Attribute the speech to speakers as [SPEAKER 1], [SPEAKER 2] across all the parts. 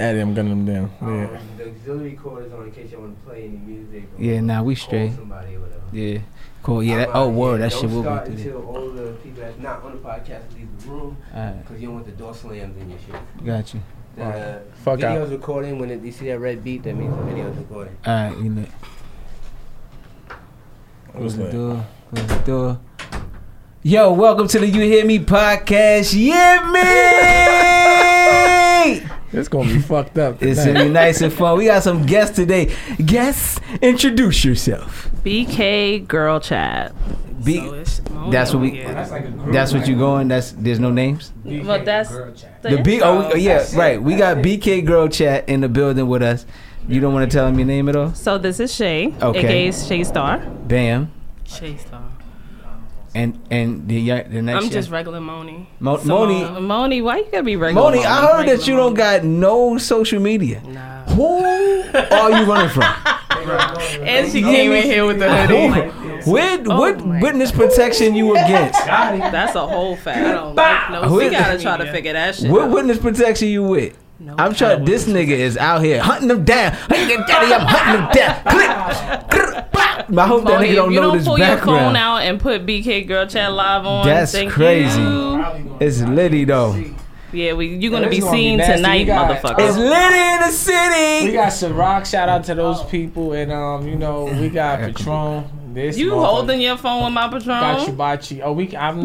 [SPEAKER 1] Add them, gun them down.
[SPEAKER 2] Um,
[SPEAKER 1] Yeah.
[SPEAKER 2] The auxiliary cord is on in case y'all want to play any music. Or
[SPEAKER 3] Yeah, nah, we
[SPEAKER 2] call
[SPEAKER 3] straight.
[SPEAKER 2] Somebody or whatever.
[SPEAKER 3] Yeah. Cool. Yeah. That,
[SPEAKER 2] Um,
[SPEAKER 3] oh, word.
[SPEAKER 2] yeah,
[SPEAKER 3] That shit
[SPEAKER 2] don't
[SPEAKER 3] will
[SPEAKER 2] start
[SPEAKER 3] be. through
[SPEAKER 2] until all the people that's not on the podcast leave the room
[SPEAKER 3] there. All
[SPEAKER 2] because you don't want the door slams in your shit.
[SPEAKER 3] right. Got you.
[SPEAKER 2] The
[SPEAKER 1] Fuck out.
[SPEAKER 2] video's recording. When it, you see that red beat, that means the video's recording.
[SPEAKER 3] All right. You lit.
[SPEAKER 1] What's
[SPEAKER 3] Close the
[SPEAKER 1] that?
[SPEAKER 3] door. Close the door. Yo, welcome to the You Hear Me podcast. Yeah, me.
[SPEAKER 1] It's gonna be fucked up.
[SPEAKER 3] It's
[SPEAKER 1] tonight.
[SPEAKER 3] gonna be nice and fun. We got some guests today. Guests, introduce yourself.
[SPEAKER 4] BK girl chat.
[SPEAKER 3] Be-
[SPEAKER 4] So it's Mona
[SPEAKER 3] that's what we-
[SPEAKER 4] here.
[SPEAKER 2] like a group.
[SPEAKER 3] that's what you going. That's there's no names.
[SPEAKER 4] Well, that's
[SPEAKER 3] The B. Oh, we- yeah, right. We got BK Girl Chat in the building with us. You don't want to tell them your name at all.
[SPEAKER 4] So this is Shay,
[SPEAKER 3] Okay.
[SPEAKER 4] aka Shay Star.
[SPEAKER 3] Bam.
[SPEAKER 5] Shay Star.
[SPEAKER 3] And and the y- the next.
[SPEAKER 5] I'm just regular Moni.
[SPEAKER 3] Mo-
[SPEAKER 5] Simone.
[SPEAKER 3] Moni.
[SPEAKER 4] Moni, why you gotta be regular?
[SPEAKER 3] Moni. I heard that you don't got no social media.
[SPEAKER 5] Nah.
[SPEAKER 3] Who are you running from?
[SPEAKER 5] And she came in here with the
[SPEAKER 3] Who?
[SPEAKER 5] hoodie.
[SPEAKER 3] What
[SPEAKER 4] Oh
[SPEAKER 3] what
[SPEAKER 4] my
[SPEAKER 3] witness protection you against?
[SPEAKER 4] That's a whole fact.
[SPEAKER 5] I don't like no.
[SPEAKER 4] we
[SPEAKER 3] Who-
[SPEAKER 4] gotta try to figure that shit.
[SPEAKER 3] What
[SPEAKER 4] out.
[SPEAKER 3] witness protection you with?
[SPEAKER 5] No
[SPEAKER 3] I'm trying. This nigga is out here hunting them down. Hunting them down. I'm hunting them down. Click. Grr, bop. I hope that
[SPEAKER 4] Moni,
[SPEAKER 3] nigga
[SPEAKER 4] if
[SPEAKER 3] don't
[SPEAKER 4] you
[SPEAKER 3] know
[SPEAKER 4] don't
[SPEAKER 3] this
[SPEAKER 4] pull your phone
[SPEAKER 3] background.
[SPEAKER 4] out and put BK girl chat live on.
[SPEAKER 3] That's
[SPEAKER 4] thank
[SPEAKER 3] crazy.
[SPEAKER 4] you.
[SPEAKER 3] It's Liddy though.
[SPEAKER 4] Yeah, we, you're gonna
[SPEAKER 6] This
[SPEAKER 4] be
[SPEAKER 6] gonna be
[SPEAKER 4] seen
[SPEAKER 6] nasty.
[SPEAKER 4] tonight,
[SPEAKER 6] We got-
[SPEAKER 3] It's
[SPEAKER 4] motherfucker.
[SPEAKER 3] Liddy in the
[SPEAKER 6] We
[SPEAKER 3] city.
[SPEAKER 6] got Ciroc. Shout out to those people, and um, you know, we got Patron. This
[SPEAKER 4] You
[SPEAKER 6] motherfucker.
[SPEAKER 4] holding your phone with my
[SPEAKER 6] got
[SPEAKER 4] Patron?
[SPEAKER 6] Chubachi. Oh, we. I'm.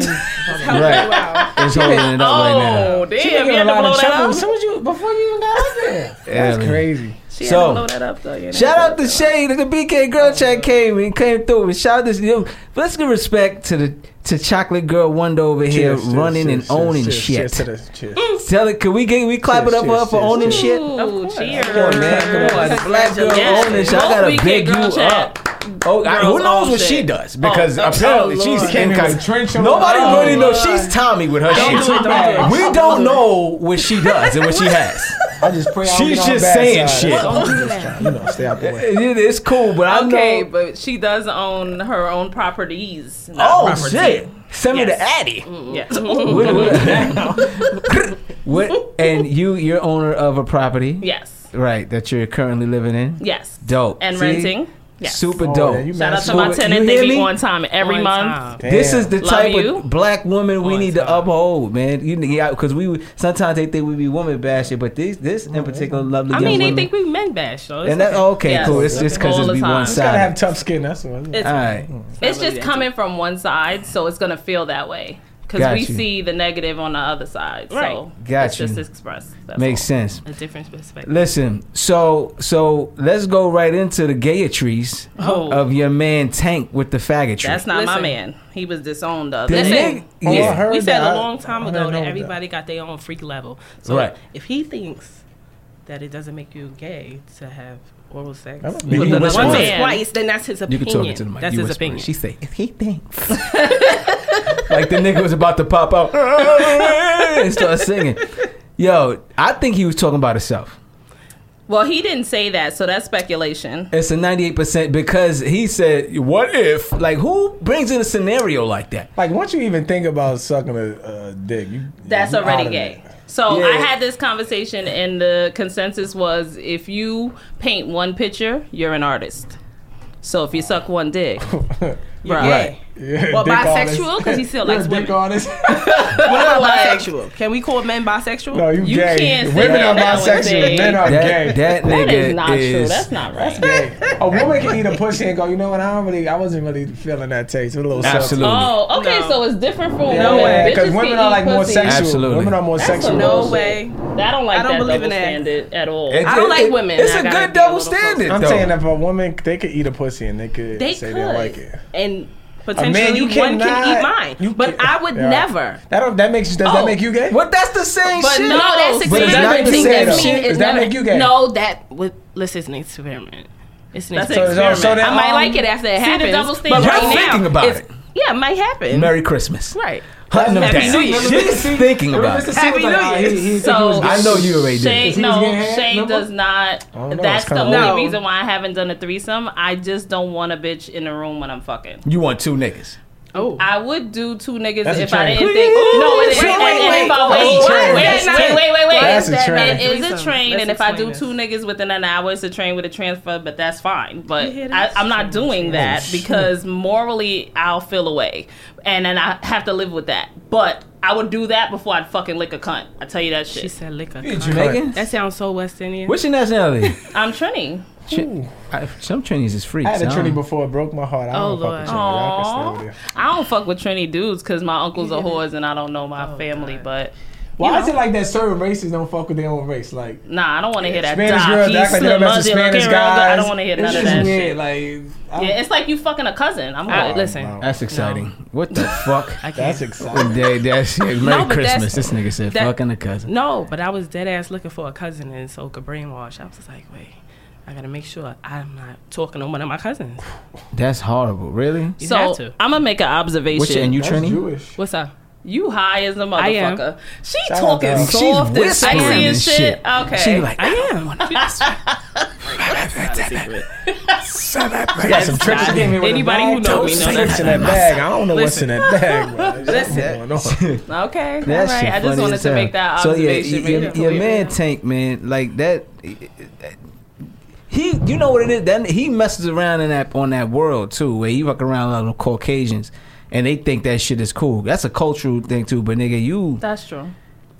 [SPEAKER 3] Right. It's holding it up right
[SPEAKER 4] Oh, damn!
[SPEAKER 6] She
[SPEAKER 4] You
[SPEAKER 6] been
[SPEAKER 4] had
[SPEAKER 6] getting a
[SPEAKER 4] to
[SPEAKER 6] lot
[SPEAKER 4] blow
[SPEAKER 6] of
[SPEAKER 4] that
[SPEAKER 6] trouble.
[SPEAKER 4] up.
[SPEAKER 6] Soon as you before you even got up there,
[SPEAKER 3] now.
[SPEAKER 6] that's
[SPEAKER 3] Yeah, man.
[SPEAKER 6] crazy.
[SPEAKER 4] She had
[SPEAKER 3] So-
[SPEAKER 4] to blow that up though. you know.
[SPEAKER 3] Shout out to Shay, the BK girl chat came and came through. And shout out to you. Let's give respect to the to Chocolate Girl Wonder over here
[SPEAKER 6] Cheers,
[SPEAKER 3] running
[SPEAKER 6] cheers,
[SPEAKER 3] and
[SPEAKER 6] cheers,
[SPEAKER 3] owning
[SPEAKER 6] cheers,
[SPEAKER 3] shit.
[SPEAKER 6] Cheers to this. Cheers.
[SPEAKER 3] Tell it, can we get we clap it
[SPEAKER 6] Cheers,
[SPEAKER 3] up for her
[SPEAKER 6] cheers,
[SPEAKER 3] for
[SPEAKER 6] cheers,
[SPEAKER 3] owning
[SPEAKER 6] cheers.
[SPEAKER 3] shit?
[SPEAKER 4] Ooh, cheers.
[SPEAKER 3] Come on, man. Come on. As a black girl
[SPEAKER 4] Yes.
[SPEAKER 3] owner, so I gotta
[SPEAKER 4] Most
[SPEAKER 3] big
[SPEAKER 4] weekend girl
[SPEAKER 3] you
[SPEAKER 4] chat.
[SPEAKER 3] up. Oh, I, who
[SPEAKER 4] Girls
[SPEAKER 3] knows
[SPEAKER 4] own
[SPEAKER 3] what she
[SPEAKER 4] shit.
[SPEAKER 3] does? Because
[SPEAKER 4] Oh,
[SPEAKER 3] apparently
[SPEAKER 4] oh,
[SPEAKER 3] she's
[SPEAKER 4] Lord.
[SPEAKER 6] Came in
[SPEAKER 3] inco-
[SPEAKER 6] with trench on
[SPEAKER 3] Nobody
[SPEAKER 6] her.
[SPEAKER 3] really knows. She's Tommy with her shit.
[SPEAKER 4] do it, don't
[SPEAKER 3] we don't know what she does and what she has.
[SPEAKER 6] I just pray. I don't
[SPEAKER 3] She's
[SPEAKER 6] get on
[SPEAKER 3] just
[SPEAKER 6] the bad
[SPEAKER 3] saying
[SPEAKER 6] side.
[SPEAKER 3] shit.
[SPEAKER 6] I'm just trying, you know, stay out the way.
[SPEAKER 3] It- it's cool, but I
[SPEAKER 4] Okay,
[SPEAKER 3] know.
[SPEAKER 4] but she does own her own properties.
[SPEAKER 3] Oh
[SPEAKER 4] Not property.
[SPEAKER 3] shit! Send me the
[SPEAKER 4] Yes.
[SPEAKER 3] Addy.
[SPEAKER 4] Yes.
[SPEAKER 3] What- what- what? And you, you're owner of a property,
[SPEAKER 4] yes.
[SPEAKER 3] right? That you're currently living in.
[SPEAKER 4] Yes.
[SPEAKER 3] Dope.
[SPEAKER 4] And
[SPEAKER 3] See?
[SPEAKER 4] renting. Yes.
[SPEAKER 3] Super
[SPEAKER 6] Oh,
[SPEAKER 3] dope.
[SPEAKER 6] yeah, you
[SPEAKER 4] Shout out
[SPEAKER 6] messed
[SPEAKER 4] to my
[SPEAKER 3] Super-
[SPEAKER 4] tenant.
[SPEAKER 3] you
[SPEAKER 4] They
[SPEAKER 3] hear
[SPEAKER 4] be
[SPEAKER 3] me?
[SPEAKER 4] on time every month.
[SPEAKER 6] Damn.
[SPEAKER 3] This is the
[SPEAKER 4] Love
[SPEAKER 3] type
[SPEAKER 4] you.
[SPEAKER 3] of black woman we
[SPEAKER 6] Oh,
[SPEAKER 5] All
[SPEAKER 3] need
[SPEAKER 5] the
[SPEAKER 3] to
[SPEAKER 5] time.
[SPEAKER 3] uphold, man. You because we sometimes they think we be woman bashing, but this
[SPEAKER 6] Oh,
[SPEAKER 3] this in particular lovely
[SPEAKER 4] I
[SPEAKER 3] young
[SPEAKER 4] mean, they
[SPEAKER 3] woman.
[SPEAKER 4] think we men bash though. It's
[SPEAKER 3] and that
[SPEAKER 4] okay.
[SPEAKER 3] okay,
[SPEAKER 4] Yes.
[SPEAKER 3] cool. It's just because
[SPEAKER 4] All
[SPEAKER 3] it's
[SPEAKER 4] the
[SPEAKER 3] be
[SPEAKER 4] time.
[SPEAKER 3] one
[SPEAKER 4] It's
[SPEAKER 6] Gotta have
[SPEAKER 3] side.
[SPEAKER 6] tough skin. That's what.
[SPEAKER 4] It's,
[SPEAKER 3] All right,
[SPEAKER 6] Mm,
[SPEAKER 4] it's
[SPEAKER 5] really
[SPEAKER 4] just
[SPEAKER 5] that
[SPEAKER 4] coming from one side, so it's gonna feel that way because
[SPEAKER 3] Got
[SPEAKER 4] we
[SPEAKER 3] you.
[SPEAKER 4] see the negative on the other side. So
[SPEAKER 5] Right.
[SPEAKER 3] Got
[SPEAKER 4] it's
[SPEAKER 3] you.
[SPEAKER 4] just expressed. That's
[SPEAKER 3] makes
[SPEAKER 4] all.
[SPEAKER 3] sense.
[SPEAKER 5] A different perspective.
[SPEAKER 3] Listen, so so let's go right into the gayetries
[SPEAKER 4] Oh.
[SPEAKER 3] of your man Tank with the faggotry.
[SPEAKER 4] That's not my
[SPEAKER 5] Listen.
[SPEAKER 4] man. He was disowned the
[SPEAKER 3] the nigga,
[SPEAKER 4] other day.
[SPEAKER 5] Listen.
[SPEAKER 6] Oh, I
[SPEAKER 3] yeah,
[SPEAKER 6] heard
[SPEAKER 5] We said
[SPEAKER 6] that.
[SPEAKER 5] a long time
[SPEAKER 6] I- I
[SPEAKER 5] ago
[SPEAKER 6] didn't know
[SPEAKER 5] that
[SPEAKER 6] that.
[SPEAKER 5] everybody got their own freak level. So
[SPEAKER 3] Right.
[SPEAKER 5] if he thinks that it doesn't make you gay to have oral sex
[SPEAKER 6] That would be-
[SPEAKER 5] with
[SPEAKER 6] You
[SPEAKER 5] another
[SPEAKER 3] whisper
[SPEAKER 5] woman
[SPEAKER 4] it.
[SPEAKER 5] twice, then that's his
[SPEAKER 3] you
[SPEAKER 5] opinion.
[SPEAKER 3] can talk into the mic.
[SPEAKER 5] That's
[SPEAKER 3] you
[SPEAKER 5] his
[SPEAKER 3] whisper it.
[SPEAKER 5] opinion.
[SPEAKER 3] She say, if he thinks, like the nigga was about to pop out and start singing. Yo, I think he was talking about himself.
[SPEAKER 4] Well, he didn't say that, so that's speculation.
[SPEAKER 3] It's a 98% because he said, What if? Like, who brings in a scenario like that?
[SPEAKER 6] Like once you even think about sucking a, a dick, you
[SPEAKER 4] That's
[SPEAKER 6] you
[SPEAKER 4] already
[SPEAKER 6] outta
[SPEAKER 4] gay.
[SPEAKER 6] there.
[SPEAKER 4] So
[SPEAKER 3] Yeah.
[SPEAKER 4] I had this conversation, and the consensus was if you paint one picture, you're an artist. So if you suck one dick,
[SPEAKER 5] You're
[SPEAKER 4] Right.
[SPEAKER 5] gay.
[SPEAKER 6] Yeah,
[SPEAKER 5] Well,
[SPEAKER 6] dick
[SPEAKER 5] bisexual,
[SPEAKER 6] artist.
[SPEAKER 5] because he still
[SPEAKER 6] You're a
[SPEAKER 5] likes
[SPEAKER 6] dick
[SPEAKER 5] women.
[SPEAKER 6] artist.
[SPEAKER 5] What about
[SPEAKER 4] Like-
[SPEAKER 5] bisexual? Can we call men bisexual?
[SPEAKER 6] no, you,
[SPEAKER 4] You
[SPEAKER 6] gay.
[SPEAKER 4] can't say
[SPEAKER 6] Women are
[SPEAKER 4] that. That was
[SPEAKER 6] bisexual.
[SPEAKER 4] big.
[SPEAKER 6] Men are gay.
[SPEAKER 3] That, that nigga
[SPEAKER 4] that is not
[SPEAKER 3] is
[SPEAKER 4] true. That's not right.
[SPEAKER 6] gay. A woman can eat a pussy and go, you know what? I don't really, I wasn't really feeling that taste. It was a little
[SPEAKER 3] Absolutely.
[SPEAKER 4] Oh, okay.
[SPEAKER 5] No.
[SPEAKER 4] So it's different for women.
[SPEAKER 6] subtle. No way,
[SPEAKER 4] Bitches
[SPEAKER 6] because
[SPEAKER 4] can
[SPEAKER 6] women are
[SPEAKER 4] eat
[SPEAKER 6] like more
[SPEAKER 4] pussy.
[SPEAKER 6] sexual.
[SPEAKER 3] Absolutely.
[SPEAKER 6] Women are more
[SPEAKER 4] That's
[SPEAKER 6] sexual.
[SPEAKER 4] a
[SPEAKER 5] No
[SPEAKER 4] Bullshit.
[SPEAKER 5] way.
[SPEAKER 4] I don't like
[SPEAKER 5] I don't
[SPEAKER 4] that
[SPEAKER 5] believe
[SPEAKER 4] double
[SPEAKER 5] in that.
[SPEAKER 4] standard at all.
[SPEAKER 3] It's-
[SPEAKER 5] I don't
[SPEAKER 3] it-
[SPEAKER 5] like
[SPEAKER 3] it-
[SPEAKER 5] women.
[SPEAKER 3] It's
[SPEAKER 5] I
[SPEAKER 3] a
[SPEAKER 5] gotta
[SPEAKER 3] good
[SPEAKER 5] be a
[SPEAKER 3] double
[SPEAKER 5] little closer.
[SPEAKER 3] standard,
[SPEAKER 6] I'm
[SPEAKER 3] though.
[SPEAKER 6] saying if a woman, they could eat a pussy and they could
[SPEAKER 4] They
[SPEAKER 6] say
[SPEAKER 4] could,
[SPEAKER 6] they don't like it.
[SPEAKER 4] and
[SPEAKER 6] A
[SPEAKER 4] potentially
[SPEAKER 6] man, you
[SPEAKER 4] one can
[SPEAKER 6] cannot-
[SPEAKER 4] eat mine,
[SPEAKER 6] you
[SPEAKER 4] but
[SPEAKER 6] can't-
[SPEAKER 4] I would
[SPEAKER 6] Yeah.
[SPEAKER 4] never.
[SPEAKER 6] That don't, that makes you, does that
[SPEAKER 4] Oh.
[SPEAKER 6] make you gay?
[SPEAKER 3] What? That's the same
[SPEAKER 4] But
[SPEAKER 3] shit.
[SPEAKER 4] no, that's
[SPEAKER 3] But is that the
[SPEAKER 4] experimenting.
[SPEAKER 3] same
[SPEAKER 4] That
[SPEAKER 6] shit?
[SPEAKER 4] means
[SPEAKER 6] Does
[SPEAKER 4] it's
[SPEAKER 6] that
[SPEAKER 4] never.
[SPEAKER 6] make you gay?
[SPEAKER 5] No, that would let's it's an experiment. It's an
[SPEAKER 4] That's an
[SPEAKER 6] So- so-
[SPEAKER 5] experiment.
[SPEAKER 6] so
[SPEAKER 4] experiment.
[SPEAKER 6] then,
[SPEAKER 4] I might
[SPEAKER 6] um,
[SPEAKER 4] like it after it
[SPEAKER 5] See the
[SPEAKER 4] happens.
[SPEAKER 5] double
[SPEAKER 4] but
[SPEAKER 5] standard.
[SPEAKER 3] You're
[SPEAKER 4] right now,
[SPEAKER 3] thinking about
[SPEAKER 4] it's-
[SPEAKER 3] it.
[SPEAKER 4] Yeah, it might happen.
[SPEAKER 3] Merry Christmas.
[SPEAKER 4] right.
[SPEAKER 3] Hunting them
[SPEAKER 4] Happy
[SPEAKER 3] down.
[SPEAKER 4] New Year.
[SPEAKER 3] She's thinking about it.
[SPEAKER 4] Happy New Year. So
[SPEAKER 3] I know you already did
[SPEAKER 4] Shay,
[SPEAKER 6] Is he
[SPEAKER 4] no,
[SPEAKER 6] getting head
[SPEAKER 4] Shay
[SPEAKER 6] number?
[SPEAKER 4] does not.
[SPEAKER 6] don't know,
[SPEAKER 4] That's
[SPEAKER 6] it's
[SPEAKER 4] the
[SPEAKER 6] kinda
[SPEAKER 4] only
[SPEAKER 5] weird.
[SPEAKER 4] reason why I haven't done a threesome. I just don't want a bitch in the room when I'm fucking.
[SPEAKER 3] You want two niggas.
[SPEAKER 5] Oh.
[SPEAKER 4] I would do two niggas
[SPEAKER 6] That's a
[SPEAKER 4] if I
[SPEAKER 6] train.
[SPEAKER 4] didn't think. No, it is.
[SPEAKER 5] Wait,
[SPEAKER 4] and-
[SPEAKER 5] wait,
[SPEAKER 4] and if I-
[SPEAKER 5] wait.
[SPEAKER 4] wait,
[SPEAKER 5] That's a
[SPEAKER 4] wait,
[SPEAKER 5] train.
[SPEAKER 4] wait,
[SPEAKER 5] That's a
[SPEAKER 4] wait,
[SPEAKER 5] train.
[SPEAKER 4] wait, wait, wait.
[SPEAKER 6] That's a
[SPEAKER 4] That-
[SPEAKER 6] train.
[SPEAKER 4] It is a
[SPEAKER 5] Threesome.
[SPEAKER 4] train,
[SPEAKER 5] Let's
[SPEAKER 4] and if I do
[SPEAKER 5] explain
[SPEAKER 4] two niggas within an hour, it's a train with a transfer. But that's fine. But
[SPEAKER 5] Yeah,
[SPEAKER 4] I,
[SPEAKER 5] that's
[SPEAKER 4] I'm not
[SPEAKER 5] true.
[SPEAKER 4] doing that because morally, I'll feel away, and then I have to live with that. But I would do that before I'd fucking lick a cunt. I tell you that
[SPEAKER 5] She
[SPEAKER 4] shit.
[SPEAKER 5] said liquor.
[SPEAKER 3] You Jamaican?
[SPEAKER 5] That sounds so West Indian.
[SPEAKER 3] What's your nationality?
[SPEAKER 4] I'm Trini.
[SPEAKER 3] Chi- I, some Chinese is freaks.
[SPEAKER 6] I had a
[SPEAKER 3] huh?
[SPEAKER 6] trinity before it broke my heart. I
[SPEAKER 5] Oh,
[SPEAKER 6] don't fuck with
[SPEAKER 5] Lord.
[SPEAKER 6] Trinity. I can
[SPEAKER 4] Aw.
[SPEAKER 6] stay with you.
[SPEAKER 4] I don't fuck with Trini dudes because my uncles are whores and I don't know my
[SPEAKER 5] Oh,
[SPEAKER 4] family.
[SPEAKER 5] God.
[SPEAKER 4] But
[SPEAKER 6] Why
[SPEAKER 4] You
[SPEAKER 6] is it like that? Certain races don't fuck with their own race. Like
[SPEAKER 4] nah, I don't want to hear that.
[SPEAKER 6] Spanish
[SPEAKER 4] "Doc,
[SPEAKER 6] girls
[SPEAKER 4] he
[SPEAKER 6] act like they don't
[SPEAKER 4] slim,
[SPEAKER 6] mess with
[SPEAKER 4] ugly, looking
[SPEAKER 6] Spanish
[SPEAKER 4] real good."
[SPEAKER 6] guys.
[SPEAKER 4] I don't want to hear
[SPEAKER 6] it's
[SPEAKER 4] none of
[SPEAKER 6] just
[SPEAKER 4] that
[SPEAKER 6] weird.
[SPEAKER 4] shit.
[SPEAKER 6] Like
[SPEAKER 4] Yeah,
[SPEAKER 6] I,
[SPEAKER 4] it's like you fucking a cousin. I'm
[SPEAKER 5] I,
[SPEAKER 4] like,
[SPEAKER 5] listen,
[SPEAKER 6] wow.
[SPEAKER 3] That's exciting. What the fuck?
[SPEAKER 5] I can't.
[SPEAKER 6] that's exciting.
[SPEAKER 3] Day, that shit. Merry
[SPEAKER 5] No, but
[SPEAKER 3] Christmas. This
[SPEAKER 5] that's-
[SPEAKER 3] nigga said
[SPEAKER 5] that-
[SPEAKER 3] fucking a cousin.
[SPEAKER 5] no, but I was dead ass looking for a cousin, and so could brainwash. I was just like, wait, I gotta make sure I'm not talking to one of my cousins.
[SPEAKER 3] That's horrible. Really?
[SPEAKER 5] You
[SPEAKER 4] so
[SPEAKER 5] have to.
[SPEAKER 4] I'm gonna make an observation.
[SPEAKER 3] What's your, and you
[SPEAKER 6] That's
[SPEAKER 3] Trini?
[SPEAKER 6] Jewish.
[SPEAKER 5] What's up?
[SPEAKER 4] you high as a
[SPEAKER 5] I am.
[SPEAKER 4] motherfucker. She
[SPEAKER 6] Shout out,
[SPEAKER 4] talking
[SPEAKER 6] dog. She's
[SPEAKER 4] soft and
[SPEAKER 3] whispering
[SPEAKER 4] sexy and,
[SPEAKER 3] and
[SPEAKER 4] shit.
[SPEAKER 3] shit.
[SPEAKER 4] Okay.
[SPEAKER 3] She be like,
[SPEAKER 5] I am.
[SPEAKER 6] I got some tricks
[SPEAKER 4] not-
[SPEAKER 6] in me with
[SPEAKER 4] anybody
[SPEAKER 6] a bag.
[SPEAKER 4] who know
[SPEAKER 6] Don't
[SPEAKER 4] me know
[SPEAKER 6] say
[SPEAKER 4] that.
[SPEAKER 6] what's in that bag. I don't know what's in that bag. bro. What's going on?
[SPEAKER 4] okay. All
[SPEAKER 3] That
[SPEAKER 4] right.
[SPEAKER 3] shit
[SPEAKER 4] I just
[SPEAKER 3] funny
[SPEAKER 4] wanted
[SPEAKER 3] as
[SPEAKER 4] to
[SPEAKER 3] hell.
[SPEAKER 4] make that
[SPEAKER 3] So yeah,
[SPEAKER 4] observation.
[SPEAKER 3] y- your,
[SPEAKER 4] Make it
[SPEAKER 3] your
[SPEAKER 4] clear.
[SPEAKER 3] man Tank, man, like that. He, you know what it is? That he messes around in that on that world too, where he fuck around a lot of Caucasians, and they think that shit is cool. That's a cultural thing too. But nigga, you
[SPEAKER 4] That's true.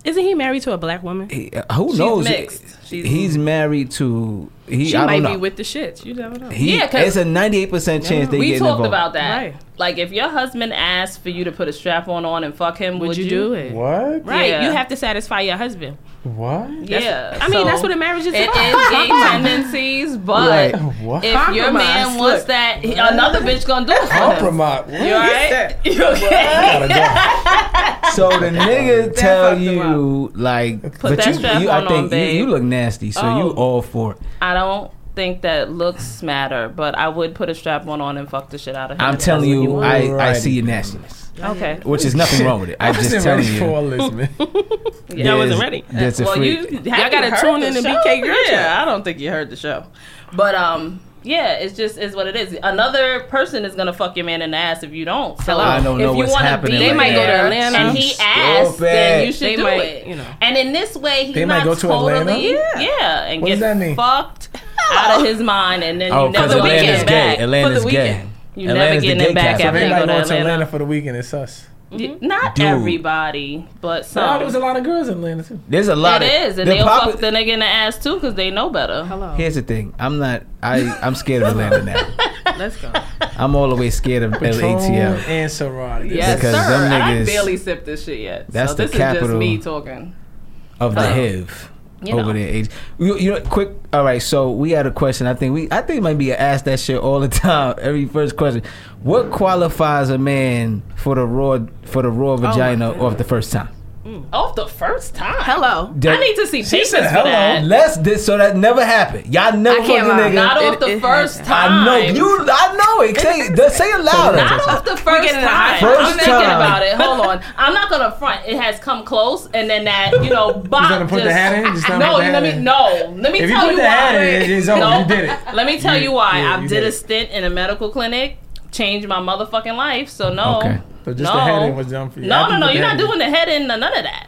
[SPEAKER 5] Isn't he married to a black woman?
[SPEAKER 3] he- uh, who
[SPEAKER 4] She's
[SPEAKER 3] knows?
[SPEAKER 4] mixed. She's-
[SPEAKER 3] He's married to he.
[SPEAKER 5] She
[SPEAKER 3] I
[SPEAKER 5] might
[SPEAKER 3] don't know.
[SPEAKER 5] be with the shits. You never know.
[SPEAKER 3] he,
[SPEAKER 4] Yeah, 'cause-
[SPEAKER 3] it's a ninety-eight percent chance they
[SPEAKER 4] we
[SPEAKER 3] getting
[SPEAKER 4] talked
[SPEAKER 3] involved.
[SPEAKER 4] about that.
[SPEAKER 5] Right.
[SPEAKER 4] Like, if your husband asked for you to put a strap on on and fuck him,
[SPEAKER 5] Would, you, do it?
[SPEAKER 6] What?
[SPEAKER 5] Right.
[SPEAKER 4] Yeah.
[SPEAKER 5] You have to satisfy your husband.
[SPEAKER 6] What?
[SPEAKER 4] Yeah.
[SPEAKER 5] I mean, that's what
[SPEAKER 4] so-
[SPEAKER 5] a marriage is
[SPEAKER 4] It
[SPEAKER 5] about.
[SPEAKER 4] is gay tendencies, but
[SPEAKER 3] Right.
[SPEAKER 6] What?
[SPEAKER 4] if your man
[SPEAKER 5] Compromise,
[SPEAKER 4] wants
[SPEAKER 5] look.
[SPEAKER 4] that, he- another bitch gonna do it for him.
[SPEAKER 6] Compromise.
[SPEAKER 4] You
[SPEAKER 6] What?
[SPEAKER 4] alright? You
[SPEAKER 6] Gotta
[SPEAKER 4] okay?
[SPEAKER 6] go.
[SPEAKER 3] So the nigga tell
[SPEAKER 5] fucked him
[SPEAKER 3] you like, but
[SPEAKER 4] that
[SPEAKER 3] you,
[SPEAKER 4] strap
[SPEAKER 3] you, I
[SPEAKER 4] on,
[SPEAKER 3] think you,
[SPEAKER 4] babe.
[SPEAKER 3] you look nasty, so you
[SPEAKER 4] Oh.
[SPEAKER 3] all for it.
[SPEAKER 4] I don't think that looks matter, but I would put a strap on on and fuck the shit out of him.
[SPEAKER 3] I'm
[SPEAKER 4] if
[SPEAKER 3] telling
[SPEAKER 4] that's what
[SPEAKER 3] you, I, I
[SPEAKER 6] Alrighty.
[SPEAKER 3] see your nastiness,
[SPEAKER 4] want. Okay.
[SPEAKER 3] which is nothing wrong with it. I'm just
[SPEAKER 6] Wasn't
[SPEAKER 3] telling
[SPEAKER 6] ready for
[SPEAKER 3] you.
[SPEAKER 6] all this, man.
[SPEAKER 4] Yeah, I
[SPEAKER 3] there's-
[SPEAKER 4] wasn't ready.
[SPEAKER 3] That's a
[SPEAKER 4] well,
[SPEAKER 3] freak.
[SPEAKER 4] you
[SPEAKER 5] Y'all gotta tune in to BK Girl
[SPEAKER 4] Yeah, I don't think you heard the show, but um. Yeah, it's just is what it is. Another person is gonna fuck your man in the ass if you don't. So
[SPEAKER 3] I don't know
[SPEAKER 4] if you
[SPEAKER 3] what's
[SPEAKER 4] wanna
[SPEAKER 3] happening
[SPEAKER 4] Be
[SPEAKER 3] right
[SPEAKER 4] they might go to
[SPEAKER 5] now.
[SPEAKER 4] Atlanta, and he
[SPEAKER 3] Stupid.
[SPEAKER 4] asks, then you should
[SPEAKER 5] They
[SPEAKER 4] do
[SPEAKER 5] might,
[SPEAKER 4] it.
[SPEAKER 5] you know.
[SPEAKER 4] And in this way, he's
[SPEAKER 6] They might
[SPEAKER 4] not
[SPEAKER 6] go to Atlanta?
[SPEAKER 4] totally yeah. and
[SPEAKER 6] What
[SPEAKER 4] get
[SPEAKER 6] does that mean?
[SPEAKER 4] fucked out of his mind, and then
[SPEAKER 3] Oh,
[SPEAKER 4] you never
[SPEAKER 3] because
[SPEAKER 4] get
[SPEAKER 3] Atlanta's
[SPEAKER 4] him back
[SPEAKER 3] gay.
[SPEAKER 4] for
[SPEAKER 3] Atlanta's
[SPEAKER 4] the
[SPEAKER 3] gay.
[SPEAKER 4] weekend. You
[SPEAKER 3] Atlanta's
[SPEAKER 4] never
[SPEAKER 3] the
[SPEAKER 4] getting
[SPEAKER 3] gay
[SPEAKER 4] him back
[SPEAKER 3] capital.
[SPEAKER 4] after you
[SPEAKER 6] Everybody
[SPEAKER 4] go to
[SPEAKER 6] going to Atlanta
[SPEAKER 4] Atlanta.
[SPEAKER 6] for the weekend. It's us.
[SPEAKER 4] Not
[SPEAKER 3] Dude.
[SPEAKER 4] everybody, but
[SPEAKER 6] No,
[SPEAKER 4] some.
[SPEAKER 6] there was a lot of girls in Atlanta too.
[SPEAKER 3] There's a lot.
[SPEAKER 4] it
[SPEAKER 3] of,
[SPEAKER 4] is, and
[SPEAKER 3] the
[SPEAKER 4] they'll
[SPEAKER 3] popu-
[SPEAKER 4] fuck the nigga in the ass too because they know better.
[SPEAKER 5] Hello.
[SPEAKER 3] Here's the thing. I'm not. I I'm scared of Atlanta now.
[SPEAKER 5] Let's go.
[SPEAKER 3] I'm all the way scared of
[SPEAKER 6] Patron
[SPEAKER 3] LATL.
[SPEAKER 6] and sorority.
[SPEAKER 4] Yes,
[SPEAKER 3] Because
[SPEAKER 4] sir.
[SPEAKER 3] them
[SPEAKER 4] I
[SPEAKER 3] niggas-
[SPEAKER 4] barely sipped this shit yet.
[SPEAKER 3] That's
[SPEAKER 4] so
[SPEAKER 3] the
[SPEAKER 4] this is
[SPEAKER 3] capital.
[SPEAKER 4] just me talking.
[SPEAKER 3] of the
[SPEAKER 4] Oh.
[SPEAKER 3] HIV
[SPEAKER 4] You
[SPEAKER 3] over
[SPEAKER 4] know.
[SPEAKER 3] there. Age. You, you know, quick. All right, so we had a question. I think we, I think maybe I ask that shit all the time. Every first question, what qualifies a man for the raw for the
[SPEAKER 4] Oh
[SPEAKER 3] raw vagina off the first time?
[SPEAKER 4] Off the first time.
[SPEAKER 5] Hello.
[SPEAKER 3] That-
[SPEAKER 4] I need to see papers
[SPEAKER 6] said
[SPEAKER 4] for
[SPEAKER 6] hello.
[SPEAKER 4] that.
[SPEAKER 3] Let's this so that never happened. Y'all never
[SPEAKER 5] I can't
[SPEAKER 3] fucking
[SPEAKER 5] lie.
[SPEAKER 3] nigga.
[SPEAKER 4] Not
[SPEAKER 5] It-
[SPEAKER 4] off the
[SPEAKER 5] it
[SPEAKER 4] first
[SPEAKER 5] happened.
[SPEAKER 4] time.
[SPEAKER 3] I know you. I know it. Say, the- say it
[SPEAKER 4] Not
[SPEAKER 3] louder.
[SPEAKER 4] off the first
[SPEAKER 5] getting it
[SPEAKER 4] time.
[SPEAKER 5] high.
[SPEAKER 3] First
[SPEAKER 4] I'm thinking
[SPEAKER 3] time.
[SPEAKER 4] about it. Hold on. I'm not gonna front. It has come close, and then that you know. Bop, you
[SPEAKER 6] gonna put the hat in? Just not
[SPEAKER 4] no,
[SPEAKER 6] put the
[SPEAKER 4] let
[SPEAKER 6] hat
[SPEAKER 4] me
[SPEAKER 6] in?
[SPEAKER 4] no. Let me
[SPEAKER 6] If you
[SPEAKER 4] tell
[SPEAKER 6] put
[SPEAKER 4] you
[SPEAKER 6] the
[SPEAKER 4] why.
[SPEAKER 6] hat in, it is over.
[SPEAKER 4] No.
[SPEAKER 6] You did it.
[SPEAKER 4] Let me tell you why.
[SPEAKER 6] yeah,
[SPEAKER 4] I
[SPEAKER 6] you
[SPEAKER 4] did
[SPEAKER 6] did
[SPEAKER 4] a
[SPEAKER 6] it.
[SPEAKER 4] stint in a medical clinic, changed my motherfucking life. So no.
[SPEAKER 3] Okay.
[SPEAKER 6] So just
[SPEAKER 4] no.
[SPEAKER 6] the head in was dumb for you.
[SPEAKER 4] No,
[SPEAKER 6] After
[SPEAKER 4] no,
[SPEAKER 6] you Oh.
[SPEAKER 4] no.
[SPEAKER 6] put
[SPEAKER 4] You're
[SPEAKER 6] the head in.
[SPEAKER 4] not doing the head in or none of that.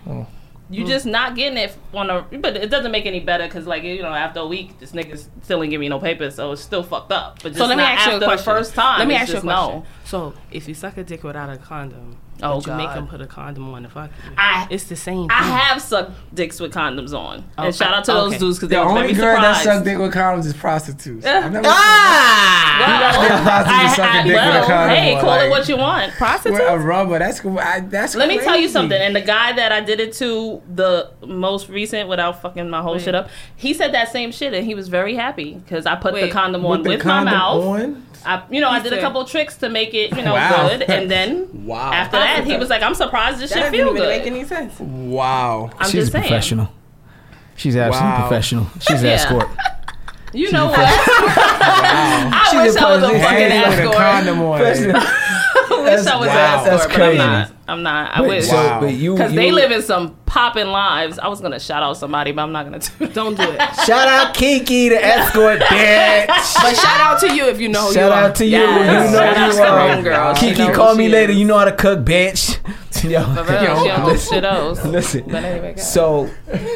[SPEAKER 4] You just not getting it on a, but it doesn't make any better because like you know after a week this nigga still ain't give me no papers so it's still fucked up. But just
[SPEAKER 5] So let me
[SPEAKER 4] not
[SPEAKER 5] ask you a
[SPEAKER 4] after the
[SPEAKER 5] question.
[SPEAKER 4] First time,
[SPEAKER 5] Let me
[SPEAKER 4] it's
[SPEAKER 5] ask you a
[SPEAKER 4] just
[SPEAKER 5] question.
[SPEAKER 4] No.
[SPEAKER 5] So if you suck a dick without a condom,
[SPEAKER 4] Oh,
[SPEAKER 5] but you make
[SPEAKER 4] God.
[SPEAKER 5] him put a condom on the fuck you,
[SPEAKER 4] I-
[SPEAKER 5] it's the same.
[SPEAKER 4] I
[SPEAKER 5] thing.
[SPEAKER 4] have sucked dicks with condoms on.
[SPEAKER 5] Okay.
[SPEAKER 4] And shout out to those
[SPEAKER 5] Okay.
[SPEAKER 4] dudes because they
[SPEAKER 6] The
[SPEAKER 4] were
[SPEAKER 6] only
[SPEAKER 4] very
[SPEAKER 6] girl that
[SPEAKER 4] surprised.
[SPEAKER 6] sucked dick with condoms is prostitutes. I've never
[SPEAKER 4] Well,
[SPEAKER 6] prostitutes
[SPEAKER 4] I-
[SPEAKER 6] sucking
[SPEAKER 4] I-
[SPEAKER 6] dick with a
[SPEAKER 4] well,
[SPEAKER 6] condom
[SPEAKER 4] hey,
[SPEAKER 6] on,
[SPEAKER 4] call it
[SPEAKER 6] like-
[SPEAKER 4] what you want.
[SPEAKER 6] seen
[SPEAKER 4] Prostitute.
[SPEAKER 6] with a rubber. That's I, that's.
[SPEAKER 4] Let me tell you
[SPEAKER 6] crazy.
[SPEAKER 4] something. And the guy that I did it to, the most recent, without fucking my whole
[SPEAKER 5] Wait.
[SPEAKER 4] shit up, he said that same shit, and he was very happy because I put the
[SPEAKER 5] Wait,
[SPEAKER 4] condom
[SPEAKER 6] With
[SPEAKER 4] on
[SPEAKER 6] the
[SPEAKER 4] with my
[SPEAKER 6] condom
[SPEAKER 4] mouth.
[SPEAKER 6] on?
[SPEAKER 4] I, you know, I did a
[SPEAKER 5] said-
[SPEAKER 4] couple of tricks to make it, you know,
[SPEAKER 6] Wow.
[SPEAKER 4] good. And then
[SPEAKER 6] Wow.
[SPEAKER 4] after that, he was like, "I'm surprised this shit feel good."
[SPEAKER 5] sense.
[SPEAKER 6] Wow.
[SPEAKER 4] I'm
[SPEAKER 3] She's
[SPEAKER 4] just
[SPEAKER 3] a
[SPEAKER 4] saying.
[SPEAKER 3] professional. She's absolutely
[SPEAKER 6] Wow.
[SPEAKER 3] professional. She's an
[SPEAKER 4] Yeah.
[SPEAKER 3] escort.
[SPEAKER 4] You know what? I
[SPEAKER 3] She's
[SPEAKER 4] wish
[SPEAKER 3] a
[SPEAKER 4] I was a
[SPEAKER 3] president.
[SPEAKER 4] fucking
[SPEAKER 6] Hey, with a
[SPEAKER 4] escort.
[SPEAKER 6] condom on.
[SPEAKER 3] President.
[SPEAKER 4] wish
[SPEAKER 3] That's-
[SPEAKER 4] I was
[SPEAKER 3] wow,
[SPEAKER 4] an
[SPEAKER 3] that's
[SPEAKER 4] escort, but I'm
[SPEAKER 3] crazy.
[SPEAKER 4] not. I'm not. I wish.
[SPEAKER 3] So,
[SPEAKER 6] Wow.
[SPEAKER 3] but you,
[SPEAKER 4] Because
[SPEAKER 3] you,
[SPEAKER 4] they live in some poppin' lives. I was gonna shout out somebody, but I'm not gonna do that.
[SPEAKER 5] Don't do it.
[SPEAKER 3] Shout out Kiki, the escort bitch.
[SPEAKER 4] But shout out to you if you know who
[SPEAKER 3] Shout
[SPEAKER 4] you are.
[SPEAKER 3] out to you.
[SPEAKER 4] Yes,
[SPEAKER 3] You know
[SPEAKER 4] shout
[SPEAKER 3] who
[SPEAKER 4] out
[SPEAKER 3] you
[SPEAKER 4] to
[SPEAKER 3] are.
[SPEAKER 4] Rome Girl. She
[SPEAKER 3] Kiki,
[SPEAKER 4] Uh, know who
[SPEAKER 3] call me
[SPEAKER 4] she
[SPEAKER 3] later.
[SPEAKER 4] is.
[SPEAKER 3] You know how to cook, bitch. Yo,
[SPEAKER 4] For real, she don't know shit else. But
[SPEAKER 3] listen.
[SPEAKER 4] anyway, guys.
[SPEAKER 3] So,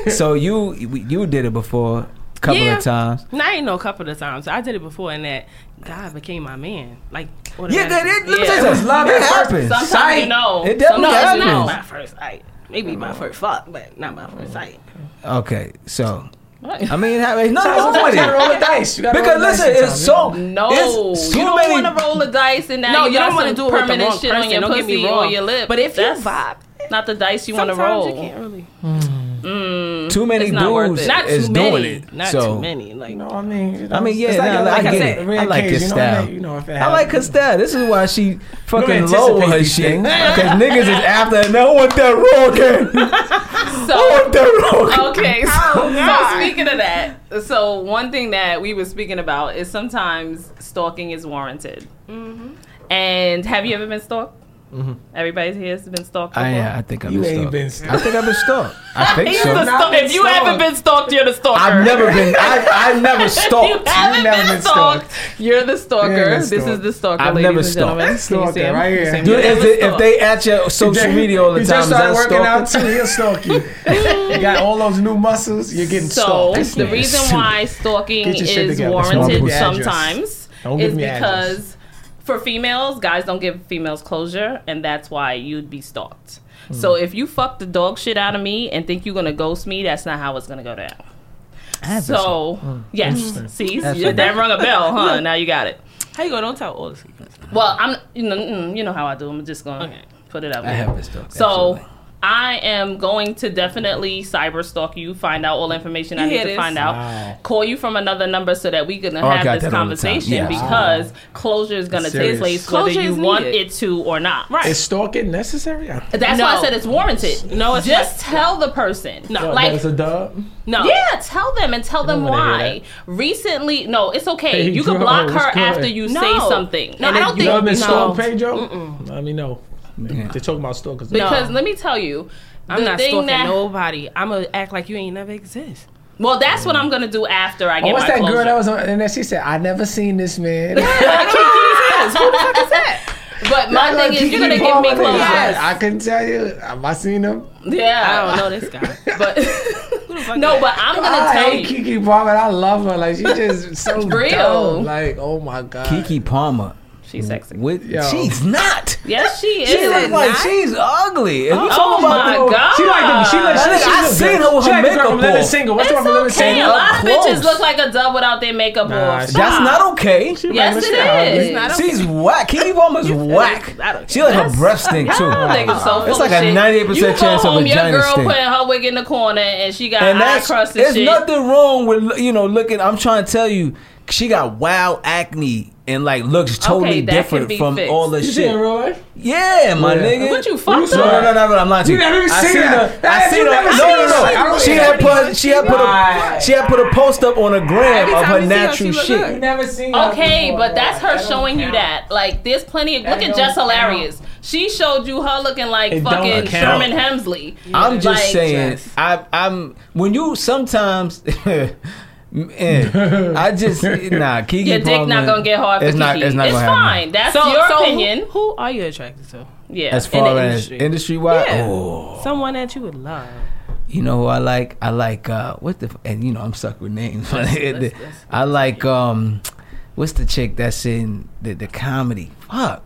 [SPEAKER 3] so you you did it before a couple
[SPEAKER 5] Yeah.
[SPEAKER 3] of times.
[SPEAKER 5] And I ain't know a couple of times. I did it before, and that God became my man. Like,
[SPEAKER 3] Yeah, that,
[SPEAKER 5] automatically.
[SPEAKER 3] it, let me
[SPEAKER 4] Yeah.
[SPEAKER 3] tell you
[SPEAKER 4] It
[SPEAKER 3] something. It happens.
[SPEAKER 4] sometimes you know.
[SPEAKER 3] It definitely
[SPEAKER 4] Sometimes
[SPEAKER 5] Not
[SPEAKER 4] you
[SPEAKER 3] happens.
[SPEAKER 4] know.
[SPEAKER 5] my first sight. Maybe my first fuck, but not my first sight.
[SPEAKER 3] Okay, so
[SPEAKER 4] What?
[SPEAKER 3] I mean, it happens. No, no, no,
[SPEAKER 6] You gotta roll
[SPEAKER 3] no.
[SPEAKER 6] the dice. You gotta roll
[SPEAKER 3] Because
[SPEAKER 6] the dice
[SPEAKER 3] listen,
[SPEAKER 6] sometimes,
[SPEAKER 3] it's
[SPEAKER 6] you know?
[SPEAKER 3] so
[SPEAKER 4] No,
[SPEAKER 3] It's
[SPEAKER 4] you
[SPEAKER 3] too
[SPEAKER 4] don't
[SPEAKER 3] many.
[SPEAKER 4] want to roll the dice and now
[SPEAKER 5] No,
[SPEAKER 4] you,
[SPEAKER 5] you
[SPEAKER 4] got
[SPEAKER 5] don't wanna
[SPEAKER 4] some
[SPEAKER 5] do it with the
[SPEAKER 4] permanent
[SPEAKER 5] wrong
[SPEAKER 4] shit on
[SPEAKER 5] person,
[SPEAKER 4] your
[SPEAKER 5] don't get me
[SPEAKER 4] pussy or
[SPEAKER 5] wrong.
[SPEAKER 4] your lip.
[SPEAKER 5] But if you
[SPEAKER 4] That's
[SPEAKER 5] vibe,
[SPEAKER 4] not the dice you want to
[SPEAKER 5] sometimes
[SPEAKER 4] roll.
[SPEAKER 5] you can't really.
[SPEAKER 3] too many
[SPEAKER 4] It's not worth
[SPEAKER 3] dudes
[SPEAKER 4] it.
[SPEAKER 5] Not
[SPEAKER 3] is
[SPEAKER 5] too
[SPEAKER 3] doing
[SPEAKER 5] many.
[SPEAKER 3] it.
[SPEAKER 5] Not
[SPEAKER 3] so
[SPEAKER 5] too many. Like,
[SPEAKER 6] No, I mean, you know,
[SPEAKER 3] I mean, yeah,
[SPEAKER 6] it's
[SPEAKER 3] nah,
[SPEAKER 5] like I
[SPEAKER 3] get
[SPEAKER 5] said,
[SPEAKER 3] it.
[SPEAKER 6] rare
[SPEAKER 3] I like
[SPEAKER 6] occasion,
[SPEAKER 3] his
[SPEAKER 6] you know, I
[SPEAKER 3] style.
[SPEAKER 6] mean, you know, if it
[SPEAKER 3] I like her
[SPEAKER 6] happens.
[SPEAKER 3] style. This is why she fucking
[SPEAKER 6] anticipate
[SPEAKER 3] low her
[SPEAKER 6] these
[SPEAKER 3] shit.
[SPEAKER 6] things.
[SPEAKER 3] Because niggas is after her. Now I want that roll game. I
[SPEAKER 4] So
[SPEAKER 3] want that roll
[SPEAKER 5] Oh,
[SPEAKER 3] game.
[SPEAKER 4] okay, so, so speaking of that, so one thing that we were speaking about is sometimes stalking is warranted.
[SPEAKER 5] Mm-hmm.
[SPEAKER 4] And have you ever been stalked? Everybody here has been stalked. Before?
[SPEAKER 3] Mm-hmm. I, yeah, I think I've
[SPEAKER 6] You
[SPEAKER 3] been
[SPEAKER 6] ain't
[SPEAKER 3] stalked.
[SPEAKER 6] been
[SPEAKER 3] I think I've been stalked. I think
[SPEAKER 4] He's
[SPEAKER 3] so.
[SPEAKER 4] the stalk-
[SPEAKER 6] been
[SPEAKER 4] if you
[SPEAKER 6] stalked.
[SPEAKER 4] haven't been stalked, you're the stalker.
[SPEAKER 3] I've never been. I, I've never
[SPEAKER 4] You
[SPEAKER 3] stalked.
[SPEAKER 4] haven't
[SPEAKER 6] never
[SPEAKER 4] been,
[SPEAKER 6] been
[SPEAKER 4] stalked. You're the stalker.
[SPEAKER 6] You ain't been
[SPEAKER 4] this is
[SPEAKER 6] stalked.
[SPEAKER 4] the stalker,
[SPEAKER 3] I've
[SPEAKER 4] ladies
[SPEAKER 3] never
[SPEAKER 4] and
[SPEAKER 3] stalked.
[SPEAKER 4] gentlemen.
[SPEAKER 6] That's
[SPEAKER 4] Can you see
[SPEAKER 6] stalking
[SPEAKER 4] him?
[SPEAKER 6] right
[SPEAKER 4] You see
[SPEAKER 6] here.
[SPEAKER 4] him?
[SPEAKER 3] Dude,
[SPEAKER 4] You're
[SPEAKER 3] if,
[SPEAKER 4] the
[SPEAKER 3] they, if they at your social media all the
[SPEAKER 6] you
[SPEAKER 3] time,
[SPEAKER 6] just
[SPEAKER 3] is
[SPEAKER 6] started
[SPEAKER 3] that
[SPEAKER 6] working
[SPEAKER 3] stalking?
[SPEAKER 6] out too. He'll stalk you. you got all those new muscles. You're getting
[SPEAKER 4] So
[SPEAKER 6] stalked.
[SPEAKER 4] the reason why stalking
[SPEAKER 6] Get your shit
[SPEAKER 4] is
[SPEAKER 6] together.
[SPEAKER 3] Don't give
[SPEAKER 4] warranted
[SPEAKER 3] me
[SPEAKER 6] address.
[SPEAKER 4] sometimes
[SPEAKER 6] Don't give
[SPEAKER 4] is
[SPEAKER 6] me address.
[SPEAKER 4] because for females, guys don't give females closure, and that's why you'd be stalked. So if you fuck the dog shit out of me and think you're gonna ghost me, that's not how it's gonna go down. So yes, see,
[SPEAKER 3] Absolutely.
[SPEAKER 4] that rung a bell, huh? Now you got it.
[SPEAKER 5] how you gonna don't tell all the secrets?
[SPEAKER 4] Well, I'm you know mm, you know how I do. I'm just gonna put it out.
[SPEAKER 3] I
[SPEAKER 4] there.
[SPEAKER 3] have been stalked.
[SPEAKER 4] So
[SPEAKER 3] absolutely.
[SPEAKER 4] I am going to definitely cyber stalk you, find out all the information I
[SPEAKER 5] You
[SPEAKER 4] need
[SPEAKER 5] hear
[SPEAKER 4] to
[SPEAKER 5] this?
[SPEAKER 4] find out, call you from another number so that we can
[SPEAKER 3] Oh, I got
[SPEAKER 4] have this
[SPEAKER 3] that all the time.
[SPEAKER 4] conversation
[SPEAKER 3] Yes.
[SPEAKER 4] because closure is going to take
[SPEAKER 6] serious.
[SPEAKER 4] place
[SPEAKER 5] Closure
[SPEAKER 4] whether you
[SPEAKER 5] is
[SPEAKER 4] want
[SPEAKER 5] needed.
[SPEAKER 4] it to or not.
[SPEAKER 6] Is stalking necessary? I-
[SPEAKER 4] That's why I
[SPEAKER 5] No.
[SPEAKER 4] said it's warranted.
[SPEAKER 5] No, it's
[SPEAKER 4] just tell the person.
[SPEAKER 5] No.
[SPEAKER 4] No,
[SPEAKER 5] What,
[SPEAKER 4] like
[SPEAKER 6] That's a dub.
[SPEAKER 5] No.
[SPEAKER 4] yeah, tell them and tell them
[SPEAKER 6] wanna hear
[SPEAKER 4] why. Recently, no, it's okay.
[SPEAKER 6] Hey,
[SPEAKER 4] you can
[SPEAKER 6] yo,
[SPEAKER 4] block
[SPEAKER 6] what's
[SPEAKER 4] her
[SPEAKER 6] good?
[SPEAKER 4] after you
[SPEAKER 5] No.
[SPEAKER 4] say something.
[SPEAKER 5] No,
[SPEAKER 4] And
[SPEAKER 5] I
[SPEAKER 4] if
[SPEAKER 5] don't
[SPEAKER 4] you-
[SPEAKER 6] You ever been
[SPEAKER 5] No.
[SPEAKER 6] stalked, Pedro? Let me know. They're talking about stalkers.
[SPEAKER 4] because
[SPEAKER 5] No.
[SPEAKER 4] let me tell you,
[SPEAKER 5] I'm
[SPEAKER 4] the
[SPEAKER 5] not
[SPEAKER 4] thing
[SPEAKER 5] stalking
[SPEAKER 4] that-
[SPEAKER 5] nobody. I'm gonna act like you ain't never exist.
[SPEAKER 4] Well, that's what I'm gonna do after I
[SPEAKER 6] Oh,
[SPEAKER 4] get
[SPEAKER 6] what's
[SPEAKER 4] my
[SPEAKER 6] that
[SPEAKER 4] closure.
[SPEAKER 6] girl that was on? And then she said, "I never seen this man." That's
[SPEAKER 4] But my
[SPEAKER 6] like
[SPEAKER 4] thing is,
[SPEAKER 6] Kiki
[SPEAKER 4] you're gonna give
[SPEAKER 6] Palmer.
[SPEAKER 4] me closure.
[SPEAKER 6] Yes. I couldn't tell you. Have I seen him?
[SPEAKER 4] Yeah,
[SPEAKER 5] I don't know this guy.
[SPEAKER 4] But
[SPEAKER 5] fuck
[SPEAKER 4] no,
[SPEAKER 5] that?
[SPEAKER 4] but I'm gonna
[SPEAKER 6] I
[SPEAKER 4] tell
[SPEAKER 6] hate
[SPEAKER 4] you.
[SPEAKER 6] Kiki Palmer. I love her. Like she just so
[SPEAKER 4] Real.
[SPEAKER 6] dumb. Like oh my god.
[SPEAKER 3] Kiki Palmer.
[SPEAKER 4] She's sexy.
[SPEAKER 3] With,
[SPEAKER 6] Yo.
[SPEAKER 3] she's not.
[SPEAKER 4] Yes, she
[SPEAKER 3] She
[SPEAKER 4] is.
[SPEAKER 3] looks like she's ugly. If you
[SPEAKER 4] Oh
[SPEAKER 3] talking about
[SPEAKER 4] my
[SPEAKER 3] the-
[SPEAKER 4] god.
[SPEAKER 6] She like the, she like
[SPEAKER 3] That
[SPEAKER 6] she,
[SPEAKER 3] nigga, I
[SPEAKER 6] she,
[SPEAKER 3] seen her with
[SPEAKER 6] she
[SPEAKER 3] her
[SPEAKER 6] like the girl
[SPEAKER 3] makeup
[SPEAKER 6] from Living
[SPEAKER 3] off.
[SPEAKER 6] Single. What's
[SPEAKER 4] It's
[SPEAKER 6] the one from Living
[SPEAKER 4] okay. A
[SPEAKER 6] Single?
[SPEAKER 4] lot of
[SPEAKER 3] Up
[SPEAKER 4] bitches
[SPEAKER 3] close.
[SPEAKER 4] look like a dub without their makeup off.
[SPEAKER 6] she-
[SPEAKER 3] That's
[SPEAKER 4] Stop.
[SPEAKER 3] not okay.
[SPEAKER 4] Yes,
[SPEAKER 6] She
[SPEAKER 4] it
[SPEAKER 6] like,
[SPEAKER 4] is.
[SPEAKER 6] she
[SPEAKER 4] Not
[SPEAKER 3] She's whack. Kiki Palmer's whack. She like her breath stink too.
[SPEAKER 4] nigga, so
[SPEAKER 3] it's
[SPEAKER 4] full
[SPEAKER 3] like a
[SPEAKER 4] of shit.
[SPEAKER 3] ninety-eight percent
[SPEAKER 4] you
[SPEAKER 3] chance
[SPEAKER 4] go
[SPEAKER 3] of
[SPEAKER 4] home, your
[SPEAKER 3] vagina
[SPEAKER 4] girl
[SPEAKER 3] stink.
[SPEAKER 4] putting her wig in the corner, and she got
[SPEAKER 3] And
[SPEAKER 4] eye
[SPEAKER 3] that's
[SPEAKER 4] crust and
[SPEAKER 3] there's
[SPEAKER 4] shit.
[SPEAKER 3] nothing wrong with you know looking. I'm trying to tell you, she got wild acne and like looks totally
[SPEAKER 4] that can
[SPEAKER 3] different
[SPEAKER 4] be
[SPEAKER 3] from
[SPEAKER 4] fixed.
[SPEAKER 3] all the
[SPEAKER 6] You see her in
[SPEAKER 3] shit.
[SPEAKER 6] real life?
[SPEAKER 3] Yeah, my
[SPEAKER 6] Yeah.
[SPEAKER 3] nigga.
[SPEAKER 4] What you fucked
[SPEAKER 3] No, no,
[SPEAKER 4] up?
[SPEAKER 3] no, no, no, I'm lying to you.
[SPEAKER 6] You never even
[SPEAKER 3] I
[SPEAKER 6] seen
[SPEAKER 3] seen
[SPEAKER 6] her.
[SPEAKER 3] her. I
[SPEAKER 6] Hey,
[SPEAKER 3] seen
[SPEAKER 6] you
[SPEAKER 3] her.
[SPEAKER 6] never
[SPEAKER 3] No,
[SPEAKER 6] seen
[SPEAKER 3] no,
[SPEAKER 6] her. I
[SPEAKER 3] no.
[SPEAKER 6] don't
[SPEAKER 3] She
[SPEAKER 6] see
[SPEAKER 3] had
[SPEAKER 6] her.
[SPEAKER 3] put. She had put a. She had put a post up on a gram
[SPEAKER 5] Every
[SPEAKER 3] of
[SPEAKER 5] time
[SPEAKER 3] her
[SPEAKER 5] you see her,
[SPEAKER 3] natural
[SPEAKER 5] she look
[SPEAKER 3] shit.
[SPEAKER 5] good.
[SPEAKER 6] never seen
[SPEAKER 4] Okay, but that's her showing you that. Like, there's plenty of. Look at
[SPEAKER 6] don't
[SPEAKER 4] Jess
[SPEAKER 6] count.
[SPEAKER 4] Hilarious. She showed you her looking like
[SPEAKER 6] It don't
[SPEAKER 4] fucking
[SPEAKER 6] count.
[SPEAKER 4] Sherman Hemsley.
[SPEAKER 3] I'm just
[SPEAKER 4] Like,
[SPEAKER 3] saying. I, I'm when you sometimes. eh, I just nah. Kiki
[SPEAKER 4] Your dick
[SPEAKER 3] Palmer,
[SPEAKER 4] not gonna get hard for
[SPEAKER 3] it's Not,
[SPEAKER 4] Kiki.
[SPEAKER 3] it's not gonna happen.
[SPEAKER 4] fine. That's your
[SPEAKER 5] who-
[SPEAKER 4] opinion.
[SPEAKER 5] Who, are you attracted to?
[SPEAKER 4] Yeah.
[SPEAKER 3] As
[SPEAKER 4] in
[SPEAKER 3] far
[SPEAKER 4] the
[SPEAKER 3] as
[SPEAKER 4] industry.
[SPEAKER 3] industry wise,
[SPEAKER 5] Yeah.
[SPEAKER 3] oh,
[SPEAKER 5] Someone that you would love.
[SPEAKER 3] you know who I like? I like uh, what the f- and you know I'm stuck with names. I like um, what's the chick that's in the the comedy? Fuck.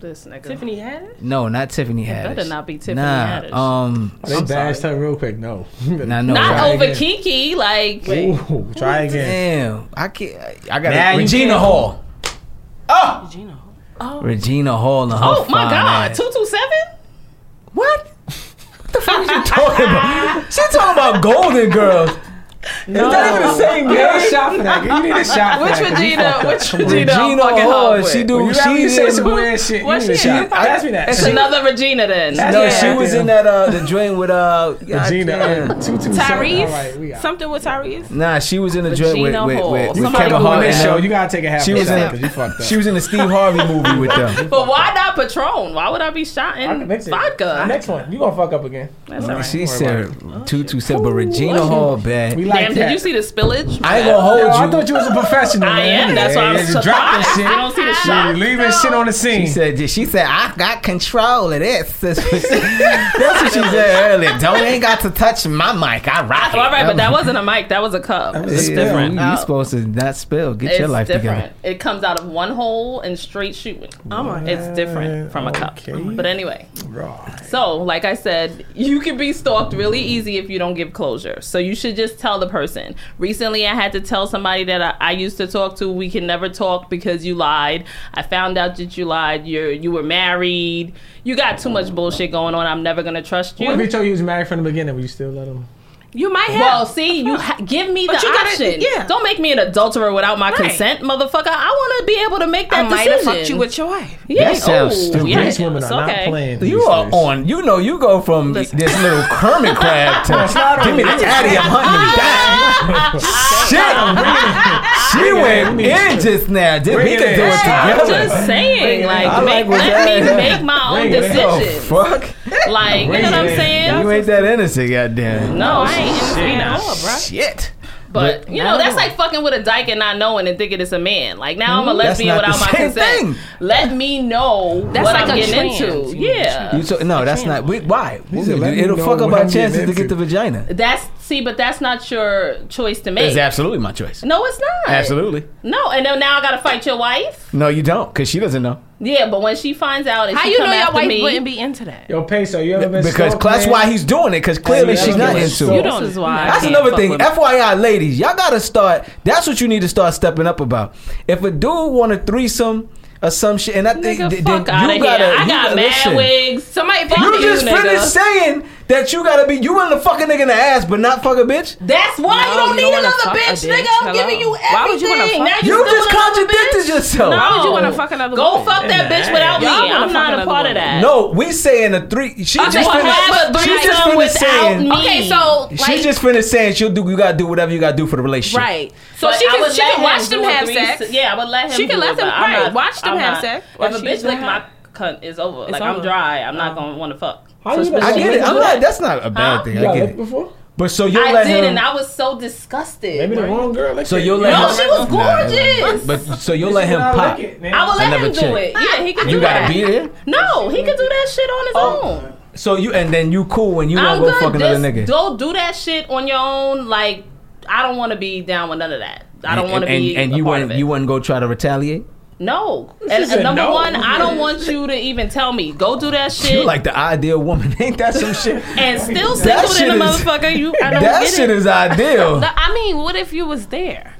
[SPEAKER 4] this nigga.
[SPEAKER 5] Tiffany Haddish.
[SPEAKER 3] No, not Tiffany Haddish.
[SPEAKER 4] better not be Tiffany
[SPEAKER 3] nah,
[SPEAKER 4] Haddish.
[SPEAKER 3] Um,
[SPEAKER 6] They bashed her real quick. No.
[SPEAKER 3] nah, no,
[SPEAKER 4] Not
[SPEAKER 3] right.
[SPEAKER 4] over
[SPEAKER 6] again.
[SPEAKER 4] Kiki. Like,
[SPEAKER 6] Ooh, try again.
[SPEAKER 3] Damn, I can't. I got
[SPEAKER 6] Nah,
[SPEAKER 3] it.
[SPEAKER 6] you
[SPEAKER 3] Regina
[SPEAKER 6] can't. Oh!
[SPEAKER 3] Hall.
[SPEAKER 5] Regina.
[SPEAKER 3] Regina Hall. And her
[SPEAKER 4] oh my
[SPEAKER 3] fine
[SPEAKER 4] God,
[SPEAKER 3] ass.
[SPEAKER 4] two two seven.
[SPEAKER 3] What? What the fuck is you talking about? She talking about Golden Girls.
[SPEAKER 6] No. It's not even the same game. You need a shot for that. You need a shot for
[SPEAKER 4] Which
[SPEAKER 6] that. 'cause you
[SPEAKER 4] Regina?
[SPEAKER 6] fucked up.
[SPEAKER 4] Which Regina? I'm
[SPEAKER 3] Regina
[SPEAKER 4] fucking
[SPEAKER 3] Hall,
[SPEAKER 4] hard with.
[SPEAKER 3] she do-
[SPEAKER 6] When you
[SPEAKER 3] she
[SPEAKER 6] she say
[SPEAKER 3] is-
[SPEAKER 6] some weird shit.
[SPEAKER 5] what
[SPEAKER 6] You need a
[SPEAKER 5] she
[SPEAKER 6] shot.
[SPEAKER 5] is?
[SPEAKER 6] Ask me that.
[SPEAKER 4] It's another Regina then.
[SPEAKER 6] That's-
[SPEAKER 3] No,
[SPEAKER 6] Yeah.
[SPEAKER 3] she was in that uh the joint with uh
[SPEAKER 6] Regina.
[SPEAKER 3] goddamn.
[SPEAKER 6] uh, Two, two,
[SPEAKER 5] Tyrese?
[SPEAKER 6] All right, we out.
[SPEAKER 5] Something with Tyrese?
[SPEAKER 3] Nah, she was in the joint with
[SPEAKER 4] Regina
[SPEAKER 3] with,
[SPEAKER 4] Hall.
[SPEAKER 3] with, with
[SPEAKER 4] Somebody
[SPEAKER 3] Kevin
[SPEAKER 4] who
[SPEAKER 6] On
[SPEAKER 3] Hart.
[SPEAKER 6] this
[SPEAKER 3] and
[SPEAKER 6] show,
[SPEAKER 3] her.
[SPEAKER 6] you gotta take a half
[SPEAKER 3] She
[SPEAKER 6] she
[SPEAKER 3] was
[SPEAKER 6] was
[SPEAKER 3] in-
[SPEAKER 6] because you fucked up.
[SPEAKER 3] She was in the Steve Harvey movie with them.
[SPEAKER 4] But why not Patron? Why would I be shot
[SPEAKER 6] I can
[SPEAKER 4] in
[SPEAKER 6] fix it.
[SPEAKER 4] vodka?
[SPEAKER 6] Next one, you gonna fuck up again.
[SPEAKER 4] That's all right.
[SPEAKER 3] She said two two said, but Regina
[SPEAKER 4] Ooh.
[SPEAKER 3] Hall bad.
[SPEAKER 6] We like
[SPEAKER 4] Damn,
[SPEAKER 6] that.
[SPEAKER 4] did you see the spillage?
[SPEAKER 3] I ain't gonna hold
[SPEAKER 6] Yo, I
[SPEAKER 3] you.
[SPEAKER 6] thought you was a professional.
[SPEAKER 4] I
[SPEAKER 6] man.
[SPEAKER 4] am. That's why I'm
[SPEAKER 6] Yeah, you dropped that
[SPEAKER 4] surprised.
[SPEAKER 6] shit.
[SPEAKER 4] I don't see the shot.
[SPEAKER 6] You leaving shit on the scene.
[SPEAKER 3] She said, she said, I got control of this. That's what she that's what she said earlier. Don't ain't got to touch my mic. I rock. it.
[SPEAKER 4] All right, but that wasn't a mic. That was a cup.
[SPEAKER 6] That was
[SPEAKER 4] It's
[SPEAKER 6] a
[SPEAKER 3] Yeah,
[SPEAKER 4] different.
[SPEAKER 3] You,
[SPEAKER 4] Uh,
[SPEAKER 3] you supposed to not spill. Get
[SPEAKER 4] it's
[SPEAKER 3] your life
[SPEAKER 4] different.
[SPEAKER 3] together.
[SPEAKER 4] It comes out of one hole and straight shooting.
[SPEAKER 5] Oh my
[SPEAKER 4] It's different from a cup.
[SPEAKER 6] Okay.
[SPEAKER 4] But anyway,
[SPEAKER 6] Right.
[SPEAKER 4] so like I said, you can be stalked really easy if you don't give closure. So you should just tell the person. Recently, I had to tell somebody that I, I used to talk to, we can never talk because you lied. I found out that you lied. You're you were married. You got too much bullshit going on. I'm never gonna trust you.
[SPEAKER 6] What if he told you he was married from the beginning? Would you still let him?
[SPEAKER 5] You might have.
[SPEAKER 4] Well, see, you ha- give me the
[SPEAKER 5] But you gotta-
[SPEAKER 4] option.
[SPEAKER 5] yeah.
[SPEAKER 4] Don't make me an adulterer without my
[SPEAKER 5] Right.
[SPEAKER 4] consent, motherfucker. I want to be able to make that
[SPEAKER 5] I might
[SPEAKER 4] decision.
[SPEAKER 5] have fucked you with your wife.
[SPEAKER 4] yeah.
[SPEAKER 3] That sounds
[SPEAKER 4] oh,
[SPEAKER 3] stupid.
[SPEAKER 4] yeah.
[SPEAKER 6] These women
[SPEAKER 4] It's
[SPEAKER 6] are
[SPEAKER 4] okay.
[SPEAKER 6] not playing.
[SPEAKER 3] You
[SPEAKER 6] these
[SPEAKER 3] are
[SPEAKER 6] days.
[SPEAKER 3] on. You know, you go from
[SPEAKER 4] Listen.
[SPEAKER 3] this little Kermit crab to give me the daddy. I'm hunting him down. Shit, she went in just now. Did we
[SPEAKER 6] Bring it
[SPEAKER 3] could do
[SPEAKER 6] in.
[SPEAKER 3] it
[SPEAKER 4] I'm
[SPEAKER 3] together?
[SPEAKER 4] just saying, like,
[SPEAKER 3] I like
[SPEAKER 4] make,
[SPEAKER 3] what
[SPEAKER 4] let
[SPEAKER 3] that-
[SPEAKER 4] me make my own
[SPEAKER 6] Bring it in.
[SPEAKER 3] Oh
[SPEAKER 4] decisions.
[SPEAKER 3] fuck!
[SPEAKER 4] Like, you know what I'm
[SPEAKER 6] in.
[SPEAKER 4] saying?
[SPEAKER 3] You ain't that innocent, goddamn.
[SPEAKER 4] No, I ain't innocent at all, bro.
[SPEAKER 3] Shit.
[SPEAKER 4] But you know,
[SPEAKER 3] No.
[SPEAKER 4] that's like fucking with a dyke and not knowing and thinking it's a man. Like now I'm a
[SPEAKER 3] Mm-hmm. That's
[SPEAKER 4] lesbian
[SPEAKER 3] not the
[SPEAKER 4] without my
[SPEAKER 3] same
[SPEAKER 4] consent.
[SPEAKER 3] thing.
[SPEAKER 4] Let me know
[SPEAKER 5] That's
[SPEAKER 4] what
[SPEAKER 5] like
[SPEAKER 4] I'm
[SPEAKER 5] a
[SPEAKER 4] getting
[SPEAKER 5] trans.
[SPEAKER 4] into.
[SPEAKER 5] You know,
[SPEAKER 6] Uh,
[SPEAKER 4] Yeah.
[SPEAKER 3] You so, no, that's not. We, why?
[SPEAKER 6] He said, "Let me
[SPEAKER 3] It'll
[SPEAKER 6] know
[SPEAKER 3] fuck up
[SPEAKER 6] what
[SPEAKER 3] our
[SPEAKER 6] I'm getting
[SPEAKER 3] chances to get
[SPEAKER 6] into."
[SPEAKER 3] the vagina.
[SPEAKER 4] That's see, but that's not your choice to make.
[SPEAKER 3] It's absolutely my choice.
[SPEAKER 4] No, it's not.
[SPEAKER 3] Absolutely.
[SPEAKER 4] No, and then now I gotta fight your wife.
[SPEAKER 3] No, you don't, because she doesn't know.
[SPEAKER 4] Yeah, but when she finds out, and
[SPEAKER 5] How
[SPEAKER 4] she
[SPEAKER 5] you
[SPEAKER 4] come
[SPEAKER 5] know your
[SPEAKER 4] after
[SPEAKER 5] wife
[SPEAKER 4] me,
[SPEAKER 5] wouldn't be into that?
[SPEAKER 6] Yo, Peso, you ever been
[SPEAKER 3] Because
[SPEAKER 6] stalked,
[SPEAKER 3] that's
[SPEAKER 6] man?
[SPEAKER 3] why he's doing it, because clearly
[SPEAKER 6] you
[SPEAKER 3] she's
[SPEAKER 6] ever
[SPEAKER 3] not
[SPEAKER 6] been
[SPEAKER 3] into
[SPEAKER 6] stalked?
[SPEAKER 3] it.
[SPEAKER 6] You
[SPEAKER 4] this is why. I
[SPEAKER 3] That's
[SPEAKER 4] can't
[SPEAKER 3] another
[SPEAKER 4] fuck
[SPEAKER 3] thing.
[SPEAKER 4] with him.
[SPEAKER 3] FYI, ladies, y'all gotta start. That's what you need to start stepping up about. If a dude want a threesome or some shit, and I think
[SPEAKER 4] Nigga,
[SPEAKER 3] th-
[SPEAKER 4] fuck
[SPEAKER 3] then
[SPEAKER 4] out of
[SPEAKER 3] you
[SPEAKER 4] here.
[SPEAKER 3] gotta,
[SPEAKER 4] I
[SPEAKER 3] you
[SPEAKER 4] got
[SPEAKER 3] gotta-
[SPEAKER 4] mad
[SPEAKER 3] listen.
[SPEAKER 4] wigs. Somebody fuck
[SPEAKER 3] You just
[SPEAKER 4] nigga.
[SPEAKER 3] finished saying that you gotta be you willing to fuck a nigga in the ass, but not fuck a bitch.
[SPEAKER 4] That's why you
[SPEAKER 5] No,
[SPEAKER 4] don't
[SPEAKER 5] you
[SPEAKER 4] need
[SPEAKER 5] don't wanna
[SPEAKER 4] another
[SPEAKER 5] fuck a
[SPEAKER 4] bitch,
[SPEAKER 5] bitch.
[SPEAKER 4] nigga. I'm
[SPEAKER 5] Hello.
[SPEAKER 4] giving you everything.
[SPEAKER 5] Why would you wanna fuck-
[SPEAKER 4] Now
[SPEAKER 3] You,
[SPEAKER 4] still
[SPEAKER 3] just
[SPEAKER 4] want another
[SPEAKER 3] contradicted
[SPEAKER 4] bitch?
[SPEAKER 3] yourself.
[SPEAKER 4] No.
[SPEAKER 5] Why would you want to fuck another
[SPEAKER 4] Go
[SPEAKER 5] woman?
[SPEAKER 4] fuck that bitch without me.
[SPEAKER 5] Y'all wanna
[SPEAKER 4] I'm
[SPEAKER 5] fuck
[SPEAKER 4] not a
[SPEAKER 5] another
[SPEAKER 4] part of
[SPEAKER 5] woman.
[SPEAKER 4] that.
[SPEAKER 3] No, we saying a three. She just
[SPEAKER 4] just
[SPEAKER 3] finished.
[SPEAKER 4] have a
[SPEAKER 3] she just
[SPEAKER 4] threesome
[SPEAKER 3] finished
[SPEAKER 4] without
[SPEAKER 3] saying.
[SPEAKER 4] me.
[SPEAKER 7] Okay, so like,
[SPEAKER 3] She just finished saying she'll do. You gotta do whatever you gotta do for the relationship.
[SPEAKER 7] right. So
[SPEAKER 4] But
[SPEAKER 7] she
[SPEAKER 4] I
[SPEAKER 7] can,
[SPEAKER 4] would
[SPEAKER 7] she
[SPEAKER 4] let
[SPEAKER 7] can
[SPEAKER 4] him
[SPEAKER 7] watch them
[SPEAKER 4] do a
[SPEAKER 7] have
[SPEAKER 4] threesome.
[SPEAKER 7] sex.
[SPEAKER 4] Yeah, I would let him.
[SPEAKER 5] She can
[SPEAKER 4] do
[SPEAKER 5] let
[SPEAKER 4] it,
[SPEAKER 5] them-
[SPEAKER 4] but I'm
[SPEAKER 5] right,
[SPEAKER 4] not-
[SPEAKER 5] watch them
[SPEAKER 4] I'm
[SPEAKER 5] have
[SPEAKER 4] not-
[SPEAKER 5] sex, or
[SPEAKER 4] If a
[SPEAKER 5] she
[SPEAKER 4] bitch
[SPEAKER 5] can
[SPEAKER 4] lick my
[SPEAKER 5] have-
[SPEAKER 4] cunt, it's over. Oh.
[SPEAKER 5] It's
[SPEAKER 4] like I'm
[SPEAKER 5] over.
[SPEAKER 4] dry. I'm not gonna want to fuck.
[SPEAKER 6] How you been
[SPEAKER 3] I get
[SPEAKER 6] stalked?
[SPEAKER 3] it. I'm
[SPEAKER 4] do
[SPEAKER 3] not.
[SPEAKER 4] that.
[SPEAKER 3] That's not a bad
[SPEAKER 4] Huh?
[SPEAKER 3] thing.
[SPEAKER 6] You
[SPEAKER 3] I
[SPEAKER 6] got
[SPEAKER 3] get
[SPEAKER 6] licked
[SPEAKER 3] it.
[SPEAKER 6] before?
[SPEAKER 3] But so you'll
[SPEAKER 4] I
[SPEAKER 3] let
[SPEAKER 4] did,
[SPEAKER 3] him.
[SPEAKER 4] and I was so disgusted.
[SPEAKER 6] Maybe the wrong girl. licked
[SPEAKER 3] so
[SPEAKER 6] it.
[SPEAKER 3] you'll let
[SPEAKER 4] no,
[SPEAKER 3] him.
[SPEAKER 4] she was gorgeous.
[SPEAKER 3] But so you'll let him
[SPEAKER 6] Nah,
[SPEAKER 3] pop.
[SPEAKER 6] lick it, man.
[SPEAKER 4] I would let
[SPEAKER 3] Another
[SPEAKER 4] him do
[SPEAKER 3] chick.
[SPEAKER 4] it. Yeah, he could do
[SPEAKER 3] You gotta
[SPEAKER 4] that.
[SPEAKER 3] be there.
[SPEAKER 4] No, he could do that shit on his own.
[SPEAKER 3] So you and then you cool when you
[SPEAKER 4] I'm
[SPEAKER 3] wanna go fuck
[SPEAKER 4] good.
[SPEAKER 3] another
[SPEAKER 4] Just
[SPEAKER 3] nigga.
[SPEAKER 4] don't do that shit on your own. Like, I don't want to be down with none of that. I don't
[SPEAKER 3] And-
[SPEAKER 4] want to
[SPEAKER 3] and,
[SPEAKER 4] be.
[SPEAKER 3] and
[SPEAKER 4] a
[SPEAKER 3] you
[SPEAKER 4] part
[SPEAKER 3] wouldn't
[SPEAKER 4] of it.
[SPEAKER 3] you wouldn't go try to retaliate.
[SPEAKER 4] no. And,
[SPEAKER 6] said
[SPEAKER 4] and number
[SPEAKER 6] no.
[SPEAKER 4] one, I don't want you to even tell me go do that
[SPEAKER 3] You
[SPEAKER 4] shit
[SPEAKER 3] like the ideal woman, ain't that some shit?
[SPEAKER 4] and still
[SPEAKER 3] That
[SPEAKER 4] single than
[SPEAKER 3] shit
[SPEAKER 4] the
[SPEAKER 3] is-
[SPEAKER 4] motherfucker. You, I don't
[SPEAKER 3] that
[SPEAKER 4] get
[SPEAKER 3] shit
[SPEAKER 4] it.
[SPEAKER 3] is ideal.
[SPEAKER 5] But, I mean, what if you was there?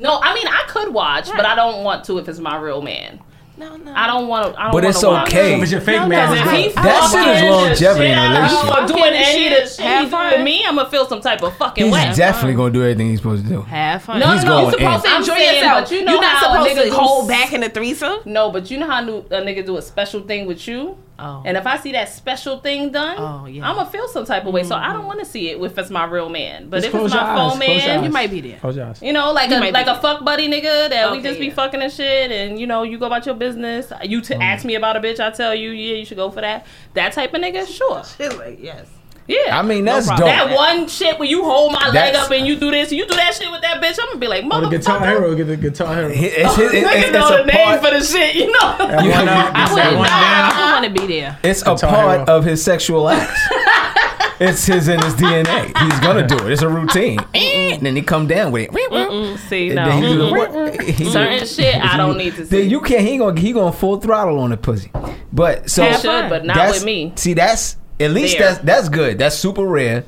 [SPEAKER 4] No, I mean I could watch, but I don't want to if it's my real man.
[SPEAKER 5] No, no.
[SPEAKER 4] I don't want to. I don't
[SPEAKER 3] But
[SPEAKER 4] wanna
[SPEAKER 3] it's
[SPEAKER 4] watch.
[SPEAKER 3] okay.
[SPEAKER 6] It was your fake
[SPEAKER 4] Because
[SPEAKER 6] man.
[SPEAKER 4] if he
[SPEAKER 3] That shit is
[SPEAKER 4] fucking
[SPEAKER 3] longevity
[SPEAKER 4] shit
[SPEAKER 3] in a
[SPEAKER 4] out of
[SPEAKER 3] relationship.
[SPEAKER 4] her, doing any of the shit
[SPEAKER 5] Have
[SPEAKER 4] he's doing
[SPEAKER 5] fun.
[SPEAKER 4] me, I'm gonna feel some type of fucking
[SPEAKER 3] He's
[SPEAKER 4] way.
[SPEAKER 3] definitely gonna do everything he's supposed to do.
[SPEAKER 5] Have fun.
[SPEAKER 4] No,
[SPEAKER 3] He's
[SPEAKER 4] no, no,
[SPEAKER 3] going
[SPEAKER 4] you supposed
[SPEAKER 3] in.
[SPEAKER 4] to
[SPEAKER 5] I'm
[SPEAKER 4] enjoy
[SPEAKER 5] saying,
[SPEAKER 4] yourself.
[SPEAKER 5] but you know
[SPEAKER 4] You're not
[SPEAKER 5] how
[SPEAKER 4] supposed
[SPEAKER 5] a nigga
[SPEAKER 4] to
[SPEAKER 5] hold
[SPEAKER 4] s-
[SPEAKER 5] back in the threesome.
[SPEAKER 4] No, but you know how new, a nigga do a special thing with you.
[SPEAKER 5] Oh.
[SPEAKER 4] And if I see that special thing done,
[SPEAKER 5] Oh, yeah.
[SPEAKER 4] I'm gonna feel some type of way. So I don't want to see it if it's my real man. But
[SPEAKER 6] Just
[SPEAKER 4] if it's
[SPEAKER 6] close your
[SPEAKER 4] my
[SPEAKER 6] eyes,
[SPEAKER 4] phone
[SPEAKER 6] close your
[SPEAKER 4] man,
[SPEAKER 6] eyes.
[SPEAKER 5] You might be there.
[SPEAKER 6] Close your eyes.
[SPEAKER 4] you know, like a
[SPEAKER 5] might be
[SPEAKER 4] like a
[SPEAKER 5] there.
[SPEAKER 4] fuck buddy nigga that we
[SPEAKER 5] Okay,
[SPEAKER 4] just be
[SPEAKER 5] yeah.
[SPEAKER 4] fucking and shit, and you know, you go about your business. You t- ask me about a bitch, I tell you, yeah, you should go for that. That type of nigga, sure,
[SPEAKER 5] She's like, yes.
[SPEAKER 4] yeah.
[SPEAKER 3] I mean that's dope.
[SPEAKER 5] problem.
[SPEAKER 4] that one shit where you hold my leg
[SPEAKER 3] That's-
[SPEAKER 4] up and you do this, you do that shit with that bitch, I'm gonna be like,
[SPEAKER 6] Or the guitar
[SPEAKER 4] motherfucker.
[SPEAKER 6] hero. Get the guitar hero.
[SPEAKER 3] It's, his- it's-
[SPEAKER 4] Oh, Nigga
[SPEAKER 3] it's
[SPEAKER 4] know
[SPEAKER 3] a
[SPEAKER 4] the name
[SPEAKER 3] part-
[SPEAKER 4] for the shit, you know.
[SPEAKER 3] you-
[SPEAKER 6] One up,
[SPEAKER 4] I
[SPEAKER 6] you said
[SPEAKER 4] wouldn't
[SPEAKER 6] one
[SPEAKER 4] know.
[SPEAKER 6] down.
[SPEAKER 5] I want to be there.
[SPEAKER 3] It's a
[SPEAKER 6] Guitar
[SPEAKER 3] part
[SPEAKER 6] Hero.
[SPEAKER 3] of his sexual act. it's his in his DNA. He's gonna do it. It's a routine.
[SPEAKER 4] Eh.
[SPEAKER 3] and then he come down with it.
[SPEAKER 4] See,
[SPEAKER 3] And
[SPEAKER 4] no.
[SPEAKER 3] then he do the
[SPEAKER 4] Mm-mm.
[SPEAKER 3] work. He do-
[SPEAKER 4] Certain shit I don't need to see.
[SPEAKER 3] Then you can't. He gonna he gonna full throttle on the pussy. But so
[SPEAKER 4] You should, but not
[SPEAKER 3] that's-
[SPEAKER 4] with me.
[SPEAKER 3] See, that's at least
[SPEAKER 4] There.
[SPEAKER 3] that's that's good. That's super rare.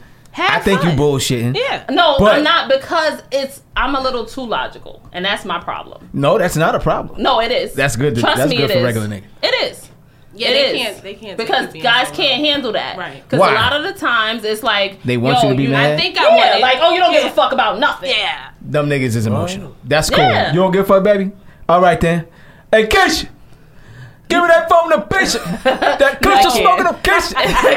[SPEAKER 3] I
[SPEAKER 5] Have
[SPEAKER 3] think
[SPEAKER 5] fun.
[SPEAKER 3] you bullshitting.
[SPEAKER 5] Yeah.
[SPEAKER 4] No,
[SPEAKER 3] But-
[SPEAKER 4] I'm not because it's I'm a little too logical, and that's my problem.
[SPEAKER 3] No, that's not a problem.
[SPEAKER 4] No, it is.
[SPEAKER 3] That's good to-
[SPEAKER 4] Trust
[SPEAKER 3] that's
[SPEAKER 4] me,
[SPEAKER 3] good
[SPEAKER 4] it
[SPEAKER 3] for
[SPEAKER 4] is.
[SPEAKER 3] regular nigga.
[SPEAKER 4] It is. Yeah,
[SPEAKER 5] they
[SPEAKER 4] it is.
[SPEAKER 5] can't- they can't take
[SPEAKER 4] because
[SPEAKER 5] you being
[SPEAKER 4] guys
[SPEAKER 5] so
[SPEAKER 4] can't handle that.
[SPEAKER 5] Right.
[SPEAKER 4] Because
[SPEAKER 3] Why?
[SPEAKER 4] a lot of the times it's like
[SPEAKER 3] They want
[SPEAKER 4] yo,
[SPEAKER 3] you to be mad?
[SPEAKER 5] I think I
[SPEAKER 4] Yeah,
[SPEAKER 5] want
[SPEAKER 4] like oh, you don't give
[SPEAKER 5] Yeah.
[SPEAKER 4] a fuck about nothing.
[SPEAKER 5] Yeah.
[SPEAKER 3] Them niggas is emotional. That's cool.
[SPEAKER 4] Yeah.
[SPEAKER 3] You don't give a fuck, baby? All right, then. Hey, Kish! Give me that phone to bitch. That Kish is
[SPEAKER 4] can't.
[SPEAKER 3] smoking a Kish.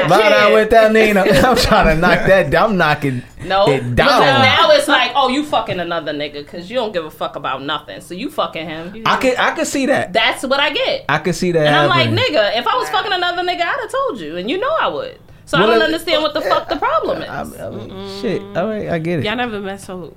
[SPEAKER 3] Loud out with that Nina. I'm trying to knock that down. I'm knocking
[SPEAKER 4] No,
[SPEAKER 3] it
[SPEAKER 4] because
[SPEAKER 3] down.
[SPEAKER 4] now it's like, oh, you fucking another nigga because you don't give a fuck about nothing. So you fucking him.
[SPEAKER 3] I can I can see that.
[SPEAKER 4] That's what I get.
[SPEAKER 3] I can see that.
[SPEAKER 4] And I'm like,
[SPEAKER 3] happening.
[SPEAKER 4] nigga, if I was fucking another nigga, I'd have told you, and you know I would. So
[SPEAKER 3] Well,
[SPEAKER 4] I don't
[SPEAKER 3] it-
[SPEAKER 4] understand what the fuck the problem
[SPEAKER 3] I,
[SPEAKER 4] is.
[SPEAKER 3] I mean, shit. All right, I get it.
[SPEAKER 5] Y'all never met so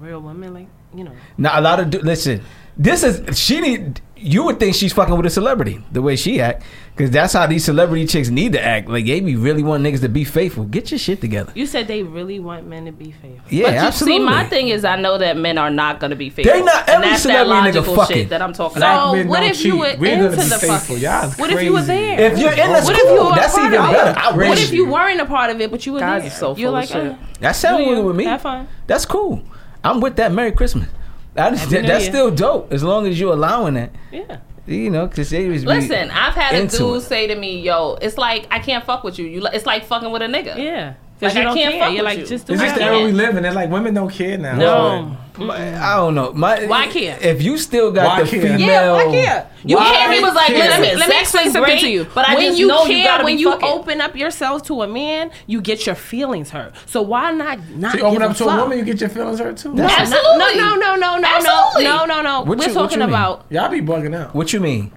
[SPEAKER 5] real women like you know.
[SPEAKER 3] Now a lot of du- listen. This is she need. You would think she's fucking with a celebrity the way she act, because that's how these celebrity chicks need to act. Like they be really want niggas to be faithful. Get your shit together.
[SPEAKER 5] You said they really want men to be faithful.
[SPEAKER 3] Yeah,
[SPEAKER 4] but you
[SPEAKER 3] absolutely.
[SPEAKER 4] see, my thing is, I know that men are not going to be faithful.
[SPEAKER 3] They not-
[SPEAKER 4] and
[SPEAKER 3] every
[SPEAKER 4] that's that
[SPEAKER 3] celebrity nigga
[SPEAKER 4] logical
[SPEAKER 3] fucking.
[SPEAKER 4] shit that I'm talking
[SPEAKER 6] Black
[SPEAKER 4] about.
[SPEAKER 5] So
[SPEAKER 6] men
[SPEAKER 5] what
[SPEAKER 6] don't
[SPEAKER 5] if you
[SPEAKER 6] cheat.
[SPEAKER 5] were
[SPEAKER 6] We're gonna
[SPEAKER 5] into
[SPEAKER 6] be
[SPEAKER 5] the
[SPEAKER 6] faithful.
[SPEAKER 5] fucking?
[SPEAKER 6] Y'all
[SPEAKER 5] What if you were
[SPEAKER 6] crazy.
[SPEAKER 5] there?
[SPEAKER 3] if you're in the
[SPEAKER 5] What if you
[SPEAKER 3] school,
[SPEAKER 5] were a
[SPEAKER 3] that's
[SPEAKER 5] part
[SPEAKER 3] even
[SPEAKER 5] of it?
[SPEAKER 3] better. I
[SPEAKER 5] What
[SPEAKER 3] wish.
[SPEAKER 5] if you weren't a part of it, but you were
[SPEAKER 4] Guys
[SPEAKER 5] there?
[SPEAKER 4] are so
[SPEAKER 5] You're
[SPEAKER 4] full
[SPEAKER 5] like,
[SPEAKER 4] of shit.
[SPEAKER 5] uh,
[SPEAKER 3] that sound
[SPEAKER 5] do
[SPEAKER 3] good
[SPEAKER 5] you?
[SPEAKER 3] with me.
[SPEAKER 5] Have fun.
[SPEAKER 3] That's cool. I'm with that. Merry Christmas. I just,
[SPEAKER 5] Happy New
[SPEAKER 3] that's
[SPEAKER 5] Year.
[SPEAKER 3] still dope as long as you're allowing that.
[SPEAKER 5] Yeah.
[SPEAKER 3] You know, because they was be-
[SPEAKER 4] Listen, I've had a
[SPEAKER 3] into
[SPEAKER 4] dude
[SPEAKER 3] it.
[SPEAKER 4] say to me, "Yo, it's like I can't fuck with you. You, li- it's like fucking with a nigga."
[SPEAKER 5] Yeah.
[SPEAKER 4] Like,
[SPEAKER 5] Because you
[SPEAKER 4] I
[SPEAKER 5] don't
[SPEAKER 4] can't
[SPEAKER 5] care.
[SPEAKER 4] fuck with
[SPEAKER 5] You're like,
[SPEAKER 4] you.
[SPEAKER 5] just do
[SPEAKER 6] It's
[SPEAKER 5] what
[SPEAKER 6] just the
[SPEAKER 5] I
[SPEAKER 6] era we
[SPEAKER 5] want.
[SPEAKER 6] live in. It's like women don't care now.
[SPEAKER 5] No.
[SPEAKER 3] My- I don't know. My
[SPEAKER 5] um, Why care?
[SPEAKER 3] If you still got
[SPEAKER 6] Why
[SPEAKER 3] the
[SPEAKER 6] care?
[SPEAKER 3] female,
[SPEAKER 5] Yeah, why care?
[SPEAKER 4] You
[SPEAKER 6] Why
[SPEAKER 4] hear me? Was like,
[SPEAKER 6] care?
[SPEAKER 4] listen,
[SPEAKER 5] Let me let me
[SPEAKER 4] sex
[SPEAKER 5] explain
[SPEAKER 4] is
[SPEAKER 5] something
[SPEAKER 4] great,
[SPEAKER 5] to you.
[SPEAKER 4] But I
[SPEAKER 5] when
[SPEAKER 4] just
[SPEAKER 5] you
[SPEAKER 4] know
[SPEAKER 5] care,
[SPEAKER 4] you gotta
[SPEAKER 5] when
[SPEAKER 4] be
[SPEAKER 5] you
[SPEAKER 4] fucking.
[SPEAKER 5] open up yourself to a man, you get your feelings hurt. So why not not
[SPEAKER 6] You open
[SPEAKER 5] give
[SPEAKER 6] up to
[SPEAKER 5] fuck?
[SPEAKER 6] a woman, you get your feelings hurt too.
[SPEAKER 3] That's-
[SPEAKER 4] Absolutely.
[SPEAKER 5] No, no, no, no, no,
[SPEAKER 4] Absolutely.
[SPEAKER 5] no, no, no.
[SPEAKER 3] What
[SPEAKER 5] We're
[SPEAKER 3] you- what
[SPEAKER 5] talking
[SPEAKER 3] you mean?
[SPEAKER 5] about
[SPEAKER 6] Y'all be bugging out.
[SPEAKER 3] What you mean?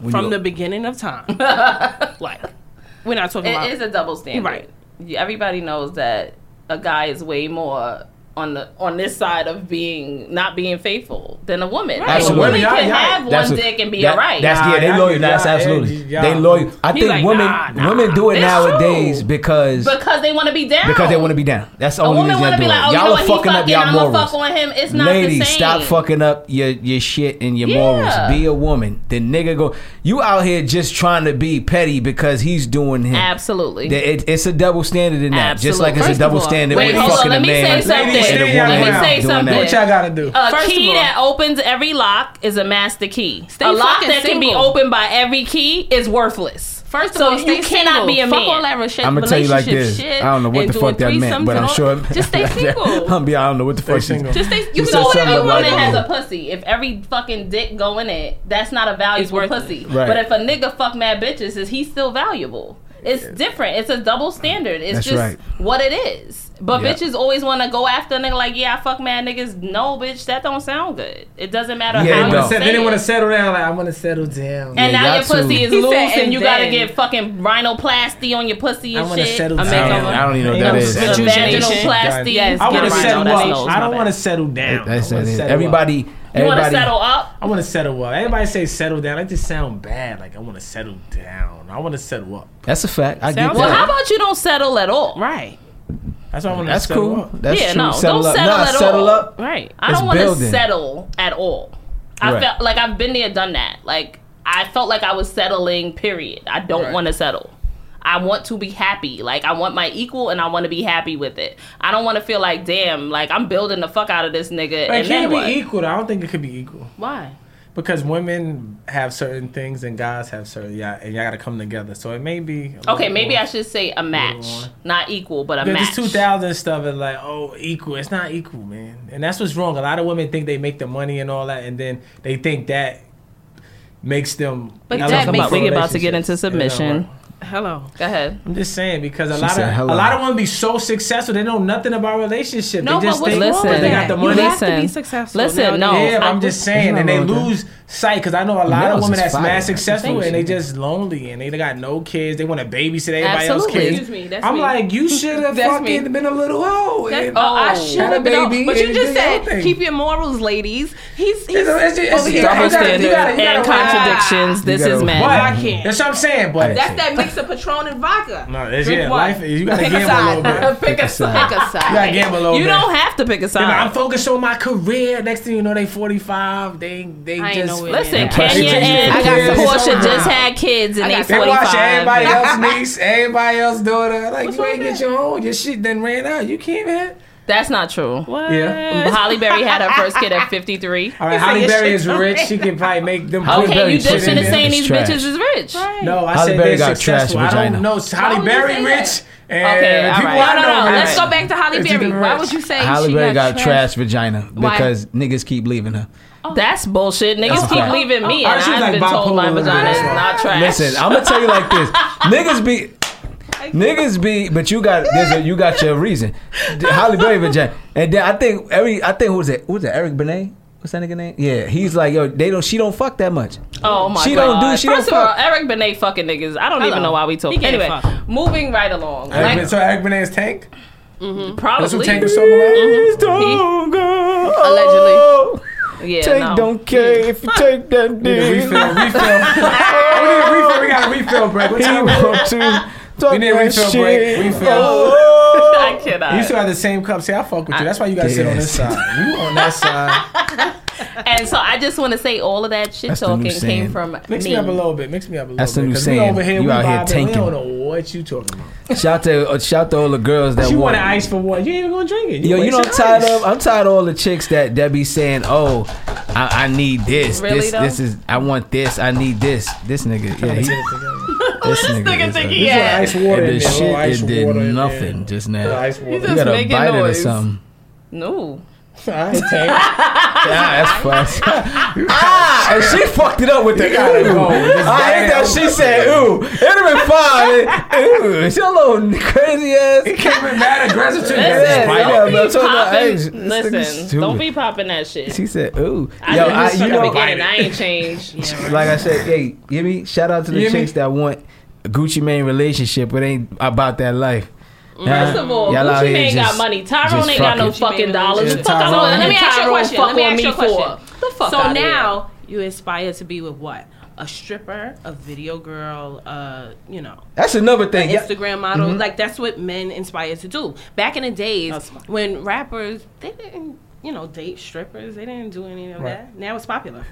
[SPEAKER 3] When
[SPEAKER 5] from
[SPEAKER 3] you-
[SPEAKER 5] the beginning of time. like we're not talking about
[SPEAKER 4] It is a double standard.
[SPEAKER 5] Right.
[SPEAKER 4] You- Everybody knows that a guy is way more on the on this side of being not being faithful than a woman. Like,
[SPEAKER 3] Absolutely.
[SPEAKER 4] A woman
[SPEAKER 6] Yeah,
[SPEAKER 4] can
[SPEAKER 6] yeah.
[SPEAKER 4] have
[SPEAKER 3] That's
[SPEAKER 4] one
[SPEAKER 3] a-
[SPEAKER 4] dick and be
[SPEAKER 3] that-
[SPEAKER 4] alright.
[SPEAKER 3] That's yeah, they
[SPEAKER 6] Nah,
[SPEAKER 3] loyal.
[SPEAKER 6] y'all-
[SPEAKER 3] That's
[SPEAKER 6] y'all
[SPEAKER 3] absolutely.
[SPEAKER 6] edgy, y'all.
[SPEAKER 3] They loyal. I
[SPEAKER 5] He
[SPEAKER 3] think
[SPEAKER 5] like,
[SPEAKER 3] women
[SPEAKER 5] nah, nah.
[SPEAKER 3] women do it
[SPEAKER 4] It's
[SPEAKER 3] nowadays
[SPEAKER 4] true.
[SPEAKER 3] because
[SPEAKER 4] because they want to be down.
[SPEAKER 3] because they want to be down. That's the
[SPEAKER 4] A
[SPEAKER 3] only
[SPEAKER 4] woman
[SPEAKER 3] reason
[SPEAKER 4] want
[SPEAKER 3] they
[SPEAKER 4] to
[SPEAKER 3] do
[SPEAKER 4] be
[SPEAKER 3] it.
[SPEAKER 4] like,
[SPEAKER 3] y'all
[SPEAKER 4] oh, you
[SPEAKER 3] are
[SPEAKER 4] know what?
[SPEAKER 3] fucking up
[SPEAKER 4] He fucking,
[SPEAKER 3] y'all
[SPEAKER 4] I'm gonna fuck
[SPEAKER 3] morals.
[SPEAKER 4] on him. It's not the
[SPEAKER 3] Ladies,
[SPEAKER 4] same.
[SPEAKER 3] stop fucking up your your shit and your
[SPEAKER 4] Yeah.
[SPEAKER 3] morals. Be a woman. The nigga go. You out here just trying to be petty because he's doing him.
[SPEAKER 4] Absolutely.
[SPEAKER 3] That it- it's a double standard in that. Just
[SPEAKER 4] Absolutely.
[SPEAKER 3] like it's
[SPEAKER 5] First
[SPEAKER 3] a
[SPEAKER 5] of
[SPEAKER 3] double
[SPEAKER 5] all-
[SPEAKER 3] standard
[SPEAKER 4] Wait,
[SPEAKER 3] when
[SPEAKER 4] hold on,
[SPEAKER 3] fucking
[SPEAKER 4] let
[SPEAKER 3] a
[SPEAKER 4] me
[SPEAKER 3] man
[SPEAKER 4] say something.
[SPEAKER 3] and a
[SPEAKER 6] Ladies, let
[SPEAKER 3] woman
[SPEAKER 6] me say
[SPEAKER 3] doing
[SPEAKER 4] something.
[SPEAKER 3] that.
[SPEAKER 6] What y'all gotta do?
[SPEAKER 4] A
[SPEAKER 5] First
[SPEAKER 4] key
[SPEAKER 5] of all-
[SPEAKER 4] that opens every lock is a master key.
[SPEAKER 5] Stay
[SPEAKER 4] a lock
[SPEAKER 5] fucking
[SPEAKER 4] that can be
[SPEAKER 5] single.
[SPEAKER 4] opened by every key is worthless.
[SPEAKER 5] First of
[SPEAKER 4] so
[SPEAKER 5] all,
[SPEAKER 4] you
[SPEAKER 5] stay
[SPEAKER 4] cannot
[SPEAKER 5] single.
[SPEAKER 4] be a man.
[SPEAKER 5] Fuck all that relationship,
[SPEAKER 3] I'm gonna tell you like this.
[SPEAKER 5] Shit,
[SPEAKER 3] I don't know what
[SPEAKER 5] and
[SPEAKER 3] the
[SPEAKER 5] do a
[SPEAKER 3] fuck that meant,
[SPEAKER 5] threesome,
[SPEAKER 3] but I'm
[SPEAKER 5] don't-
[SPEAKER 3] sure. it-
[SPEAKER 5] Just stay single.
[SPEAKER 3] I'm be. I don't know what the fuck. she-
[SPEAKER 6] single.
[SPEAKER 5] Just stay. You
[SPEAKER 3] said
[SPEAKER 5] know what?
[SPEAKER 4] But
[SPEAKER 3] something
[SPEAKER 4] every
[SPEAKER 3] about
[SPEAKER 4] woman
[SPEAKER 3] that.
[SPEAKER 4] has a pussy. If every fucking dick go in it, that's not a valuable
[SPEAKER 5] worth
[SPEAKER 4] pussy.
[SPEAKER 3] Right.
[SPEAKER 4] But if a nigga fuck mad bitches, is he still valuable? It's different. It's a double standard. It's
[SPEAKER 3] That's
[SPEAKER 4] just
[SPEAKER 3] right.
[SPEAKER 4] what it is. But
[SPEAKER 3] Yeah.
[SPEAKER 4] bitches always want to go after a nigga like, yeah, I fuck mad niggas. No, bitch, that don't sound good. It doesn't matter
[SPEAKER 3] Yeah, it
[SPEAKER 4] how
[SPEAKER 6] They
[SPEAKER 4] you
[SPEAKER 3] don't.
[SPEAKER 6] wanna
[SPEAKER 4] say
[SPEAKER 6] set- They didn't want
[SPEAKER 4] it.
[SPEAKER 6] to settle down. Like I want to settle down.
[SPEAKER 4] And
[SPEAKER 3] Yeah,
[SPEAKER 4] now
[SPEAKER 3] y'all
[SPEAKER 4] your pussy
[SPEAKER 3] too.
[SPEAKER 4] is
[SPEAKER 5] He said,
[SPEAKER 4] loose, and,
[SPEAKER 5] "And
[SPEAKER 4] you gotta
[SPEAKER 5] then."
[SPEAKER 4] get fucking rhinoplasty on your pussy
[SPEAKER 6] I
[SPEAKER 4] and
[SPEAKER 6] wanna
[SPEAKER 4] shit.
[SPEAKER 6] settle
[SPEAKER 4] A
[SPEAKER 6] down.
[SPEAKER 3] I don't,
[SPEAKER 4] makeover.
[SPEAKER 3] I don't even know
[SPEAKER 6] Ain't
[SPEAKER 3] what
[SPEAKER 6] no
[SPEAKER 3] that is.
[SPEAKER 5] sense.
[SPEAKER 4] Vaginoplasty.
[SPEAKER 5] Yes,
[SPEAKER 6] I
[SPEAKER 5] get
[SPEAKER 6] want to
[SPEAKER 5] it right.
[SPEAKER 6] settle
[SPEAKER 5] No, that's
[SPEAKER 6] up.
[SPEAKER 5] lows,
[SPEAKER 6] I
[SPEAKER 5] my
[SPEAKER 6] don't
[SPEAKER 5] bad.
[SPEAKER 6] want to settle down.
[SPEAKER 3] That's
[SPEAKER 6] I wanna
[SPEAKER 3] it.
[SPEAKER 6] settle up.
[SPEAKER 3] Everybody,
[SPEAKER 4] You want to
[SPEAKER 3] everybody.
[SPEAKER 4] settle up?
[SPEAKER 6] I want to settle up. Everybody say settle down. That just sound bad. Like I want to settle down. I want to settle up.
[SPEAKER 3] That's a fact. I get
[SPEAKER 5] Sounds
[SPEAKER 4] Well,
[SPEAKER 5] Yeah.
[SPEAKER 4] how
[SPEAKER 3] that.
[SPEAKER 4] about you don't settle at all?
[SPEAKER 5] Right.
[SPEAKER 6] That's why I want to
[SPEAKER 3] That's
[SPEAKER 6] settle
[SPEAKER 3] cool.
[SPEAKER 6] up.
[SPEAKER 3] That's
[SPEAKER 4] Yeah,
[SPEAKER 3] true.
[SPEAKER 4] no,
[SPEAKER 3] settle
[SPEAKER 4] don't
[SPEAKER 3] up.
[SPEAKER 4] settle
[SPEAKER 3] nah,
[SPEAKER 4] at all.
[SPEAKER 3] settle up.
[SPEAKER 5] Right.
[SPEAKER 4] I
[SPEAKER 3] It's
[SPEAKER 4] don't want to
[SPEAKER 3] building.
[SPEAKER 4] settle at all. I
[SPEAKER 3] Right.
[SPEAKER 4] felt like I've been there, done that. Like I felt like I was settling. Period. I don't want to settle. I want to be happy. Like I want my equal, and I want to be happy with it. I don't want to feel like, damn, like I'm building the fuck out of this nigga.
[SPEAKER 6] But
[SPEAKER 4] and
[SPEAKER 6] it can't
[SPEAKER 4] then
[SPEAKER 6] be
[SPEAKER 4] what?
[SPEAKER 6] equal. though. I don't think it could be equal
[SPEAKER 5] Why?
[SPEAKER 6] because women have certain things and guys have certain. Yeah, and y'all got to come together. So it may be. a
[SPEAKER 4] Okay,
[SPEAKER 6] little
[SPEAKER 4] maybe
[SPEAKER 6] more-
[SPEAKER 4] I should say a match, not equal, but a
[SPEAKER 6] Because
[SPEAKER 4] match.
[SPEAKER 6] this 2000 stuff is like, oh, equal. It's not equal, man. And that's what's wrong. A lot of women think they make the money and all that, and then they think that makes them.
[SPEAKER 4] But
[SPEAKER 6] That's
[SPEAKER 4] that
[SPEAKER 6] what
[SPEAKER 4] makes-
[SPEAKER 6] about
[SPEAKER 4] we about to get
[SPEAKER 6] relationships.
[SPEAKER 4] into
[SPEAKER 6] It don't
[SPEAKER 4] submission.
[SPEAKER 6] work.
[SPEAKER 5] Hello.
[SPEAKER 4] Go ahead.
[SPEAKER 6] I'm just saying because a
[SPEAKER 3] She
[SPEAKER 6] lot
[SPEAKER 3] said
[SPEAKER 6] of a
[SPEAKER 3] hello.
[SPEAKER 6] lot of women be so successful they know nothing about relationships.
[SPEAKER 5] No,
[SPEAKER 6] they just
[SPEAKER 5] but what's
[SPEAKER 6] think
[SPEAKER 5] wrong
[SPEAKER 4] Listen,
[SPEAKER 6] that
[SPEAKER 5] with
[SPEAKER 6] they got
[SPEAKER 5] that?
[SPEAKER 6] the
[SPEAKER 5] You
[SPEAKER 6] money.
[SPEAKER 5] have to be
[SPEAKER 4] Listen.
[SPEAKER 5] successful.
[SPEAKER 4] Listen, no.
[SPEAKER 5] nowadays.
[SPEAKER 6] yeah, but I'm
[SPEAKER 4] I-
[SPEAKER 6] just saying,
[SPEAKER 3] There's
[SPEAKER 6] and they
[SPEAKER 3] nothing wrong with
[SPEAKER 6] lose sight because I know a lot of
[SPEAKER 3] Males
[SPEAKER 6] women
[SPEAKER 3] is
[SPEAKER 6] that's
[SPEAKER 3] fire.
[SPEAKER 6] mad successful
[SPEAKER 5] Thank
[SPEAKER 6] and they
[SPEAKER 5] you.
[SPEAKER 6] just lonely and they got no kids. They want to babysit everybody else's
[SPEAKER 4] Absolutely.
[SPEAKER 6] kids.
[SPEAKER 5] Excuse me, that's
[SPEAKER 6] I'm
[SPEAKER 5] me.
[SPEAKER 6] like, you should have
[SPEAKER 5] That's
[SPEAKER 6] fucking
[SPEAKER 5] me.
[SPEAKER 6] been a little hoe.
[SPEAKER 5] That's,
[SPEAKER 6] and-
[SPEAKER 5] oh, I
[SPEAKER 4] Oh.
[SPEAKER 5] should
[SPEAKER 6] Had a
[SPEAKER 5] have been.
[SPEAKER 6] baby
[SPEAKER 5] But you
[SPEAKER 6] and did
[SPEAKER 5] just
[SPEAKER 6] your
[SPEAKER 5] said
[SPEAKER 6] thing.
[SPEAKER 5] keep your morals, ladies. He's he's
[SPEAKER 6] It's- it's- it's-
[SPEAKER 5] over
[SPEAKER 6] it's double
[SPEAKER 5] here. You
[SPEAKER 4] Double
[SPEAKER 5] gotta- you
[SPEAKER 4] standards
[SPEAKER 5] gotta- you
[SPEAKER 4] and
[SPEAKER 5] gotta watch.
[SPEAKER 4] contradictions. This
[SPEAKER 3] gotta-
[SPEAKER 4] is
[SPEAKER 6] But
[SPEAKER 4] men.
[SPEAKER 5] I can't.
[SPEAKER 6] That's what I'm saying. But
[SPEAKER 5] That's that mix of Patron and vodka.
[SPEAKER 6] No, it's-
[SPEAKER 5] Drink
[SPEAKER 6] yeah,
[SPEAKER 5] one.
[SPEAKER 6] life is- you gotta
[SPEAKER 5] Pick
[SPEAKER 6] gamble a
[SPEAKER 5] side.
[SPEAKER 6] little bit.
[SPEAKER 5] Pick a side. Pick a side.
[SPEAKER 6] you gotta gamble a little
[SPEAKER 4] You
[SPEAKER 6] bit.
[SPEAKER 4] don't have to pick a
[SPEAKER 6] You know, I'm
[SPEAKER 4] side.
[SPEAKER 6] focused on my career. Next thing you know, they 45. They they
[SPEAKER 5] I ain't
[SPEAKER 6] just
[SPEAKER 5] know it.
[SPEAKER 4] Listen,
[SPEAKER 5] And
[SPEAKER 4] Kenya
[SPEAKER 3] Preston
[SPEAKER 4] and
[SPEAKER 3] just did it.
[SPEAKER 4] Portia
[SPEAKER 6] Somehow.
[SPEAKER 4] just had kids and
[SPEAKER 5] I
[SPEAKER 4] they
[SPEAKER 5] got-
[SPEAKER 6] They
[SPEAKER 4] 45.
[SPEAKER 6] watch everybody else niece, everybody else daughter. Like you
[SPEAKER 5] wrong
[SPEAKER 6] ain't
[SPEAKER 5] with
[SPEAKER 6] get
[SPEAKER 5] that?
[SPEAKER 6] your own. Your shit then ran out. You can't man.
[SPEAKER 4] That's not true.
[SPEAKER 5] What?
[SPEAKER 6] Yeah.
[SPEAKER 4] Holly Berry had her first kid at 53.
[SPEAKER 6] All right,
[SPEAKER 5] He said
[SPEAKER 6] Halle
[SPEAKER 5] your
[SPEAKER 6] Berry
[SPEAKER 5] shit
[SPEAKER 6] is rich. She can probably make them.
[SPEAKER 3] Halle
[SPEAKER 4] Okay,
[SPEAKER 3] Berry
[SPEAKER 4] you just
[SPEAKER 3] shit
[SPEAKER 4] finna
[SPEAKER 3] in
[SPEAKER 4] saying
[SPEAKER 3] it. It's
[SPEAKER 4] these bitches
[SPEAKER 3] trash.
[SPEAKER 4] is rich.
[SPEAKER 6] No, I
[SPEAKER 3] Halle
[SPEAKER 6] said
[SPEAKER 3] Berry
[SPEAKER 6] they're
[SPEAKER 3] got trash
[SPEAKER 6] successful. I
[SPEAKER 3] vagina.
[SPEAKER 6] don't know. It's Halle
[SPEAKER 4] would you
[SPEAKER 6] Berry
[SPEAKER 4] say
[SPEAKER 6] rich. And
[SPEAKER 4] Okay, all
[SPEAKER 6] people
[SPEAKER 4] right.
[SPEAKER 6] I
[SPEAKER 4] No,
[SPEAKER 6] know.
[SPEAKER 4] no, no. Let's
[SPEAKER 6] rich.
[SPEAKER 4] go back to Holly
[SPEAKER 6] If you
[SPEAKER 4] Berry.
[SPEAKER 6] can
[SPEAKER 4] Why
[SPEAKER 6] rich.
[SPEAKER 4] would you say
[SPEAKER 3] Halle
[SPEAKER 4] she
[SPEAKER 3] Berry
[SPEAKER 4] got,
[SPEAKER 3] got trash vagina
[SPEAKER 4] Why?
[SPEAKER 3] because niggas keep leaving her.
[SPEAKER 5] Oh.
[SPEAKER 4] That's bullshit. Niggas
[SPEAKER 3] a
[SPEAKER 4] keep
[SPEAKER 3] fact.
[SPEAKER 4] leaving me,
[SPEAKER 6] Oh,
[SPEAKER 4] and
[SPEAKER 6] she's
[SPEAKER 4] I've
[SPEAKER 6] like
[SPEAKER 4] been told my
[SPEAKER 6] bipolar,
[SPEAKER 4] vagina is
[SPEAKER 6] that's why.
[SPEAKER 4] not trash.
[SPEAKER 3] Listen, I'm gonna tell you like this: niggas be, niggas be, but you got there's a, you got your reason. The Halle Berry vagina, and then I think every I think who's it? Who's it? Eric Benet? What's that nigga name? Yeah, he's like yo, they don't. She don't fuck that much.
[SPEAKER 4] oh my
[SPEAKER 3] she
[SPEAKER 4] god!
[SPEAKER 3] don't do- she don't
[SPEAKER 4] First of
[SPEAKER 3] fuck.
[SPEAKER 4] all, Eric Benet fucking niggas. I don't even know why we talking.
[SPEAKER 5] He can't
[SPEAKER 4] Anyway,
[SPEAKER 5] fuck.
[SPEAKER 4] moving right along.
[SPEAKER 6] Eric Ben-
[SPEAKER 4] Like,
[SPEAKER 6] so Eric Benet's tank. That's who
[SPEAKER 4] probably Mm-hmm.
[SPEAKER 6] Tank was talking about.
[SPEAKER 4] Allegedly. yeah, no.
[SPEAKER 3] Oh, care if you take that
[SPEAKER 6] Nigga, refill, refill. we need a refill. We got a refill break. What time is it?
[SPEAKER 3] to
[SPEAKER 6] We need a refill break. Refill.
[SPEAKER 3] Oh.
[SPEAKER 4] I cannot.
[SPEAKER 6] You still have the same cup. See, I fuck with you. That's why you gotta sit on this
[SPEAKER 3] Yes.
[SPEAKER 6] side. You on that side.
[SPEAKER 4] And so I just want to say all of that shit
[SPEAKER 3] That's the new
[SPEAKER 4] talking
[SPEAKER 3] saying.
[SPEAKER 4] came from
[SPEAKER 6] Mix me
[SPEAKER 4] me.
[SPEAKER 6] up a little bit. Mix me up a little
[SPEAKER 3] That's the
[SPEAKER 6] bit.
[SPEAKER 3] new
[SPEAKER 6] 'cause
[SPEAKER 3] saying.
[SPEAKER 6] We over here,
[SPEAKER 3] You
[SPEAKER 6] we
[SPEAKER 3] out here
[SPEAKER 6] vibing,
[SPEAKER 3] tanking.
[SPEAKER 6] We don't know what you talking about.
[SPEAKER 3] Shout to uh, shout to all the girls that
[SPEAKER 6] She
[SPEAKER 3] want
[SPEAKER 6] wanted ice for what? You ain't even gonna drink it.
[SPEAKER 3] Yo, you know, I'm
[SPEAKER 6] wasting
[SPEAKER 3] tired
[SPEAKER 6] ice.
[SPEAKER 3] of. I'm tired of all the chicks that that be saying, "Oh, I, I need this.
[SPEAKER 4] Really,
[SPEAKER 3] this,
[SPEAKER 4] though?
[SPEAKER 3] this is. I want this. I need this. This nigga. Yeah, he, this
[SPEAKER 4] This nigga
[SPEAKER 3] is
[SPEAKER 4] think
[SPEAKER 3] a-
[SPEAKER 4] he
[SPEAKER 6] Put
[SPEAKER 4] had.
[SPEAKER 6] Ice water
[SPEAKER 3] and
[SPEAKER 6] in
[SPEAKER 3] the
[SPEAKER 6] there.
[SPEAKER 3] shit
[SPEAKER 6] Little ice
[SPEAKER 3] it did
[SPEAKER 6] water in there.
[SPEAKER 3] nothing just
[SPEAKER 6] Little
[SPEAKER 3] now.
[SPEAKER 6] Ice water.
[SPEAKER 4] He's
[SPEAKER 3] You
[SPEAKER 4] Just
[SPEAKER 3] gotta
[SPEAKER 4] making
[SPEAKER 3] bite it or
[SPEAKER 4] noise.
[SPEAKER 3] something.
[SPEAKER 4] No.
[SPEAKER 6] Alright, Tank.
[SPEAKER 3] Yeah, that's fun. ah, and she fucked it up with the ooh.
[SPEAKER 6] gotta go. Just
[SPEAKER 3] I hate that
[SPEAKER 6] gotta
[SPEAKER 3] she
[SPEAKER 6] go.
[SPEAKER 3] said ooh. It'd have been fine. Ooh, she a little crazy ass.
[SPEAKER 6] He came in mad aggressive to you.
[SPEAKER 4] Listen,
[SPEAKER 6] Just bite
[SPEAKER 3] yeah,
[SPEAKER 6] it.
[SPEAKER 3] but I'm
[SPEAKER 4] Don't be
[SPEAKER 3] talking about, hey,
[SPEAKER 4] popping.
[SPEAKER 3] this nigga's
[SPEAKER 4] Listen, don't
[SPEAKER 3] stupid.
[SPEAKER 4] be popping that shit.
[SPEAKER 3] She said ooh.
[SPEAKER 4] I
[SPEAKER 3] Yo,
[SPEAKER 4] knew
[SPEAKER 3] I,
[SPEAKER 4] this
[SPEAKER 3] you
[SPEAKER 4] from the
[SPEAKER 3] know,
[SPEAKER 4] beginning. I ain't changed.
[SPEAKER 3] like I said, hey, give me shout out to the
[SPEAKER 6] You hear me?
[SPEAKER 3] chicks that want a Gucci Mane relationship, but ain't about that life.
[SPEAKER 4] First of all,
[SPEAKER 3] Y'all out
[SPEAKER 4] Gucci
[SPEAKER 3] here
[SPEAKER 4] Mane got
[SPEAKER 3] just-
[SPEAKER 4] money. Tyrone
[SPEAKER 3] just
[SPEAKER 4] ain't got no
[SPEAKER 3] fucking.
[SPEAKER 4] fucking dollars.
[SPEAKER 6] Yeah,
[SPEAKER 4] Fuck I'm
[SPEAKER 6] Tyrone.
[SPEAKER 4] gonna
[SPEAKER 6] Let
[SPEAKER 5] me ask you a
[SPEAKER 4] Tyrone
[SPEAKER 5] question.
[SPEAKER 4] fuck
[SPEAKER 5] Let me
[SPEAKER 4] on
[SPEAKER 5] ask you a
[SPEAKER 4] for.
[SPEAKER 5] question.
[SPEAKER 4] The fuck
[SPEAKER 5] so
[SPEAKER 4] outta here.
[SPEAKER 5] now you aspire to be with what? A stripper, a video girl, uh, you know,
[SPEAKER 3] That's another
[SPEAKER 5] an
[SPEAKER 3] thing. Yeah,
[SPEAKER 5] Instagram model.
[SPEAKER 6] Mm-hmm.
[SPEAKER 5] Like that's what men inspire to do. Back in the days
[SPEAKER 4] That's fine.
[SPEAKER 5] when rappers they didn't, you know, date strippers. They didn't do any of that. Now it's popular.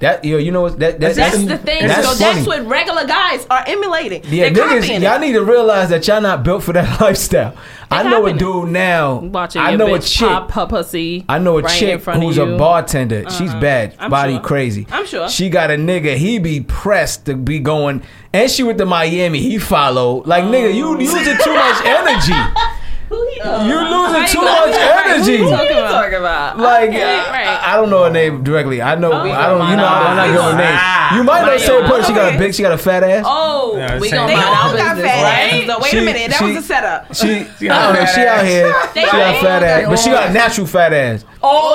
[SPEAKER 3] that yo, you know what? That, that,
[SPEAKER 5] That's, the thing.
[SPEAKER 3] That's
[SPEAKER 5] so
[SPEAKER 3] funny.
[SPEAKER 5] that's what regular guys are emulating.
[SPEAKER 3] yeah,
[SPEAKER 5] They're copying
[SPEAKER 3] niggas, y'all
[SPEAKER 5] it.
[SPEAKER 3] need to realize that y'all not built for that lifestyle. I know a
[SPEAKER 4] copying it.
[SPEAKER 3] dude now.
[SPEAKER 4] Watching
[SPEAKER 3] I
[SPEAKER 4] your
[SPEAKER 3] know a
[SPEAKER 4] bitch
[SPEAKER 3] chick.
[SPEAKER 4] pop her pussy.
[SPEAKER 3] I know a
[SPEAKER 4] right in
[SPEAKER 3] chick
[SPEAKER 4] front of
[SPEAKER 3] who's a
[SPEAKER 4] you. Uh-huh.
[SPEAKER 3] bartender. She's bad,
[SPEAKER 5] I'm
[SPEAKER 3] body
[SPEAKER 5] sure.
[SPEAKER 3] crazy.
[SPEAKER 5] I'm sure.
[SPEAKER 3] She got a nigga. He be pressed to be going, and she with the Miami. He followed. Like nigga,
[SPEAKER 4] Oh.
[SPEAKER 3] you using too much energy.
[SPEAKER 5] Who he-
[SPEAKER 3] You losing too
[SPEAKER 4] gonna-
[SPEAKER 3] much
[SPEAKER 4] Right,
[SPEAKER 3] energy.
[SPEAKER 4] What are you talking about?
[SPEAKER 3] Like
[SPEAKER 4] Okay,
[SPEAKER 3] I,
[SPEAKER 4] right.
[SPEAKER 3] I don't know her name directly. I know
[SPEAKER 4] we
[SPEAKER 3] I don't.
[SPEAKER 4] gonna
[SPEAKER 3] You know
[SPEAKER 4] mind
[SPEAKER 3] I'm not
[SPEAKER 4] our
[SPEAKER 3] giving her name. You might know the
[SPEAKER 4] Mind
[SPEAKER 3] same
[SPEAKER 4] our
[SPEAKER 3] person. She got a
[SPEAKER 5] business.
[SPEAKER 3] big. She got a fat ass.
[SPEAKER 4] Ah. Oh,
[SPEAKER 6] Yeah,
[SPEAKER 4] we
[SPEAKER 6] same.
[SPEAKER 4] gonna
[SPEAKER 5] They
[SPEAKER 4] mind
[SPEAKER 5] all
[SPEAKER 4] our
[SPEAKER 5] got
[SPEAKER 4] business,
[SPEAKER 5] fat
[SPEAKER 4] right?
[SPEAKER 5] asses. though. Wait
[SPEAKER 3] She-
[SPEAKER 5] a minute, that
[SPEAKER 3] she-
[SPEAKER 5] was a setup.
[SPEAKER 3] She,
[SPEAKER 6] She got
[SPEAKER 3] I don't know.
[SPEAKER 6] a fat
[SPEAKER 3] She out
[SPEAKER 6] ass.
[SPEAKER 3] here. She got
[SPEAKER 5] all
[SPEAKER 3] fat
[SPEAKER 5] got
[SPEAKER 3] ass, but she got
[SPEAKER 5] all-
[SPEAKER 3] natural fat ass.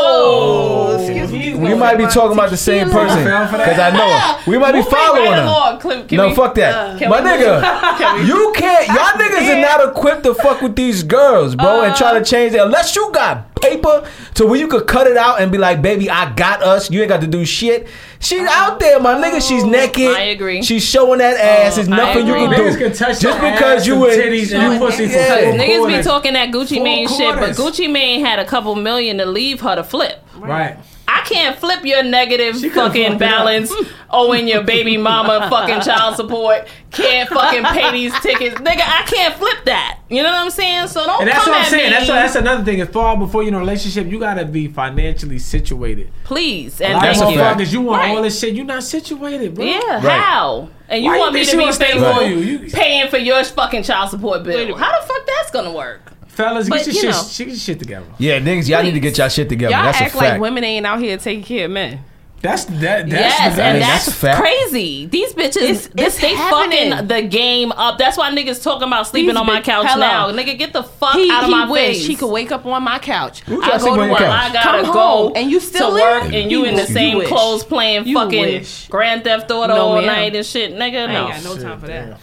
[SPEAKER 5] Oh, excuse me.
[SPEAKER 3] We might be talking about the same person
[SPEAKER 6] Fell for that?
[SPEAKER 3] because I know her. We might be
[SPEAKER 4] Moving
[SPEAKER 3] following
[SPEAKER 4] right
[SPEAKER 3] her.
[SPEAKER 4] along, Clip, can
[SPEAKER 3] No,
[SPEAKER 4] we- Uh,
[SPEAKER 3] fuck that,
[SPEAKER 4] can
[SPEAKER 3] my
[SPEAKER 4] we-
[SPEAKER 3] nigga. You can't. Y'all niggas are not equipped to fuck with these girls, bro, and
[SPEAKER 4] Uh.
[SPEAKER 3] try to change it unless you got paper to where you could cut it out and be like, baby, I got us. You ain't got to do shit. She's out there, my nigga. She's naked.
[SPEAKER 4] Oh. I agree. Oh,
[SPEAKER 3] She's showing that ass. There's
[SPEAKER 4] I
[SPEAKER 3] nothing you
[SPEAKER 4] agree.
[SPEAKER 3] can
[SPEAKER 6] Niggas
[SPEAKER 3] do.
[SPEAKER 6] can touch
[SPEAKER 3] Just
[SPEAKER 6] your
[SPEAKER 3] because
[SPEAKER 6] ass
[SPEAKER 3] you
[SPEAKER 6] and
[SPEAKER 3] would-
[SPEAKER 6] titties and you pussy
[SPEAKER 3] Yeah.
[SPEAKER 6] for four
[SPEAKER 4] Niggas be
[SPEAKER 6] corners.
[SPEAKER 4] talking that Gucci
[SPEAKER 6] Four
[SPEAKER 4] Mane shit, but
[SPEAKER 6] quarters.
[SPEAKER 4] Gucci Mane had a couple million to leave her to flip.
[SPEAKER 6] Right.
[SPEAKER 4] I can't flip your negative
[SPEAKER 6] She could've
[SPEAKER 4] fucking
[SPEAKER 6] fucked it up.
[SPEAKER 4] balance, owing your baby mama fucking child support, can't fucking pay these tickets. Nigga, I can't flip that. You know what I'm saying? So don't
[SPEAKER 6] And that's
[SPEAKER 4] come
[SPEAKER 6] what I'm
[SPEAKER 4] at
[SPEAKER 6] saying.
[SPEAKER 4] me.
[SPEAKER 6] That's that's another thing. As far before you're in a relationship, you gotta be financially situated.
[SPEAKER 4] Please and
[SPEAKER 6] A lot of
[SPEAKER 3] That's
[SPEAKER 4] thank you.
[SPEAKER 3] a fact.
[SPEAKER 6] motherfuckers, you want
[SPEAKER 4] Right.
[SPEAKER 6] all this shit. You're not situated, bro.
[SPEAKER 4] Yeah,
[SPEAKER 3] Right.
[SPEAKER 4] how? And you
[SPEAKER 6] Why
[SPEAKER 4] want
[SPEAKER 6] you think
[SPEAKER 4] me to
[SPEAKER 6] she
[SPEAKER 4] be
[SPEAKER 6] gonna stay
[SPEAKER 4] faithful,
[SPEAKER 6] for you? You-
[SPEAKER 4] paying for your fucking child support bill? How the fuck that's gonna work?
[SPEAKER 6] Fellas,
[SPEAKER 5] But,
[SPEAKER 6] get your
[SPEAKER 5] you
[SPEAKER 6] shit,
[SPEAKER 5] know.
[SPEAKER 6] shit- get your shit together.
[SPEAKER 3] Yeah, niggas, y'all need to get y'all shit together.
[SPEAKER 5] Y'all
[SPEAKER 3] That's a
[SPEAKER 5] act like
[SPEAKER 3] fact.
[SPEAKER 5] women ain't out here taking care of men.
[SPEAKER 6] That's that. That's
[SPEAKER 4] yes,
[SPEAKER 6] the-
[SPEAKER 4] and
[SPEAKER 3] that's
[SPEAKER 4] that's,
[SPEAKER 3] a fact.
[SPEAKER 4] crazy. These bitches,
[SPEAKER 5] It's-
[SPEAKER 4] this,
[SPEAKER 5] it's
[SPEAKER 4] they
[SPEAKER 5] happening.
[SPEAKER 4] fucking the game up. That's why niggas talking about sleeping
[SPEAKER 5] These
[SPEAKER 4] on my
[SPEAKER 5] bitch-
[SPEAKER 4] couch
[SPEAKER 5] hello.
[SPEAKER 4] now. Nigga, get the fuck
[SPEAKER 5] He,
[SPEAKER 4] out of
[SPEAKER 5] he
[SPEAKER 4] my
[SPEAKER 5] wish
[SPEAKER 4] face.
[SPEAKER 5] he could wake up on my couch.
[SPEAKER 3] Who
[SPEAKER 5] I
[SPEAKER 3] trying to
[SPEAKER 5] go
[SPEAKER 3] sleep on
[SPEAKER 5] to
[SPEAKER 3] your
[SPEAKER 5] work.
[SPEAKER 3] couch?
[SPEAKER 4] I gotta
[SPEAKER 5] Come
[SPEAKER 4] go
[SPEAKER 5] home and you still
[SPEAKER 4] to
[SPEAKER 5] there?
[SPEAKER 4] work and you in the
[SPEAKER 5] You
[SPEAKER 4] same
[SPEAKER 5] wish.
[SPEAKER 4] clothes playing
[SPEAKER 5] You
[SPEAKER 4] fucking
[SPEAKER 5] wish.
[SPEAKER 4] Grand Theft Auto
[SPEAKER 5] No,
[SPEAKER 4] all
[SPEAKER 5] ma'am.
[SPEAKER 4] night and shit, nigga.
[SPEAKER 5] I ain't
[SPEAKER 4] No,
[SPEAKER 5] got no time for that.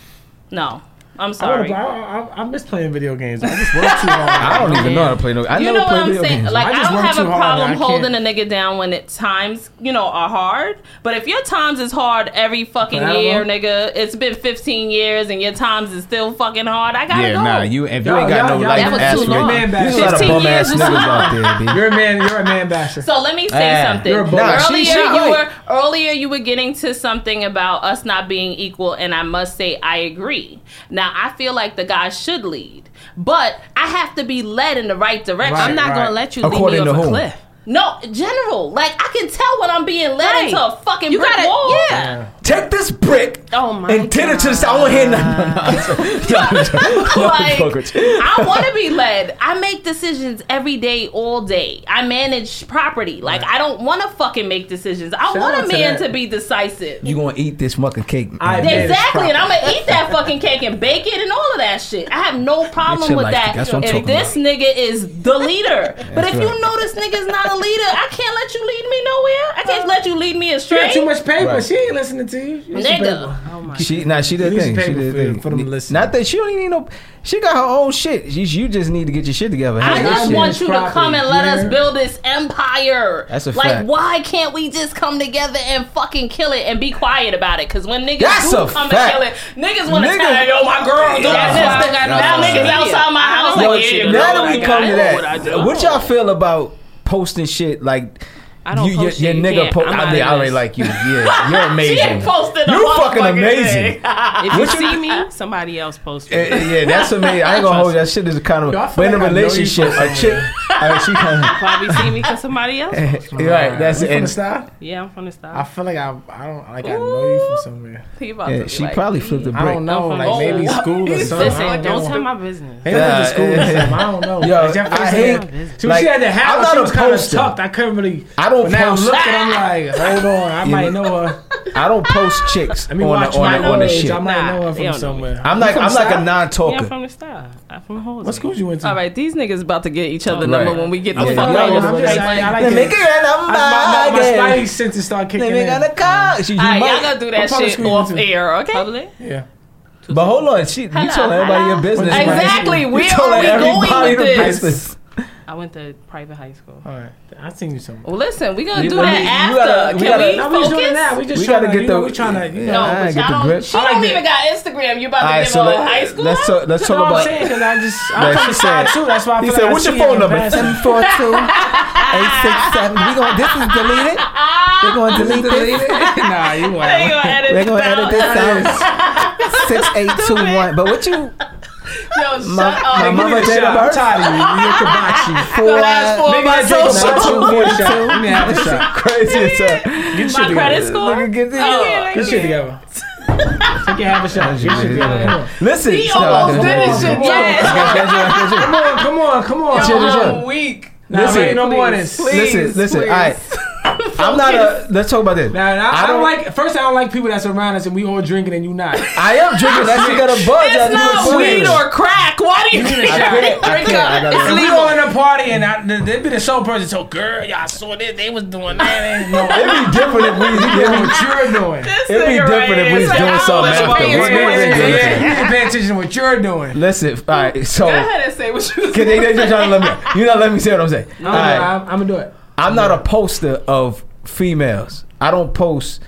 [SPEAKER 4] no,
[SPEAKER 6] I,
[SPEAKER 4] I'm
[SPEAKER 6] wanna
[SPEAKER 4] sorry.
[SPEAKER 6] play- I, I, I miss playing video games. I just work too long.
[SPEAKER 3] I don't even know how to play no. I
[SPEAKER 4] you
[SPEAKER 3] never
[SPEAKER 4] know what
[SPEAKER 3] play
[SPEAKER 4] I'm
[SPEAKER 3] video
[SPEAKER 4] saying?
[SPEAKER 3] games.
[SPEAKER 4] Like
[SPEAKER 6] I
[SPEAKER 4] I,
[SPEAKER 6] just
[SPEAKER 4] don't
[SPEAKER 6] work
[SPEAKER 4] have a
[SPEAKER 6] too hard
[SPEAKER 4] problem
[SPEAKER 6] and I
[SPEAKER 4] holding
[SPEAKER 6] can't.
[SPEAKER 4] a nigga down when it times you know are hard. But if your times is hard every fucking
[SPEAKER 6] Forever?
[SPEAKER 4] year, nigga, it's been 15 years and your times is still fucking hard. I gotta
[SPEAKER 3] yeah,
[SPEAKER 4] go.
[SPEAKER 3] nah. You if you
[SPEAKER 6] Y'all-
[SPEAKER 3] ain't got
[SPEAKER 6] y'all-
[SPEAKER 3] no
[SPEAKER 6] y'all-
[SPEAKER 3] life
[SPEAKER 4] That was
[SPEAKER 3] ass
[SPEAKER 4] too
[SPEAKER 3] niggas-
[SPEAKER 4] long.
[SPEAKER 3] There's a lot of
[SPEAKER 4] 15
[SPEAKER 3] bum ass
[SPEAKER 4] years is
[SPEAKER 3] niggas
[SPEAKER 4] too
[SPEAKER 3] out there, bitch.
[SPEAKER 6] You're a man. You're a man basher.
[SPEAKER 4] So let me say
[SPEAKER 3] Ah,
[SPEAKER 4] something.
[SPEAKER 6] you're a bull.
[SPEAKER 3] Nah,
[SPEAKER 4] earlier
[SPEAKER 3] she- she
[SPEAKER 4] you
[SPEAKER 3] right.
[SPEAKER 4] were earlier you were getting to something about us not being equal, and I must say I agree. Now Now I feel like the guy should lead, but I have to be led in the right direction.
[SPEAKER 6] Right,
[SPEAKER 5] I'm not
[SPEAKER 6] right.
[SPEAKER 5] gonna let you
[SPEAKER 3] According to
[SPEAKER 5] lead me off
[SPEAKER 3] whom?
[SPEAKER 5] a cliff.
[SPEAKER 4] No, general. Like I can tell when I'm being led
[SPEAKER 5] Right.
[SPEAKER 4] into a fucking
[SPEAKER 5] You
[SPEAKER 4] brick
[SPEAKER 5] gotta-
[SPEAKER 4] wall.
[SPEAKER 5] yeah.
[SPEAKER 3] Take this brick
[SPEAKER 5] Oh my
[SPEAKER 3] and tend it to the side. I don't hear nothing.
[SPEAKER 4] like
[SPEAKER 3] Fuck with you.
[SPEAKER 4] I want to be led. I make decisions every day, all day. I manage property. Like I don't want to fucking make decisions. I
[SPEAKER 6] Shout out
[SPEAKER 4] want a
[SPEAKER 6] to
[SPEAKER 4] man
[SPEAKER 6] that.
[SPEAKER 4] to be decisive.
[SPEAKER 3] You gonna eat this fucking cake?
[SPEAKER 6] I
[SPEAKER 3] man.
[SPEAKER 6] bet. manage
[SPEAKER 4] Exactly, and I'm gonna eat that fucking cake and bake it and all of that shit. I have no
[SPEAKER 3] That's
[SPEAKER 4] problem
[SPEAKER 3] your
[SPEAKER 4] with
[SPEAKER 3] life.
[SPEAKER 4] that.
[SPEAKER 3] That's what I'm
[SPEAKER 4] if
[SPEAKER 3] talking
[SPEAKER 4] this nigga is the leader, but
[SPEAKER 3] right.
[SPEAKER 4] if you know this nigga's not a leader, I can't let you lead me nowhere. I can't let you lead me
[SPEAKER 6] You got
[SPEAKER 4] astray.
[SPEAKER 6] too much paper.
[SPEAKER 1] Right.
[SPEAKER 6] She ain't listening to you. Use the
[SPEAKER 4] Nigga.
[SPEAKER 6] paper.
[SPEAKER 5] Oh my
[SPEAKER 3] She nah, she did
[SPEAKER 6] Use
[SPEAKER 3] thing. She
[SPEAKER 6] paper
[SPEAKER 3] did
[SPEAKER 6] for-
[SPEAKER 3] thing.
[SPEAKER 6] for them to listen.
[SPEAKER 3] Not that she don't even need no. She got her own shit. You, you just need to get your shit together.
[SPEAKER 4] I
[SPEAKER 6] that
[SPEAKER 3] Hey,
[SPEAKER 4] just
[SPEAKER 3] shit-
[SPEAKER 6] shit
[SPEAKER 4] want
[SPEAKER 6] is
[SPEAKER 4] you to
[SPEAKER 6] property.
[SPEAKER 4] come and let us
[SPEAKER 6] Yeah.
[SPEAKER 4] build this empire.
[SPEAKER 3] That's a
[SPEAKER 4] like,
[SPEAKER 3] fact.
[SPEAKER 4] why can't we just come together and fucking kill it and be quiet about it? Because when niggas
[SPEAKER 3] That's
[SPEAKER 4] do
[SPEAKER 3] a
[SPEAKER 4] come
[SPEAKER 3] fact.
[SPEAKER 4] and kill it, niggas want to
[SPEAKER 3] Niggas-
[SPEAKER 4] tell yo, my girl,
[SPEAKER 3] Yeah.
[SPEAKER 4] do this, this,
[SPEAKER 3] That's
[SPEAKER 4] that. Now
[SPEAKER 3] a fact.
[SPEAKER 4] niggas outside my house.
[SPEAKER 3] Yo,
[SPEAKER 4] Like, yeah, you know
[SPEAKER 3] now
[SPEAKER 4] what
[SPEAKER 3] that
[SPEAKER 4] I
[SPEAKER 3] we
[SPEAKER 4] got.
[SPEAKER 3] come to
[SPEAKER 4] I know
[SPEAKER 3] that,
[SPEAKER 4] what I do.
[SPEAKER 3] what y'all feel about posting shit like?
[SPEAKER 5] I don't
[SPEAKER 3] you,
[SPEAKER 5] post
[SPEAKER 3] your,
[SPEAKER 5] shit.
[SPEAKER 3] your
[SPEAKER 5] You
[SPEAKER 3] nigga
[SPEAKER 5] can't.
[SPEAKER 3] po-
[SPEAKER 5] I'm
[SPEAKER 3] I
[SPEAKER 5] outta
[SPEAKER 3] mean, I already
[SPEAKER 5] this.
[SPEAKER 3] like you. Yeah, you're
[SPEAKER 4] She
[SPEAKER 3] amazing.
[SPEAKER 4] ain't posted a
[SPEAKER 3] You fucking
[SPEAKER 4] motherfucking
[SPEAKER 3] amazing.
[SPEAKER 4] thing.
[SPEAKER 5] If you
[SPEAKER 3] What you-
[SPEAKER 5] see me, somebody else posted.
[SPEAKER 3] Eh, eh, yeah, that's amazing. I ain't gonna hold you. that shit is kind of.
[SPEAKER 6] Yo, I feel
[SPEAKER 3] but in
[SPEAKER 6] like
[SPEAKER 3] a
[SPEAKER 6] I know you
[SPEAKER 3] relationship,
[SPEAKER 6] from
[SPEAKER 3] a chick, uh, she kind of.
[SPEAKER 5] Probably see me because somebody else.
[SPEAKER 3] Right, that's
[SPEAKER 6] You from
[SPEAKER 3] it.
[SPEAKER 6] the
[SPEAKER 3] And,
[SPEAKER 6] style?
[SPEAKER 5] Yeah, I'm from the style.
[SPEAKER 6] I feel like I, I don't like I know you from somewhere.
[SPEAKER 4] He about to
[SPEAKER 3] yeah,
[SPEAKER 4] be
[SPEAKER 3] she
[SPEAKER 4] like,
[SPEAKER 3] probably flipped the
[SPEAKER 6] I
[SPEAKER 3] brick.
[SPEAKER 6] don't know,
[SPEAKER 5] Don't
[SPEAKER 6] like
[SPEAKER 5] fuck-
[SPEAKER 6] maybe
[SPEAKER 5] Oh.
[SPEAKER 6] school or something. I
[SPEAKER 5] Listen, don't
[SPEAKER 6] know.
[SPEAKER 5] tell my business.
[SPEAKER 6] Maybe I went to school
[SPEAKER 3] Uh,
[SPEAKER 6] or something. I don't know.
[SPEAKER 3] Yo,
[SPEAKER 6] Like, Jeff
[SPEAKER 3] I
[SPEAKER 6] Bezos
[SPEAKER 3] hate-
[SPEAKER 6] had- So
[SPEAKER 3] like,
[SPEAKER 6] she had the hat.
[SPEAKER 3] I'm
[SPEAKER 6] I'm
[SPEAKER 3] not
[SPEAKER 6] not
[SPEAKER 3] a
[SPEAKER 6] she was kind of
[SPEAKER 3] poster.
[SPEAKER 6] tucked. I couldn't really.
[SPEAKER 3] I don't
[SPEAKER 6] But now I'm
[SPEAKER 3] post-
[SPEAKER 6] looking. I'm like, hold on. I might know her.
[SPEAKER 3] I don't post chicks
[SPEAKER 6] Let me
[SPEAKER 3] on
[SPEAKER 6] watch
[SPEAKER 3] the, on,
[SPEAKER 6] my
[SPEAKER 3] the, on the
[SPEAKER 6] age.
[SPEAKER 3] shit.
[SPEAKER 6] I
[SPEAKER 3] I'm,
[SPEAKER 6] might
[SPEAKER 5] Nah,
[SPEAKER 6] know her
[SPEAKER 5] they don't
[SPEAKER 6] from
[SPEAKER 5] know
[SPEAKER 6] somewhere.
[SPEAKER 5] me.
[SPEAKER 3] like I'm like a
[SPEAKER 5] Yeah, I'm
[SPEAKER 3] non-talker.
[SPEAKER 5] from the style. I'm from Hoes.
[SPEAKER 6] What school you went to?
[SPEAKER 4] All right, these niggas about to get each other
[SPEAKER 3] Right.
[SPEAKER 4] number when we get the
[SPEAKER 3] Yeah.
[SPEAKER 4] fuck
[SPEAKER 3] Yeah,
[SPEAKER 4] out of
[SPEAKER 6] I'm
[SPEAKER 4] this
[SPEAKER 6] just
[SPEAKER 4] place.
[SPEAKER 6] saying, I
[SPEAKER 4] Like,
[SPEAKER 6] like
[SPEAKER 3] Let me
[SPEAKER 6] it.
[SPEAKER 3] get her
[SPEAKER 6] I- My, my, my
[SPEAKER 3] number
[SPEAKER 6] spidey
[SPEAKER 3] again.
[SPEAKER 6] senses start kicking
[SPEAKER 3] Let me
[SPEAKER 6] in.
[SPEAKER 3] get a car. She- you
[SPEAKER 4] all right,
[SPEAKER 3] might-
[SPEAKER 4] y'all gonna do that
[SPEAKER 6] I'm probably
[SPEAKER 4] shit
[SPEAKER 6] screaming
[SPEAKER 4] off
[SPEAKER 6] too.
[SPEAKER 4] air, okay?
[SPEAKER 5] Public?
[SPEAKER 6] yeah.
[SPEAKER 3] But hold on, she, you
[SPEAKER 4] Hello,
[SPEAKER 3] told everybody
[SPEAKER 4] hello.
[SPEAKER 3] your business. right?
[SPEAKER 4] Exactly.
[SPEAKER 3] You
[SPEAKER 4] Where
[SPEAKER 3] told
[SPEAKER 4] are we
[SPEAKER 3] everybody
[SPEAKER 4] going with
[SPEAKER 3] the
[SPEAKER 4] this?
[SPEAKER 3] business.
[SPEAKER 5] I went to private high school.
[SPEAKER 6] All right. I seen you somewhere.
[SPEAKER 4] Well, listen, we gonna
[SPEAKER 3] You-
[SPEAKER 4] do
[SPEAKER 3] we-
[SPEAKER 4] that
[SPEAKER 3] you gotta-
[SPEAKER 4] after.
[SPEAKER 3] we
[SPEAKER 4] Can
[SPEAKER 3] gotta-
[SPEAKER 4] we
[SPEAKER 6] No, we
[SPEAKER 4] focus?
[SPEAKER 6] just doing that. We just
[SPEAKER 3] We
[SPEAKER 6] trying to,
[SPEAKER 3] gotta get
[SPEAKER 6] you know,
[SPEAKER 3] the-
[SPEAKER 6] we trying to, you
[SPEAKER 3] Yeah.
[SPEAKER 4] No,
[SPEAKER 6] know.
[SPEAKER 3] I
[SPEAKER 4] but
[SPEAKER 3] get the
[SPEAKER 4] y'all
[SPEAKER 3] grip.
[SPEAKER 4] don't.
[SPEAKER 6] I
[SPEAKER 4] She
[SPEAKER 6] like
[SPEAKER 4] don't
[SPEAKER 6] that.
[SPEAKER 4] even got Instagram. You about to
[SPEAKER 3] All right,
[SPEAKER 4] give
[SPEAKER 3] so
[SPEAKER 4] her a
[SPEAKER 3] let-
[SPEAKER 4] high school?
[SPEAKER 3] let's talk. Let's talk
[SPEAKER 6] No, I'm
[SPEAKER 3] about.
[SPEAKER 6] saying because I just I'm
[SPEAKER 3] Right,
[SPEAKER 6] from
[SPEAKER 3] she
[SPEAKER 6] the side
[SPEAKER 3] said-
[SPEAKER 6] too. That's why I
[SPEAKER 3] He
[SPEAKER 6] feel
[SPEAKER 3] said,
[SPEAKER 6] like I
[SPEAKER 3] "What's your
[SPEAKER 6] see it
[SPEAKER 3] phone
[SPEAKER 6] in
[SPEAKER 3] number?"
[SPEAKER 6] passing.
[SPEAKER 3] Seven four two eight six seven. We going. This is deleted. They're going to delete this.
[SPEAKER 6] nah, you wild.
[SPEAKER 4] They gonna edit
[SPEAKER 3] They're going to
[SPEAKER 4] this
[SPEAKER 3] edit
[SPEAKER 4] out.
[SPEAKER 3] this out. Six eight two one. But what you?
[SPEAKER 4] Yo, shut
[SPEAKER 3] My-
[SPEAKER 4] up.
[SPEAKER 3] my
[SPEAKER 6] Give me
[SPEAKER 3] mother-
[SPEAKER 6] the
[SPEAKER 3] Date of
[SPEAKER 6] shot. I'm
[SPEAKER 3] birth?
[SPEAKER 6] tired of you. You're kibachi.
[SPEAKER 3] Four.
[SPEAKER 4] last four.
[SPEAKER 6] Maybe I
[SPEAKER 4] my
[SPEAKER 6] drink a
[SPEAKER 4] social.
[SPEAKER 6] shot, two more shot. Let me have a shot.
[SPEAKER 3] Crazy as hell.
[SPEAKER 6] Get
[SPEAKER 4] My
[SPEAKER 6] shit
[SPEAKER 4] credit
[SPEAKER 6] together.
[SPEAKER 4] score.
[SPEAKER 3] Look at this.
[SPEAKER 6] Get shit together. Take your half a shot. Get shit together. Come on.
[SPEAKER 3] Listen.
[SPEAKER 4] He
[SPEAKER 3] stop.
[SPEAKER 4] almost did
[SPEAKER 6] this
[SPEAKER 4] his shit.
[SPEAKER 6] shit.
[SPEAKER 4] Yes.
[SPEAKER 6] Come on, come on, come on.
[SPEAKER 3] Shit, shit.
[SPEAKER 4] I'm weak.
[SPEAKER 6] Nah,
[SPEAKER 3] Listen.
[SPEAKER 6] wait, no more of this.
[SPEAKER 4] Please.
[SPEAKER 3] Listen, listen. All
[SPEAKER 4] please.
[SPEAKER 3] right. I'm not a. Let's talk about this.
[SPEAKER 6] Nah, nah, I,
[SPEAKER 3] I
[SPEAKER 6] don't
[SPEAKER 3] don't-
[SPEAKER 6] like. First, I don't like people that's around us and we all drinking and you not.
[SPEAKER 3] I am drinking. That shit got a buzz. I just
[SPEAKER 4] It's not
[SPEAKER 3] want
[SPEAKER 4] weed
[SPEAKER 3] to-
[SPEAKER 4] or crack. Why do you think
[SPEAKER 6] I
[SPEAKER 3] can't, I can't, I gotta-
[SPEAKER 4] It's
[SPEAKER 6] If we
[SPEAKER 4] legal.
[SPEAKER 6] go in a party and I, they'd be the sole person. So, girl, y'all saw this. They was doing that. No,
[SPEAKER 3] It'd be different if we.
[SPEAKER 6] you know what you're doing.
[SPEAKER 3] It'd be different if we was doing something after.
[SPEAKER 6] Yeah,
[SPEAKER 3] What- what-
[SPEAKER 6] yeah,
[SPEAKER 3] what-
[SPEAKER 6] yeah. You need to pay attention to what you're doing.
[SPEAKER 3] Listen. All right. So.
[SPEAKER 4] Go ahead and say what you
[SPEAKER 3] Cause they, they just trying to let me. You're not letting me say what I'm saying.
[SPEAKER 6] I'm,
[SPEAKER 3] All right.
[SPEAKER 6] I'm, I'm gonna do it.
[SPEAKER 3] I'm not a poster of females. I don't post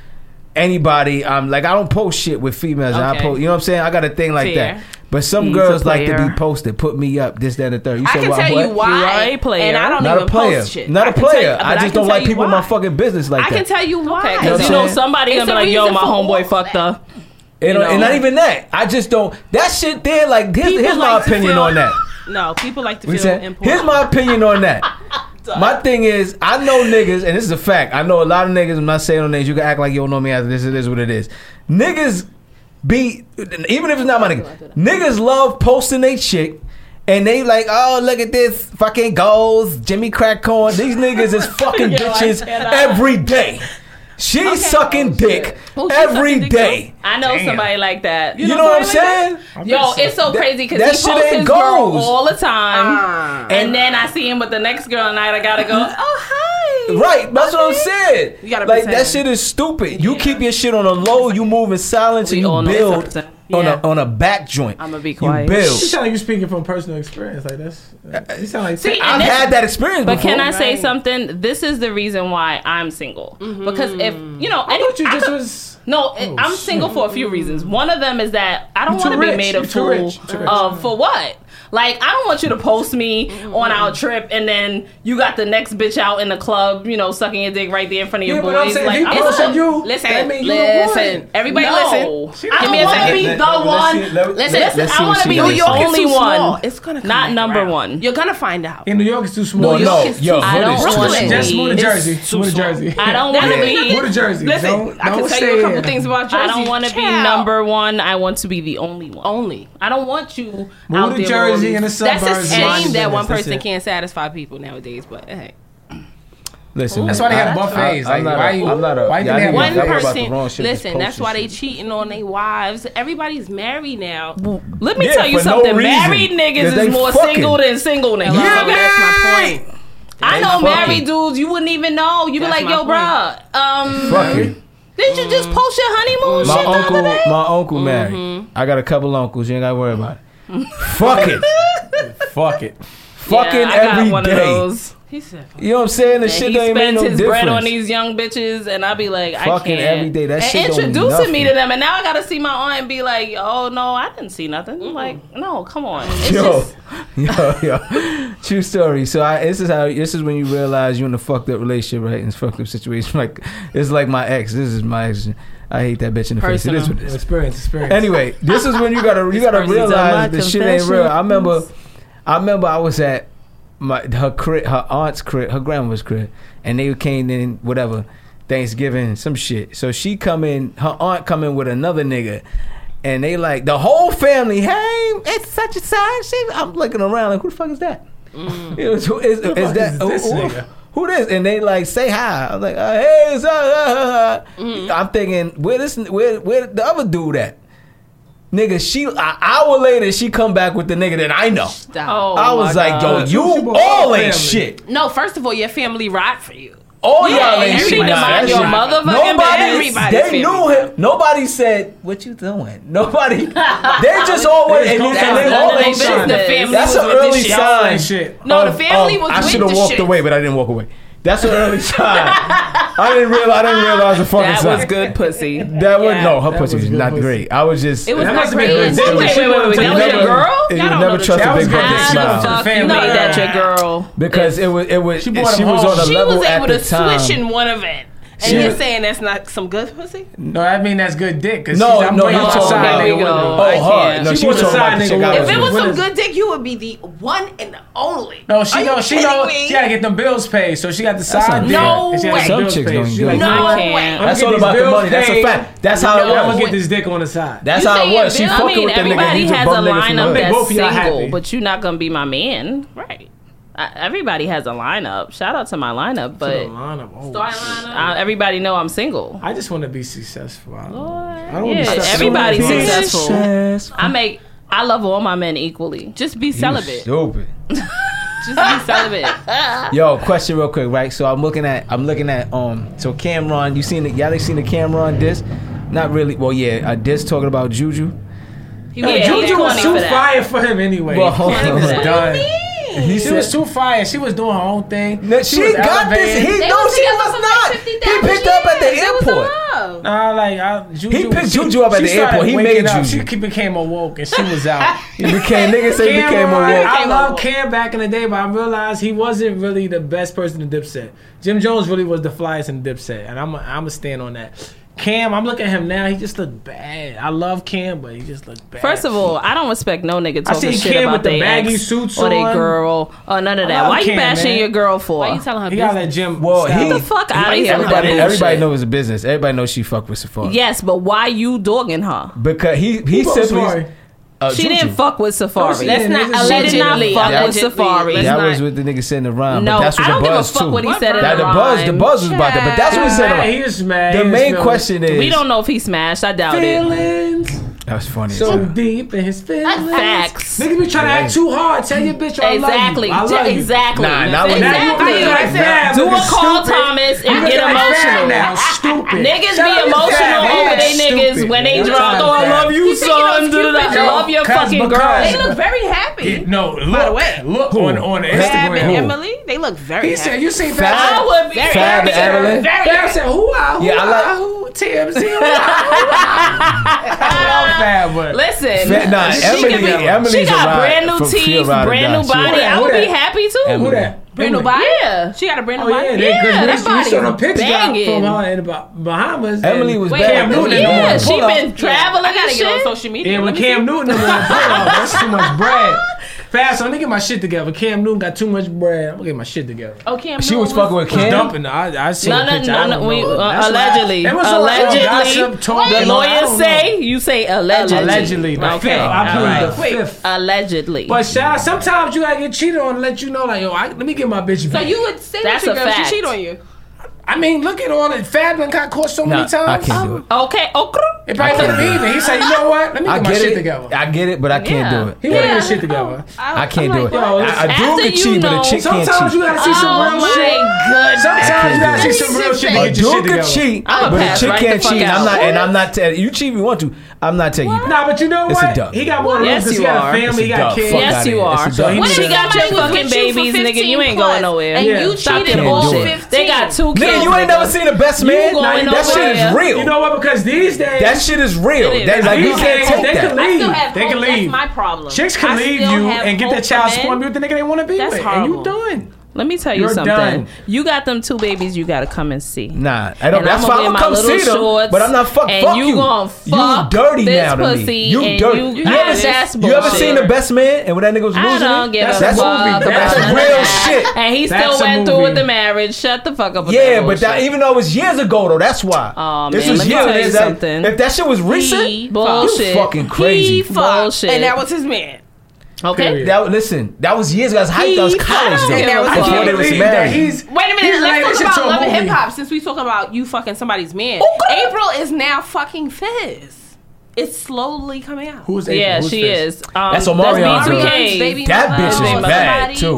[SPEAKER 3] anybody. I'm like I don't post shit with females. And I
[SPEAKER 5] Okay.
[SPEAKER 3] post. You know what I'm saying? I got a thing like that.
[SPEAKER 5] Fair.
[SPEAKER 3] But some
[SPEAKER 5] He's a
[SPEAKER 3] girls like to be
[SPEAKER 5] player.
[SPEAKER 3] posted. Put me up. This, that, and the third. You
[SPEAKER 5] I
[SPEAKER 3] said,
[SPEAKER 5] can
[SPEAKER 3] "Well,
[SPEAKER 5] tell you
[SPEAKER 3] what?"
[SPEAKER 5] why.
[SPEAKER 4] You are a player.
[SPEAKER 5] And I don't
[SPEAKER 3] Not a
[SPEAKER 5] even
[SPEAKER 3] player.
[SPEAKER 5] post shit.
[SPEAKER 3] Not
[SPEAKER 5] I
[SPEAKER 3] a
[SPEAKER 5] can tell you-
[SPEAKER 3] player.
[SPEAKER 5] but
[SPEAKER 3] I just
[SPEAKER 5] can
[SPEAKER 3] don't
[SPEAKER 5] tell
[SPEAKER 3] like
[SPEAKER 5] you
[SPEAKER 3] people in
[SPEAKER 5] why.
[SPEAKER 3] my fucking business like
[SPEAKER 5] I can
[SPEAKER 3] that.
[SPEAKER 5] tell you why.
[SPEAKER 4] Okay,
[SPEAKER 3] You know
[SPEAKER 4] because
[SPEAKER 3] what
[SPEAKER 4] you
[SPEAKER 3] I'm
[SPEAKER 4] know
[SPEAKER 3] saying?
[SPEAKER 4] somebody gonna
[SPEAKER 5] It's
[SPEAKER 4] be
[SPEAKER 5] a
[SPEAKER 4] like, yo,
[SPEAKER 5] reason
[SPEAKER 4] my
[SPEAKER 5] for
[SPEAKER 4] homeboy
[SPEAKER 5] all
[SPEAKER 4] fucked
[SPEAKER 5] that.
[SPEAKER 4] up.
[SPEAKER 3] And,
[SPEAKER 5] you
[SPEAKER 3] and
[SPEAKER 5] know.
[SPEAKER 3] not even that. I just don't. That shit there. Like here's,
[SPEAKER 5] People
[SPEAKER 3] here's my
[SPEAKER 5] like to
[SPEAKER 3] opinion
[SPEAKER 5] feel-
[SPEAKER 3] on that.
[SPEAKER 5] No, people like to
[SPEAKER 3] We
[SPEAKER 5] feel
[SPEAKER 3] said,
[SPEAKER 5] important.
[SPEAKER 3] here's my opinion on that. my thing is, I know niggas, and this is a fact. I know a lot of niggas. I'm not saying no names. You can act like you don't know me after this. It is what it is. Niggas be even if it's not my nigga. Niggas love posting they shit, and they like, oh look at this fucking goals, Jimmy crack corn. These niggas is fucking
[SPEAKER 4] Yo, I
[SPEAKER 3] bitches
[SPEAKER 4] cannot.
[SPEAKER 3] every day. She's sucking dick
[SPEAKER 5] Oh, she's
[SPEAKER 3] every
[SPEAKER 5] sucking dick
[SPEAKER 3] day.
[SPEAKER 4] I know somebody like that.
[SPEAKER 3] You, know, what I'm saying?
[SPEAKER 4] Yo, it's so
[SPEAKER 3] That-
[SPEAKER 4] crazy because he
[SPEAKER 3] that
[SPEAKER 4] posts
[SPEAKER 3] shit ain't
[SPEAKER 4] his girl
[SPEAKER 3] goals.
[SPEAKER 4] all the
[SPEAKER 5] Ah.
[SPEAKER 4] time,
[SPEAKER 3] And-
[SPEAKER 4] and then I see him with the next girl, and I gotta go. Oh hi.
[SPEAKER 3] Right, that's what I'm saying.
[SPEAKER 5] You gotta
[SPEAKER 3] like that
[SPEAKER 5] pretend.
[SPEAKER 3] shit is stupid. You keep your shit on a low, you move in silence,
[SPEAKER 4] We
[SPEAKER 3] and you
[SPEAKER 4] all know it's
[SPEAKER 3] build
[SPEAKER 4] upset.
[SPEAKER 3] on
[SPEAKER 5] Yeah.
[SPEAKER 3] a on a back joint.
[SPEAKER 4] I'ma be
[SPEAKER 3] You
[SPEAKER 4] quiet.
[SPEAKER 3] build.
[SPEAKER 6] You sound like you speaking from personal experience. Like that's. You sound like.
[SPEAKER 4] See,
[SPEAKER 3] I've
[SPEAKER 4] and this-
[SPEAKER 3] had that experience
[SPEAKER 4] But
[SPEAKER 3] before.
[SPEAKER 4] can I say
[SPEAKER 6] Right.
[SPEAKER 4] something? This is the reason why I'm single. Because if you know,
[SPEAKER 6] I thought you
[SPEAKER 4] I
[SPEAKER 6] just
[SPEAKER 4] could-
[SPEAKER 6] was.
[SPEAKER 4] No, it- I'm
[SPEAKER 7] Mm.
[SPEAKER 4] single for a few reasons. One of them is that I don't
[SPEAKER 6] Oh, You're too
[SPEAKER 4] want to be
[SPEAKER 6] rich.
[SPEAKER 4] made
[SPEAKER 6] You're
[SPEAKER 4] a
[SPEAKER 6] too
[SPEAKER 4] fool
[SPEAKER 6] rich. You're too rich.
[SPEAKER 4] of for what? Like, I don't want you to post me on our trip and then you got the next bitch out in the club, you know, sucking your dick right there in front of your
[SPEAKER 6] Yeah,
[SPEAKER 4] boys.
[SPEAKER 6] but I'm saying
[SPEAKER 4] like,
[SPEAKER 6] if he
[SPEAKER 4] I don't-
[SPEAKER 6] posted you,
[SPEAKER 7] listen,
[SPEAKER 6] that mean you the
[SPEAKER 7] listen,
[SPEAKER 6] one.
[SPEAKER 7] everybody,
[SPEAKER 4] No.
[SPEAKER 7] listen. I
[SPEAKER 4] She don't
[SPEAKER 7] don't want
[SPEAKER 4] wanna
[SPEAKER 7] to
[SPEAKER 4] be
[SPEAKER 7] be
[SPEAKER 4] let-
[SPEAKER 7] the
[SPEAKER 6] let- let's
[SPEAKER 7] one.
[SPEAKER 6] see- let-
[SPEAKER 7] listen,
[SPEAKER 3] let's- let's
[SPEAKER 7] listen,
[SPEAKER 3] see
[SPEAKER 7] I want
[SPEAKER 3] what
[SPEAKER 7] to
[SPEAKER 3] she
[SPEAKER 7] be
[SPEAKER 3] got.
[SPEAKER 7] New York
[SPEAKER 4] The only
[SPEAKER 7] only
[SPEAKER 4] one.
[SPEAKER 7] one. It's gonna come
[SPEAKER 4] Not
[SPEAKER 7] back
[SPEAKER 4] number
[SPEAKER 7] around.
[SPEAKER 4] one.
[SPEAKER 7] You're gonna find out.
[SPEAKER 6] In New York, it's too small.
[SPEAKER 3] Well,
[SPEAKER 7] New York
[SPEAKER 3] no,
[SPEAKER 7] is too-
[SPEAKER 3] yo,
[SPEAKER 4] I
[SPEAKER 3] hood is
[SPEAKER 4] don't
[SPEAKER 3] too
[SPEAKER 4] want
[SPEAKER 3] small.
[SPEAKER 4] it.
[SPEAKER 6] Just move to
[SPEAKER 4] It's
[SPEAKER 6] Jersey.
[SPEAKER 7] too
[SPEAKER 6] Move to
[SPEAKER 7] small.
[SPEAKER 6] Jersey.
[SPEAKER 4] I don't
[SPEAKER 7] That
[SPEAKER 4] want to
[SPEAKER 7] don't mean
[SPEAKER 4] be.
[SPEAKER 7] you-
[SPEAKER 6] Move to Jersey.
[SPEAKER 7] Listen,
[SPEAKER 6] Don't-
[SPEAKER 7] I can
[SPEAKER 6] don't
[SPEAKER 7] tell you a couple
[SPEAKER 6] stand.
[SPEAKER 7] things about Jersey.
[SPEAKER 4] I don't want to be
[SPEAKER 7] Child.
[SPEAKER 4] number one. I want to be the only one.
[SPEAKER 7] only.
[SPEAKER 4] I don't want you
[SPEAKER 6] Move
[SPEAKER 4] out
[SPEAKER 6] to
[SPEAKER 4] there. with
[SPEAKER 6] Jersey
[SPEAKER 4] all these-
[SPEAKER 6] and the
[SPEAKER 7] That's a
[SPEAKER 6] Suburbs,
[SPEAKER 7] shame
[SPEAKER 6] mind your
[SPEAKER 7] that one
[SPEAKER 6] business,
[SPEAKER 7] person
[SPEAKER 6] that's it.
[SPEAKER 7] can't satisfy people nowadays. But hey,
[SPEAKER 3] Listen,
[SPEAKER 6] That's
[SPEAKER 3] man,
[SPEAKER 6] why they have
[SPEAKER 3] I-
[SPEAKER 6] buffets.
[SPEAKER 3] I-
[SPEAKER 6] Like,
[SPEAKER 3] I'm not
[SPEAKER 6] why
[SPEAKER 3] a-
[SPEAKER 6] you-
[SPEAKER 3] I'm not a-
[SPEAKER 6] why you think
[SPEAKER 3] yeah, I
[SPEAKER 6] they
[SPEAKER 7] one
[SPEAKER 3] think
[SPEAKER 6] have-
[SPEAKER 3] about the
[SPEAKER 7] person.
[SPEAKER 3] wrong shit, just
[SPEAKER 7] Listen, that's
[SPEAKER 3] posting
[SPEAKER 7] why they
[SPEAKER 3] shit.
[SPEAKER 7] cheating on their wives. Everybody's married now.
[SPEAKER 4] Let me
[SPEAKER 3] Yeah,
[SPEAKER 4] tell you
[SPEAKER 3] for no
[SPEAKER 4] something.
[SPEAKER 3] reason.
[SPEAKER 4] Married
[SPEAKER 3] Cause
[SPEAKER 4] niggas
[SPEAKER 3] they
[SPEAKER 4] is more
[SPEAKER 3] fucking.
[SPEAKER 4] single than single niggas.
[SPEAKER 7] Yeah,
[SPEAKER 4] Okay?
[SPEAKER 7] that's my point.
[SPEAKER 4] I know
[SPEAKER 3] fucking.
[SPEAKER 4] married dudes. You wouldn't even know. You be
[SPEAKER 7] That's
[SPEAKER 4] like,
[SPEAKER 7] my
[SPEAKER 4] yo,
[SPEAKER 7] point.
[SPEAKER 4] bruh, um,
[SPEAKER 3] Fuck it.
[SPEAKER 4] didn't you just post your honeymoon
[SPEAKER 3] Mm. My
[SPEAKER 4] shit Mm-hmm. the
[SPEAKER 3] uncle,
[SPEAKER 4] other day?
[SPEAKER 3] my uncle married. I got a couple uncles. You ain't got to worry about it. Fuck it. Fuck it. Fucking
[SPEAKER 4] yeah, I got
[SPEAKER 3] every
[SPEAKER 4] one
[SPEAKER 3] day.
[SPEAKER 4] of those.
[SPEAKER 5] He said, "Fuck
[SPEAKER 3] You know what I'm saying? The
[SPEAKER 4] And
[SPEAKER 3] shit
[SPEAKER 4] he
[SPEAKER 3] don't even make
[SPEAKER 4] spends
[SPEAKER 3] no
[SPEAKER 4] his
[SPEAKER 3] difference.
[SPEAKER 4] bread on these young bitches, and I be like, I
[SPEAKER 3] Fucking
[SPEAKER 4] can't.
[SPEAKER 3] every day. That
[SPEAKER 4] and
[SPEAKER 3] shit don't mean
[SPEAKER 4] introducing me
[SPEAKER 3] nothing.
[SPEAKER 4] to them, and now I gotta see my aunt and be like, oh no, I didn't see nothing. I'm like, no, come on. It's
[SPEAKER 3] yo,
[SPEAKER 4] just
[SPEAKER 3] yo, yo. True story. So I, this is how this is when you realize you're in a fucked up relationship, right? In a fucked up situation. Like it's like my ex. This is my ex. I hate that bitch in the face. It is what it is.
[SPEAKER 6] Experience, experience.
[SPEAKER 3] Anyway, this is when you gotta you gotta
[SPEAKER 4] person's on my
[SPEAKER 3] realize this shit ain't real. I remember,
[SPEAKER 4] confessions.
[SPEAKER 3] I remember I was at my her crib, her aunt's crib, her grandma's crib, and they came in whatever Thanksgiving some shit. So she come in, her aunt come in with another nigga. And they like the whole family. Hey, it's such a sad shit. I'm looking around like, who the fuck is that?
[SPEAKER 4] Mm.
[SPEAKER 3] It was, who is, is
[SPEAKER 6] fuck
[SPEAKER 3] that
[SPEAKER 6] is this
[SPEAKER 3] who- who-
[SPEAKER 6] nigga?
[SPEAKER 3] who this? And they like say hi. I'm like, uh, hey, what's up? Uh, uh, uh.
[SPEAKER 4] Mm-hmm.
[SPEAKER 3] I'm thinking, where this, where, where the other dude at? Nigga, she an hour later she come back with the nigga that I know.
[SPEAKER 7] Stop.
[SPEAKER 3] I was
[SPEAKER 4] Oh my
[SPEAKER 3] like,
[SPEAKER 4] God.
[SPEAKER 3] yo, you all ain't shit.
[SPEAKER 7] Oh No, first of all, your family ride for you.
[SPEAKER 3] All
[SPEAKER 4] Yeah,
[SPEAKER 3] y'all ain't
[SPEAKER 4] you
[SPEAKER 3] shit.
[SPEAKER 4] need to
[SPEAKER 3] Nah,
[SPEAKER 4] mind
[SPEAKER 3] that
[SPEAKER 4] your
[SPEAKER 3] shit-
[SPEAKER 4] motherfucking
[SPEAKER 3] Nobody,
[SPEAKER 7] business.
[SPEAKER 3] they
[SPEAKER 7] Everybody's
[SPEAKER 3] knew him. Nobody said what you doing. Nobody, they just always and,
[SPEAKER 6] That's
[SPEAKER 3] and they
[SPEAKER 6] none
[SPEAKER 3] all
[SPEAKER 6] of
[SPEAKER 3] ain't
[SPEAKER 6] they
[SPEAKER 3] shit.
[SPEAKER 6] business.
[SPEAKER 4] The family
[SPEAKER 3] That's
[SPEAKER 4] was
[SPEAKER 3] an
[SPEAKER 4] with this
[SPEAKER 3] early
[SPEAKER 4] shit.
[SPEAKER 6] Y'all ain't
[SPEAKER 3] sign. Um,
[SPEAKER 6] shit.
[SPEAKER 7] No, the family was
[SPEAKER 3] I
[SPEAKER 7] with
[SPEAKER 3] should have
[SPEAKER 7] the
[SPEAKER 3] walked
[SPEAKER 7] shit.
[SPEAKER 3] away, but I didn't walk away. That's an early sign. I didn't realize. I didn't realize the fucking
[SPEAKER 4] that
[SPEAKER 3] sign.
[SPEAKER 4] was good pussy.
[SPEAKER 3] That was no, her pussy
[SPEAKER 1] was
[SPEAKER 3] was
[SPEAKER 1] good
[SPEAKER 3] not
[SPEAKER 1] pussy.
[SPEAKER 3] great. I was just.
[SPEAKER 7] It was
[SPEAKER 6] That
[SPEAKER 7] not
[SPEAKER 6] must have been
[SPEAKER 7] great.
[SPEAKER 6] good.
[SPEAKER 7] Wait, wait,
[SPEAKER 6] That was-
[SPEAKER 7] wait, wait, wait.
[SPEAKER 6] You
[SPEAKER 7] That was your
[SPEAKER 6] never-
[SPEAKER 7] girl?
[SPEAKER 3] You
[SPEAKER 7] Y'all don't
[SPEAKER 3] never
[SPEAKER 7] know the
[SPEAKER 3] trust
[SPEAKER 6] truth.
[SPEAKER 3] a big
[SPEAKER 6] That was
[SPEAKER 7] Nah,
[SPEAKER 6] good. She was
[SPEAKER 3] brother smile
[SPEAKER 6] the
[SPEAKER 7] fuck,
[SPEAKER 6] family.
[SPEAKER 7] you know
[SPEAKER 6] Yeah.
[SPEAKER 7] that your girl.
[SPEAKER 4] girl.
[SPEAKER 3] because it was it was she,
[SPEAKER 6] She bought him
[SPEAKER 3] was
[SPEAKER 6] home.
[SPEAKER 3] on a
[SPEAKER 7] She
[SPEAKER 3] level
[SPEAKER 7] was
[SPEAKER 3] at
[SPEAKER 7] able
[SPEAKER 3] the
[SPEAKER 7] to
[SPEAKER 3] time.
[SPEAKER 7] switch in one event. And
[SPEAKER 3] She
[SPEAKER 7] you're
[SPEAKER 3] was-
[SPEAKER 7] saying that's not some good pussy?
[SPEAKER 6] No, I mean that's good dick. Cause
[SPEAKER 3] No,
[SPEAKER 6] she's, I'm
[SPEAKER 3] no,
[SPEAKER 6] bringing
[SPEAKER 3] you
[SPEAKER 6] up a
[SPEAKER 3] talking
[SPEAKER 6] side nigga
[SPEAKER 3] about-
[SPEAKER 6] with
[SPEAKER 4] There we
[SPEAKER 6] her.
[SPEAKER 4] go.
[SPEAKER 3] Oh, hard.
[SPEAKER 4] can't.
[SPEAKER 3] No,
[SPEAKER 6] She
[SPEAKER 3] she was
[SPEAKER 6] was a
[SPEAKER 3] talking about
[SPEAKER 6] side
[SPEAKER 3] the
[SPEAKER 6] nigga
[SPEAKER 3] chick I
[SPEAKER 6] with
[SPEAKER 7] If
[SPEAKER 3] was
[SPEAKER 7] it
[SPEAKER 6] her.
[SPEAKER 3] with.
[SPEAKER 7] was
[SPEAKER 6] What
[SPEAKER 7] some
[SPEAKER 6] is-
[SPEAKER 7] good dick, you would be the one and the only.
[SPEAKER 6] No, she
[SPEAKER 7] Are
[SPEAKER 6] know
[SPEAKER 7] you
[SPEAKER 6] she know
[SPEAKER 7] kidding me?
[SPEAKER 6] she gotta get them bills paid, so she got the side dick.
[SPEAKER 3] not
[SPEAKER 7] fair.
[SPEAKER 6] and she got the
[SPEAKER 7] No
[SPEAKER 6] bills
[SPEAKER 3] way. Some chicks
[SPEAKER 6] paid.
[SPEAKER 3] don't
[SPEAKER 6] She
[SPEAKER 3] do
[SPEAKER 6] like,
[SPEAKER 3] that.
[SPEAKER 7] No
[SPEAKER 4] I
[SPEAKER 7] way.
[SPEAKER 4] can't.
[SPEAKER 3] That's
[SPEAKER 6] get
[SPEAKER 3] all
[SPEAKER 6] these
[SPEAKER 3] about the
[SPEAKER 6] bills
[SPEAKER 3] money. That's a
[SPEAKER 6] paid.
[SPEAKER 3] fact. That's how it
[SPEAKER 7] No.
[SPEAKER 6] I'm
[SPEAKER 3] was.
[SPEAKER 6] gonna get this dick on the side.
[SPEAKER 3] That's
[SPEAKER 4] You
[SPEAKER 3] how it
[SPEAKER 4] saying
[SPEAKER 3] was. She
[SPEAKER 4] Bill-
[SPEAKER 3] fucking
[SPEAKER 4] I mean,
[SPEAKER 3] with the nigga.
[SPEAKER 4] everybody
[SPEAKER 3] He's a
[SPEAKER 4] has
[SPEAKER 3] bum
[SPEAKER 4] a
[SPEAKER 3] nigga from the
[SPEAKER 4] lineup
[SPEAKER 3] hood.
[SPEAKER 6] Make
[SPEAKER 4] that's
[SPEAKER 6] both of y'all
[SPEAKER 4] single,
[SPEAKER 6] happy.
[SPEAKER 4] but you're not gonna be my man, right? I, everybody has a lineup. Shout out to my lineup,
[SPEAKER 6] The
[SPEAKER 4] but
[SPEAKER 6] lineup. Oh, shit.
[SPEAKER 4] uh, everybody know I'm single.
[SPEAKER 6] I just want to be successful. I don't, I don't wanna
[SPEAKER 4] Yeah,
[SPEAKER 6] be successful.
[SPEAKER 4] everybody's
[SPEAKER 6] I wanna be
[SPEAKER 4] successful.
[SPEAKER 3] Yes.
[SPEAKER 4] I make. I love all my men equally.
[SPEAKER 7] Just be celibate.
[SPEAKER 3] Stupid.
[SPEAKER 7] Just be celibate.
[SPEAKER 3] Yo, question real quick, right? So I'm looking at I'm looking at um so Cameron, you seen the y'all ain't seen the Cameron diss? Not really. Well, yeah, a diss talking about Juju.
[SPEAKER 4] He
[SPEAKER 6] No,
[SPEAKER 4] was- he
[SPEAKER 6] Juju was
[SPEAKER 4] corny
[SPEAKER 6] too
[SPEAKER 4] for that.
[SPEAKER 6] fire for him anyway.
[SPEAKER 3] Well, hold
[SPEAKER 6] He
[SPEAKER 3] on.
[SPEAKER 6] was
[SPEAKER 3] What do
[SPEAKER 6] done.
[SPEAKER 3] He
[SPEAKER 6] She was too fire. She was doing her own thing.
[SPEAKER 3] No, she,
[SPEAKER 6] was
[SPEAKER 3] got this.
[SPEAKER 6] elevated.
[SPEAKER 3] He
[SPEAKER 7] They
[SPEAKER 3] no,
[SPEAKER 7] was
[SPEAKER 3] she
[SPEAKER 7] together
[SPEAKER 3] was
[SPEAKER 7] for
[SPEAKER 3] not.
[SPEAKER 7] like
[SPEAKER 3] He
[SPEAKER 7] 50,000
[SPEAKER 3] picked up at the
[SPEAKER 7] years. They was in
[SPEAKER 3] airport.
[SPEAKER 7] love.
[SPEAKER 6] Nah, like I, Juju,
[SPEAKER 3] He picked
[SPEAKER 6] she-
[SPEAKER 3] Juju up at
[SPEAKER 6] she
[SPEAKER 3] the
[SPEAKER 6] started
[SPEAKER 3] airport. He
[SPEAKER 6] waking
[SPEAKER 3] made
[SPEAKER 6] up.
[SPEAKER 3] Juju.
[SPEAKER 6] She ke- became awoke and she was out.
[SPEAKER 3] He became niggas say he became
[SPEAKER 6] Cameron,
[SPEAKER 3] a
[SPEAKER 6] I
[SPEAKER 7] Became
[SPEAKER 6] love
[SPEAKER 7] awoke.
[SPEAKER 6] Cam back in the day, but I realized he wasn't really the best person to Dipset. Jim Jones really was the flyest in Dipset, and I'm a, I'm a stand on that. Cam, I'm looking at him now. He just looked bad. I love Cam, but he just looked bad.
[SPEAKER 4] First of all, I don't respect no nigga
[SPEAKER 6] seen
[SPEAKER 4] talking shit
[SPEAKER 6] Kim
[SPEAKER 4] about
[SPEAKER 6] with the
[SPEAKER 4] they
[SPEAKER 6] baggy
[SPEAKER 4] ex
[SPEAKER 6] suits
[SPEAKER 4] or they
[SPEAKER 6] on.
[SPEAKER 4] girl or none of that.
[SPEAKER 6] love
[SPEAKER 4] Why you
[SPEAKER 6] Kim,
[SPEAKER 4] bashing
[SPEAKER 6] man.
[SPEAKER 4] your girl for?
[SPEAKER 7] Why you telling her
[SPEAKER 6] he got
[SPEAKER 7] business?
[SPEAKER 6] that Jim.
[SPEAKER 3] Well,
[SPEAKER 6] style.
[SPEAKER 3] he-
[SPEAKER 4] Get the fuck out of
[SPEAKER 7] He
[SPEAKER 4] here with
[SPEAKER 7] got
[SPEAKER 4] that
[SPEAKER 7] that-
[SPEAKER 4] bullshit.
[SPEAKER 3] Everybody know his business. Everybody knows she fuck with Safari.
[SPEAKER 4] Yes, but why you dogging her?
[SPEAKER 3] because he he
[SPEAKER 6] Who
[SPEAKER 3] simply
[SPEAKER 6] goes for?
[SPEAKER 3] uh,
[SPEAKER 4] She
[SPEAKER 3] Juju.
[SPEAKER 4] didn't fuck with Safari.
[SPEAKER 6] No, she
[SPEAKER 7] Let's
[SPEAKER 6] didn't.
[SPEAKER 7] not
[SPEAKER 6] Niggas
[SPEAKER 4] She did not
[SPEAKER 7] allegedly.
[SPEAKER 4] fuck with
[SPEAKER 7] allegedly.
[SPEAKER 4] Safari.
[SPEAKER 7] Let's
[SPEAKER 3] That
[SPEAKER 7] not-
[SPEAKER 3] was what the nigga said in the rhyme.
[SPEAKER 4] No,
[SPEAKER 3] Uh, but that's what
[SPEAKER 4] I
[SPEAKER 3] the
[SPEAKER 4] don't give a
[SPEAKER 3] buzz
[SPEAKER 4] fuck
[SPEAKER 3] too.
[SPEAKER 4] what he said in
[SPEAKER 3] That-
[SPEAKER 4] the
[SPEAKER 3] the buzz, the
[SPEAKER 4] rhyme.
[SPEAKER 3] buzz was about that, but that's what he
[SPEAKER 6] He's
[SPEAKER 3] said.
[SPEAKER 6] mad.
[SPEAKER 3] About.
[SPEAKER 6] He was mad.
[SPEAKER 3] The
[SPEAKER 6] He was
[SPEAKER 3] main
[SPEAKER 6] feeling-
[SPEAKER 3] question is
[SPEAKER 4] We don't know if he smashed. I doubt it.
[SPEAKER 6] Feelings
[SPEAKER 3] That's funny. as
[SPEAKER 6] so
[SPEAKER 3] hell.
[SPEAKER 6] deep in his feelings.
[SPEAKER 4] Facts.
[SPEAKER 6] Niggas be trying to act too hard. Tell your bitch I
[SPEAKER 4] Exactly.
[SPEAKER 6] love you. I love you.
[SPEAKER 4] Exactly.
[SPEAKER 3] Nah, not with that.
[SPEAKER 4] exactly.
[SPEAKER 6] Now you like that.
[SPEAKER 4] Do a
[SPEAKER 6] Looking
[SPEAKER 4] Carl
[SPEAKER 6] stupid.
[SPEAKER 4] Thomas
[SPEAKER 6] You
[SPEAKER 4] and
[SPEAKER 6] looking
[SPEAKER 4] get
[SPEAKER 6] like that Now,
[SPEAKER 4] emotional.
[SPEAKER 6] stupid.
[SPEAKER 4] Niggas
[SPEAKER 6] Shut up,
[SPEAKER 4] be
[SPEAKER 6] you
[SPEAKER 4] emotional
[SPEAKER 6] fat
[SPEAKER 4] over
[SPEAKER 6] bitch.
[SPEAKER 4] they niggas
[SPEAKER 6] Stupid.
[SPEAKER 4] when they
[SPEAKER 6] You're
[SPEAKER 4] drunk.
[SPEAKER 6] not
[SPEAKER 4] Oh, I
[SPEAKER 6] fat.
[SPEAKER 4] love you, son.
[SPEAKER 7] cute,
[SPEAKER 4] da-da-da.
[SPEAKER 7] yo.
[SPEAKER 4] Love your
[SPEAKER 6] Cause-
[SPEAKER 4] fucking
[SPEAKER 6] because-
[SPEAKER 4] girl.
[SPEAKER 7] They look very happy.
[SPEAKER 6] It- No, look,
[SPEAKER 7] By the way.
[SPEAKER 6] look
[SPEAKER 3] Who?
[SPEAKER 6] on, on
[SPEAKER 7] Fab and
[SPEAKER 6] Instagram.
[SPEAKER 7] Emily, they look very
[SPEAKER 6] He said,
[SPEAKER 7] happy.
[SPEAKER 6] you seen
[SPEAKER 3] Fab-
[SPEAKER 6] Fab?
[SPEAKER 4] I would be
[SPEAKER 7] Very
[SPEAKER 3] Fab
[SPEAKER 4] happy.
[SPEAKER 3] and Evelyn.
[SPEAKER 7] Very
[SPEAKER 6] Fab said, who I, who
[SPEAKER 3] Yeah, I
[SPEAKER 6] I,
[SPEAKER 3] like-
[SPEAKER 6] who, TMZ, who I, who I. fat, but
[SPEAKER 4] Listen,
[SPEAKER 3] Fat- nah,
[SPEAKER 4] she
[SPEAKER 3] Emily-
[SPEAKER 4] could be.
[SPEAKER 3] Emily's
[SPEAKER 4] she
[SPEAKER 3] a
[SPEAKER 4] got
[SPEAKER 3] ride
[SPEAKER 4] brand new
[SPEAKER 3] from Fear
[SPEAKER 4] teeth,
[SPEAKER 3] Ride or
[SPEAKER 4] brand
[SPEAKER 3] Die.
[SPEAKER 4] new
[SPEAKER 3] She-
[SPEAKER 4] body. I would
[SPEAKER 6] Who
[SPEAKER 4] be
[SPEAKER 6] that?
[SPEAKER 4] happy too.
[SPEAKER 6] who
[SPEAKER 3] Emily.
[SPEAKER 6] that?
[SPEAKER 7] Brand new
[SPEAKER 6] Emily.
[SPEAKER 7] body?
[SPEAKER 4] Yeah.
[SPEAKER 7] She got a brand
[SPEAKER 6] Oh
[SPEAKER 7] new
[SPEAKER 6] yeah,
[SPEAKER 7] body?
[SPEAKER 6] they,
[SPEAKER 4] Yeah,
[SPEAKER 6] yeah,
[SPEAKER 4] that
[SPEAKER 6] we, we
[SPEAKER 4] body
[SPEAKER 6] saw the
[SPEAKER 4] was
[SPEAKER 6] pictures out
[SPEAKER 4] banging.
[SPEAKER 6] from her in the Bah- Bahamas.
[SPEAKER 3] Emily
[SPEAKER 6] and
[SPEAKER 3] was
[SPEAKER 4] Wait,
[SPEAKER 3] bad.
[SPEAKER 6] Cam Newton. in the
[SPEAKER 4] yeah,
[SPEAKER 6] morning.
[SPEAKER 4] she
[SPEAKER 6] Pull up.
[SPEAKER 4] been traveling.
[SPEAKER 7] I gotta
[SPEAKER 4] and
[SPEAKER 7] get on
[SPEAKER 4] shit.
[SPEAKER 7] social media.
[SPEAKER 6] Yeah,
[SPEAKER 7] Let
[SPEAKER 6] when
[SPEAKER 7] me
[SPEAKER 6] Cam
[SPEAKER 7] see.
[SPEAKER 6] Newton was like, "Bro, that's too much bread. Fast, I'm gonna get my shit together. Cam Newton got too much bread. I'm gonna get my shit together.
[SPEAKER 7] Oh, Cam
[SPEAKER 3] She
[SPEAKER 7] Newton
[SPEAKER 3] was fucking with
[SPEAKER 6] It's
[SPEAKER 3] Cam.
[SPEAKER 6] dumping. I, I seen
[SPEAKER 4] No,
[SPEAKER 6] the
[SPEAKER 4] no,
[SPEAKER 6] picture.
[SPEAKER 4] no,
[SPEAKER 6] I don't
[SPEAKER 4] no. We,
[SPEAKER 6] know.
[SPEAKER 4] uh,
[SPEAKER 6] That's why-
[SPEAKER 4] allegedly,
[SPEAKER 6] It was all
[SPEAKER 4] allegedly.
[SPEAKER 6] gossip, talk,
[SPEAKER 4] The
[SPEAKER 6] and all- I
[SPEAKER 4] lawyers
[SPEAKER 6] don't
[SPEAKER 4] say
[SPEAKER 6] know.
[SPEAKER 4] you say allegedly.
[SPEAKER 6] allegedly. The
[SPEAKER 4] Okay,
[SPEAKER 6] fifth. I
[SPEAKER 4] all
[SPEAKER 6] plead
[SPEAKER 4] right.
[SPEAKER 6] the
[SPEAKER 7] Wait.
[SPEAKER 6] fifth.
[SPEAKER 4] Allegedly.
[SPEAKER 6] But shout, sometimes you gotta get cheated on to let you know, like, yo, I, let me get my bitch
[SPEAKER 7] So
[SPEAKER 6] back.
[SPEAKER 7] you would say
[SPEAKER 4] That's
[SPEAKER 7] that your
[SPEAKER 4] a
[SPEAKER 7] girl, she
[SPEAKER 4] fact.
[SPEAKER 7] cheat on you.
[SPEAKER 6] I mean, look at all it. Fab done got caught so many
[SPEAKER 3] Nah, I
[SPEAKER 6] times.
[SPEAKER 3] can't do it.
[SPEAKER 4] okay, oh, okay.
[SPEAKER 6] It probably
[SPEAKER 3] I can't
[SPEAKER 6] could have
[SPEAKER 3] do it.
[SPEAKER 6] even. He said, you know what? Let me get
[SPEAKER 3] I
[SPEAKER 6] my
[SPEAKER 3] get
[SPEAKER 6] shit
[SPEAKER 3] it.
[SPEAKER 6] together.
[SPEAKER 3] I get it, but I can't
[SPEAKER 4] Yeah.
[SPEAKER 3] do it.
[SPEAKER 6] he want to
[SPEAKER 4] Yeah.
[SPEAKER 6] get his shit together.
[SPEAKER 3] I can't
[SPEAKER 7] I'm
[SPEAKER 3] do
[SPEAKER 7] like,
[SPEAKER 3] it.
[SPEAKER 6] Yo,
[SPEAKER 3] I, I
[SPEAKER 4] After
[SPEAKER 3] do get
[SPEAKER 4] you
[SPEAKER 3] cheat, but
[SPEAKER 4] know-
[SPEAKER 3] a chick can't
[SPEAKER 6] Sometimes you
[SPEAKER 3] cheat.
[SPEAKER 6] gotta see some
[SPEAKER 4] Oh
[SPEAKER 6] real shit.
[SPEAKER 4] my goodness.
[SPEAKER 6] Sometimes you gotta see some real shit to
[SPEAKER 3] A
[SPEAKER 6] get your shit
[SPEAKER 3] dude
[SPEAKER 6] together.
[SPEAKER 3] can cheat, but
[SPEAKER 4] I'ma
[SPEAKER 3] a
[SPEAKER 4] pass
[SPEAKER 3] chick
[SPEAKER 4] right
[SPEAKER 3] can't
[SPEAKER 4] the fuck
[SPEAKER 3] cheat. I'm
[SPEAKER 4] out.
[SPEAKER 3] not, and I'm not. Te- you cheat if you want to. I'm not taking you. back.
[SPEAKER 6] Nah, but you know
[SPEAKER 3] It's a
[SPEAKER 6] what?
[SPEAKER 3] dub.
[SPEAKER 6] He got more to lose
[SPEAKER 4] Yes,
[SPEAKER 6] because he
[SPEAKER 4] you
[SPEAKER 6] got
[SPEAKER 4] are.
[SPEAKER 6] a family, he got
[SPEAKER 3] It's a dub.
[SPEAKER 6] kids.
[SPEAKER 3] Fuck
[SPEAKER 4] Yes,
[SPEAKER 3] outta
[SPEAKER 4] you
[SPEAKER 3] here.
[SPEAKER 4] are.
[SPEAKER 3] It's a dub.
[SPEAKER 6] So he
[SPEAKER 4] When
[SPEAKER 6] just-
[SPEAKER 4] you got your
[SPEAKER 7] Somebody was
[SPEAKER 4] fucking
[SPEAKER 7] with you for
[SPEAKER 4] babies, nigga, you
[SPEAKER 7] 15
[SPEAKER 4] ain't going
[SPEAKER 7] plus,
[SPEAKER 4] nowhere.
[SPEAKER 7] And
[SPEAKER 6] Yeah.
[SPEAKER 7] you
[SPEAKER 4] Stop
[SPEAKER 7] cheated
[SPEAKER 4] that
[SPEAKER 3] can't
[SPEAKER 7] all
[SPEAKER 3] do it.
[SPEAKER 7] 15.
[SPEAKER 4] bullshit. They got two kids.
[SPEAKER 3] Nigga, you ain't never
[SPEAKER 4] nigga.
[SPEAKER 3] seen a best man.
[SPEAKER 4] going
[SPEAKER 3] that
[SPEAKER 4] over
[SPEAKER 3] shit is
[SPEAKER 4] there.
[SPEAKER 3] real.
[SPEAKER 6] You know what? Because these days,
[SPEAKER 3] that shit is real.
[SPEAKER 4] It is.
[SPEAKER 3] That, like, you
[SPEAKER 6] these
[SPEAKER 3] can't
[SPEAKER 6] days they
[SPEAKER 3] take that.
[SPEAKER 6] can
[SPEAKER 7] I still
[SPEAKER 6] leave.
[SPEAKER 7] have
[SPEAKER 6] They
[SPEAKER 7] hope.
[SPEAKER 6] can leave.
[SPEAKER 7] That's my problem.
[SPEAKER 6] Chicks
[SPEAKER 7] I
[SPEAKER 6] can leave
[SPEAKER 7] still
[SPEAKER 6] you
[SPEAKER 7] have
[SPEAKER 6] and get
[SPEAKER 7] hope
[SPEAKER 6] the
[SPEAKER 7] for
[SPEAKER 6] child
[SPEAKER 7] men.
[SPEAKER 6] support and be with the nigga they want to be
[SPEAKER 7] That's
[SPEAKER 6] with.
[SPEAKER 7] horrible.
[SPEAKER 6] And you done.
[SPEAKER 4] Let me tell you
[SPEAKER 6] You're
[SPEAKER 4] something.
[SPEAKER 6] done.
[SPEAKER 4] You got them two babies. You gotta come and see.
[SPEAKER 3] Nah, I don't.
[SPEAKER 4] And
[SPEAKER 3] that's
[SPEAKER 4] I'ma
[SPEAKER 3] why
[SPEAKER 4] wear
[SPEAKER 3] I'm
[SPEAKER 4] my
[SPEAKER 3] gonna come
[SPEAKER 4] little
[SPEAKER 3] see them,
[SPEAKER 4] shorts,
[SPEAKER 3] but I'm not fuck.
[SPEAKER 4] and
[SPEAKER 3] fuck
[SPEAKER 4] you
[SPEAKER 3] you.
[SPEAKER 4] gonna fuck
[SPEAKER 3] you dirty
[SPEAKER 4] this
[SPEAKER 3] now to
[SPEAKER 4] pussy
[SPEAKER 3] me. You
[SPEAKER 4] and
[SPEAKER 3] dirty.
[SPEAKER 4] you-
[SPEAKER 3] You,
[SPEAKER 4] Ah,
[SPEAKER 3] ever,
[SPEAKER 4] that's
[SPEAKER 3] you ever seen the
[SPEAKER 4] bullshit.
[SPEAKER 3] best man and when that nigga was losing
[SPEAKER 4] I don't
[SPEAKER 3] it?
[SPEAKER 4] give
[SPEAKER 6] That's
[SPEAKER 4] a
[SPEAKER 6] a
[SPEAKER 4] fuck
[SPEAKER 6] movie.
[SPEAKER 4] about
[SPEAKER 6] That's
[SPEAKER 4] none of
[SPEAKER 3] real
[SPEAKER 4] that.
[SPEAKER 3] shit.
[SPEAKER 4] And he still
[SPEAKER 6] That's a
[SPEAKER 4] went through with
[SPEAKER 6] movie.
[SPEAKER 4] the marriage. Shut the fuck up. With
[SPEAKER 3] yeah,
[SPEAKER 4] that
[SPEAKER 3] but that
[SPEAKER 4] bullshit.
[SPEAKER 3] even though it was years ago though, that's why.
[SPEAKER 4] Aw,
[SPEAKER 3] this
[SPEAKER 4] man,
[SPEAKER 3] was
[SPEAKER 4] let me
[SPEAKER 3] years.
[SPEAKER 4] tell you
[SPEAKER 3] Is that-
[SPEAKER 4] something.
[SPEAKER 3] if that shit was recent,
[SPEAKER 4] He
[SPEAKER 3] you
[SPEAKER 4] bullshit.
[SPEAKER 3] fucking crazy.
[SPEAKER 4] He bullshit.
[SPEAKER 7] And that was his man.
[SPEAKER 4] okay.
[SPEAKER 6] Period.
[SPEAKER 3] that was- listen, that was years ago. That was hype. That was
[SPEAKER 7] He-
[SPEAKER 3] college
[SPEAKER 7] I don't
[SPEAKER 3] though.
[SPEAKER 7] give a
[SPEAKER 3] Before
[SPEAKER 6] I
[SPEAKER 7] fuck.
[SPEAKER 6] can't
[SPEAKER 3] they was
[SPEAKER 6] believe that
[SPEAKER 3] married.
[SPEAKER 6] he's.
[SPEAKER 7] Wait a minute,
[SPEAKER 6] He's like,
[SPEAKER 7] let's
[SPEAKER 6] this shit
[SPEAKER 7] talk
[SPEAKER 6] to a
[SPEAKER 7] about love and
[SPEAKER 6] movie.
[SPEAKER 7] hip hop since we talking about you fucking somebody's man. April is now fucking Fizz. It's slowly coming out.
[SPEAKER 6] Who's April?
[SPEAKER 4] Yeah,
[SPEAKER 6] Who's
[SPEAKER 4] she
[SPEAKER 6] this?
[SPEAKER 4] is. Um,
[SPEAKER 3] That's Omarion,
[SPEAKER 4] that's
[SPEAKER 3] girl.
[SPEAKER 4] B2K.
[SPEAKER 7] Baby
[SPEAKER 3] that
[SPEAKER 7] mama,
[SPEAKER 3] bitch is
[SPEAKER 7] somebody.
[SPEAKER 3] bad too.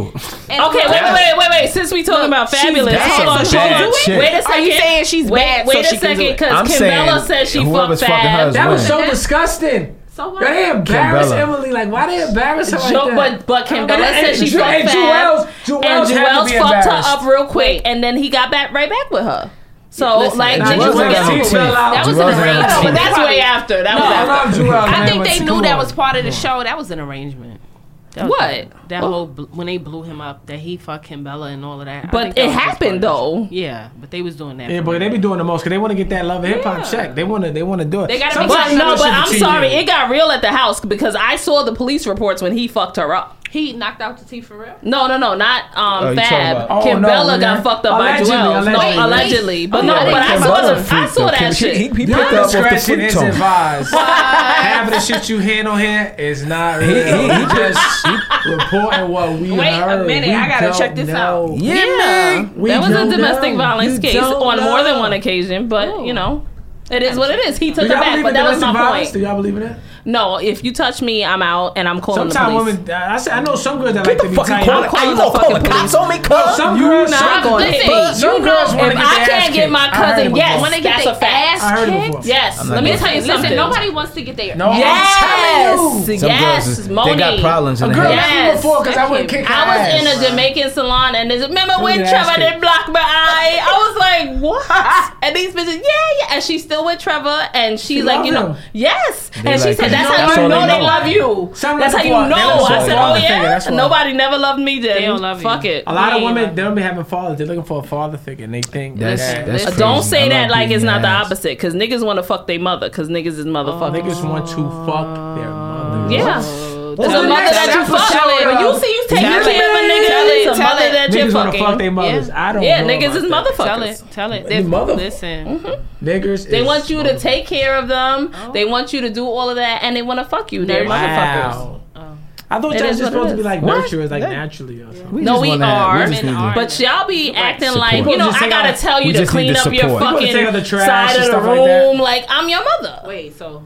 [SPEAKER 7] And
[SPEAKER 4] Okay, wait,
[SPEAKER 3] That's-
[SPEAKER 4] wait, wait, wait. Since we talking about
[SPEAKER 3] she's
[SPEAKER 4] fabulous,
[SPEAKER 3] bad.
[SPEAKER 4] hold on,
[SPEAKER 3] That's a
[SPEAKER 4] hold
[SPEAKER 3] bad
[SPEAKER 4] on.
[SPEAKER 3] chick.
[SPEAKER 4] Wait a
[SPEAKER 7] Are
[SPEAKER 4] second.
[SPEAKER 7] you saying she's
[SPEAKER 4] wait,
[SPEAKER 7] bad
[SPEAKER 4] wait
[SPEAKER 7] so
[SPEAKER 4] a
[SPEAKER 7] she can do
[SPEAKER 4] second,
[SPEAKER 7] it?
[SPEAKER 4] because
[SPEAKER 3] I'm
[SPEAKER 4] Kimbella
[SPEAKER 3] saying
[SPEAKER 4] said she fucked
[SPEAKER 3] whoever's fucking her
[SPEAKER 4] Fab.
[SPEAKER 3] is
[SPEAKER 6] That was
[SPEAKER 3] Right.
[SPEAKER 6] so disgusting.
[SPEAKER 7] So what?
[SPEAKER 6] They embarrassed
[SPEAKER 3] Kimbella.
[SPEAKER 6] Emily. Like, why they embarrass her like
[SPEAKER 4] Jo-
[SPEAKER 6] that?
[SPEAKER 4] but but Kimbella
[SPEAKER 6] And-
[SPEAKER 4] said
[SPEAKER 6] and
[SPEAKER 4] she
[SPEAKER 6] Ju-
[SPEAKER 4] fucked
[SPEAKER 6] and
[SPEAKER 4] Fab,
[SPEAKER 6] Jewel's-
[SPEAKER 4] and
[SPEAKER 6] Jewel's had to
[SPEAKER 4] Jewel's
[SPEAKER 6] be
[SPEAKER 4] fucked her
[SPEAKER 6] embarrassed.
[SPEAKER 4] up real quick, and then he got back right back with her. So
[SPEAKER 7] Listen,
[SPEAKER 4] like,
[SPEAKER 3] Nah,
[SPEAKER 4] niggas
[SPEAKER 6] Jewel's
[SPEAKER 4] was
[SPEAKER 6] had
[SPEAKER 4] getting
[SPEAKER 6] a
[SPEAKER 4] over
[SPEAKER 6] teeth
[SPEAKER 4] with.
[SPEAKER 6] fell out.
[SPEAKER 4] That was an
[SPEAKER 3] Jewel's had a
[SPEAKER 4] arrangement,
[SPEAKER 3] teeth.
[SPEAKER 4] but that's way after. That
[SPEAKER 6] I
[SPEAKER 4] was
[SPEAKER 6] love
[SPEAKER 4] after.
[SPEAKER 6] Jewel,
[SPEAKER 7] I
[SPEAKER 6] man,
[SPEAKER 7] think
[SPEAKER 6] but
[SPEAKER 7] they
[SPEAKER 6] come
[SPEAKER 7] knew that
[SPEAKER 6] on.
[SPEAKER 7] was part of the show. That was an arrangement. That was-
[SPEAKER 4] What? Oh.
[SPEAKER 7] That
[SPEAKER 4] What?
[SPEAKER 7] whole bl- when they blew him up, that he fucked Kimbella and all of that. I think
[SPEAKER 4] But
[SPEAKER 7] that
[SPEAKER 4] it
[SPEAKER 7] was just part of
[SPEAKER 4] happened
[SPEAKER 7] the-
[SPEAKER 4] though.
[SPEAKER 7] Yeah, but they was doing that.
[SPEAKER 6] Yeah,
[SPEAKER 7] for
[SPEAKER 6] but
[SPEAKER 7] him.
[SPEAKER 6] they be doing the most because they want to get that love and hip hop
[SPEAKER 7] Yeah.
[SPEAKER 6] check. They want to, they want to do it.
[SPEAKER 7] They gotta be-
[SPEAKER 4] But
[SPEAKER 7] Sometimes
[SPEAKER 4] no,
[SPEAKER 6] that
[SPEAKER 4] but
[SPEAKER 6] shit
[SPEAKER 4] I'm
[SPEAKER 6] between
[SPEAKER 4] sorry,
[SPEAKER 6] you.
[SPEAKER 4] it got real at the house because I saw the police reports when he fucked her up.
[SPEAKER 7] he knocked out the teeth for real.
[SPEAKER 4] No, no, no, not um,
[SPEAKER 3] Oh, you talking
[SPEAKER 4] Fab.
[SPEAKER 3] about-
[SPEAKER 6] Oh,
[SPEAKER 4] Kimbella
[SPEAKER 6] no,
[SPEAKER 4] got
[SPEAKER 6] man.
[SPEAKER 4] fucked up
[SPEAKER 6] Allegedly,
[SPEAKER 4] by Joel.
[SPEAKER 6] allegedly.
[SPEAKER 4] No, allegedly, but no,
[SPEAKER 7] Oh, yeah,
[SPEAKER 4] but I
[SPEAKER 7] Kimbella
[SPEAKER 4] saw,
[SPEAKER 3] Kimbella
[SPEAKER 4] the, I
[SPEAKER 3] freak,
[SPEAKER 4] saw
[SPEAKER 3] though.
[SPEAKER 4] that
[SPEAKER 3] He-
[SPEAKER 4] shit.
[SPEAKER 3] He, he picked
[SPEAKER 6] Your
[SPEAKER 3] her up off the
[SPEAKER 6] discretion
[SPEAKER 3] freak
[SPEAKER 6] is
[SPEAKER 3] tone.
[SPEAKER 6] advised. Half of the shit you hearing on here is not real.
[SPEAKER 3] He- he- he
[SPEAKER 6] just reporting what we
[SPEAKER 7] Wait a
[SPEAKER 6] heard.
[SPEAKER 7] minute,
[SPEAKER 6] We
[SPEAKER 7] I gotta
[SPEAKER 6] don't
[SPEAKER 7] check this
[SPEAKER 6] know.
[SPEAKER 3] Yeah,
[SPEAKER 4] Yeah,
[SPEAKER 3] man.
[SPEAKER 6] We
[SPEAKER 4] that was a
[SPEAKER 6] don't
[SPEAKER 4] domestic
[SPEAKER 6] know.
[SPEAKER 4] violence
[SPEAKER 6] You
[SPEAKER 4] case
[SPEAKER 6] don't
[SPEAKER 4] on more than
[SPEAKER 6] know.
[SPEAKER 4] one occasion, but you know, it is what it is. He
[SPEAKER 6] Do
[SPEAKER 4] took
[SPEAKER 6] y'all
[SPEAKER 4] her
[SPEAKER 6] believe
[SPEAKER 4] back, but
[SPEAKER 6] in
[SPEAKER 4] that was my
[SPEAKER 6] domestic violence?
[SPEAKER 4] point.
[SPEAKER 6] Do y'all believe in it?
[SPEAKER 4] No, if you touch me, I'm out and I'm calling
[SPEAKER 6] Sometimes
[SPEAKER 4] the police.
[SPEAKER 6] women, I, say- I know some girls that like
[SPEAKER 3] Get the
[SPEAKER 6] to be
[SPEAKER 3] fucking
[SPEAKER 6] tight.
[SPEAKER 3] call.
[SPEAKER 4] calling
[SPEAKER 3] You
[SPEAKER 4] the
[SPEAKER 3] gonna call the
[SPEAKER 4] fucking
[SPEAKER 3] cops
[SPEAKER 4] police.
[SPEAKER 3] on me, cuz?
[SPEAKER 6] Some
[SPEAKER 3] You
[SPEAKER 6] girls,
[SPEAKER 4] not
[SPEAKER 6] some,
[SPEAKER 4] gonna hit me.
[SPEAKER 6] some girls want
[SPEAKER 4] If
[SPEAKER 6] to get
[SPEAKER 4] I
[SPEAKER 6] their ass
[SPEAKER 4] can't get
[SPEAKER 6] kicked.
[SPEAKER 4] my
[SPEAKER 6] I heard it
[SPEAKER 4] cousin,
[SPEAKER 6] before.
[SPEAKER 4] yes,
[SPEAKER 7] Wanna get
[SPEAKER 4] that's
[SPEAKER 7] their
[SPEAKER 4] a fact.
[SPEAKER 6] I heard it
[SPEAKER 7] kicked?
[SPEAKER 6] before.
[SPEAKER 4] Yes,
[SPEAKER 3] I'm
[SPEAKER 4] let
[SPEAKER 3] not
[SPEAKER 4] me
[SPEAKER 3] gonna-
[SPEAKER 4] tell you
[SPEAKER 7] Listen,
[SPEAKER 4] something.
[SPEAKER 7] nobody wants to get their.
[SPEAKER 6] No,
[SPEAKER 4] Yes,
[SPEAKER 6] I'm telling you.
[SPEAKER 3] Some
[SPEAKER 4] yes,
[SPEAKER 3] girls is-
[SPEAKER 4] Moni.
[SPEAKER 3] They got problems in
[SPEAKER 6] A
[SPEAKER 3] the
[SPEAKER 6] girl
[SPEAKER 3] head.
[SPEAKER 6] left me
[SPEAKER 4] Yes.
[SPEAKER 6] before because I wouldn't kick her
[SPEAKER 4] I was in
[SPEAKER 6] ass.
[SPEAKER 4] a Jamaican salon and there's, remember when
[SPEAKER 6] Who did
[SPEAKER 4] Trevor
[SPEAKER 6] ask you?
[SPEAKER 4] didn't block my eye? I was like, what? and these bitches, yeah, yeah. And she's still with Trevor and she's
[SPEAKER 6] She
[SPEAKER 4] like,
[SPEAKER 6] love
[SPEAKER 4] you know,
[SPEAKER 6] him.
[SPEAKER 4] yes.
[SPEAKER 3] They
[SPEAKER 4] and she
[SPEAKER 3] like
[SPEAKER 4] said,
[SPEAKER 3] him.
[SPEAKER 4] that's
[SPEAKER 3] You know
[SPEAKER 4] how
[SPEAKER 3] what?
[SPEAKER 4] you know
[SPEAKER 3] That's
[SPEAKER 4] they
[SPEAKER 3] all
[SPEAKER 4] love
[SPEAKER 3] they
[SPEAKER 4] you.
[SPEAKER 6] Some
[SPEAKER 4] That's how
[SPEAKER 6] love
[SPEAKER 4] you
[SPEAKER 6] you are. They
[SPEAKER 4] know.
[SPEAKER 6] love
[SPEAKER 4] I
[SPEAKER 6] you.
[SPEAKER 4] said,
[SPEAKER 6] They
[SPEAKER 4] oh
[SPEAKER 6] love you.
[SPEAKER 4] yeah.
[SPEAKER 6] That's why.
[SPEAKER 4] Nobody never loved me then.
[SPEAKER 7] They don't love you.
[SPEAKER 4] Fuck it.
[SPEAKER 6] A lot of
[SPEAKER 7] Yeah.
[SPEAKER 4] uh,
[SPEAKER 6] women, they don't be having fathers. They're looking for a father figure, and they think
[SPEAKER 3] That's,
[SPEAKER 6] that
[SPEAKER 3] that's
[SPEAKER 4] Uh,
[SPEAKER 3] crazy.
[SPEAKER 4] Don't
[SPEAKER 3] I
[SPEAKER 4] say
[SPEAKER 3] love
[SPEAKER 4] that like
[SPEAKER 3] beating
[SPEAKER 4] it's not the
[SPEAKER 3] your ass.
[SPEAKER 4] opposite because niggas want to fuck their mother because niggas is motherfuckers.
[SPEAKER 6] niggas want to fuck their mother.
[SPEAKER 4] Yeah. It's
[SPEAKER 6] the
[SPEAKER 4] a mother
[SPEAKER 6] next
[SPEAKER 4] that you
[SPEAKER 6] episode
[SPEAKER 4] fuck. When you
[SPEAKER 6] of-
[SPEAKER 4] see you taking
[SPEAKER 7] Tell
[SPEAKER 4] care of a
[SPEAKER 7] it.
[SPEAKER 4] nigga,
[SPEAKER 7] Tell
[SPEAKER 4] it's a
[SPEAKER 7] it.
[SPEAKER 4] mother that you're
[SPEAKER 6] Niggas want to fuck
[SPEAKER 4] fucking.
[SPEAKER 6] their mothers.
[SPEAKER 7] Yeah.
[SPEAKER 6] I don't
[SPEAKER 4] Yeah,
[SPEAKER 6] know.
[SPEAKER 4] niggas is
[SPEAKER 7] Tell
[SPEAKER 6] about
[SPEAKER 4] motherfuckers. Mm-hmm.
[SPEAKER 7] it, tell it.
[SPEAKER 6] You mother-
[SPEAKER 7] Listen,
[SPEAKER 6] that. Niggas
[SPEAKER 4] They
[SPEAKER 6] is-
[SPEAKER 4] want you to take care of them. They want you to do all of that, and they want to fuck you. They're motherfuckers.
[SPEAKER 6] Wow. I thought
[SPEAKER 4] It
[SPEAKER 6] y'all
[SPEAKER 4] is
[SPEAKER 6] just
[SPEAKER 4] what it
[SPEAKER 6] supposed to be
[SPEAKER 4] is.
[SPEAKER 6] like
[SPEAKER 3] What?
[SPEAKER 6] nurturers, like
[SPEAKER 3] That-
[SPEAKER 6] naturally or something.
[SPEAKER 3] We
[SPEAKER 4] No,
[SPEAKER 3] just
[SPEAKER 4] we
[SPEAKER 3] wanna
[SPEAKER 4] are.
[SPEAKER 3] have- we
[SPEAKER 4] Men
[SPEAKER 3] just need to-
[SPEAKER 7] are.
[SPEAKER 4] But y'all be acting
[SPEAKER 3] Support.
[SPEAKER 4] like you know.
[SPEAKER 6] People just
[SPEAKER 4] I gotta
[SPEAKER 6] say,
[SPEAKER 4] tell you
[SPEAKER 3] "We
[SPEAKER 4] to
[SPEAKER 3] just need
[SPEAKER 4] clean
[SPEAKER 3] to
[SPEAKER 4] up your
[SPEAKER 3] support."
[SPEAKER 6] People
[SPEAKER 4] fucking
[SPEAKER 6] just take out the trash and
[SPEAKER 4] side of the
[SPEAKER 6] stuff like that.
[SPEAKER 4] room. Like I'm your mother.
[SPEAKER 7] wait. So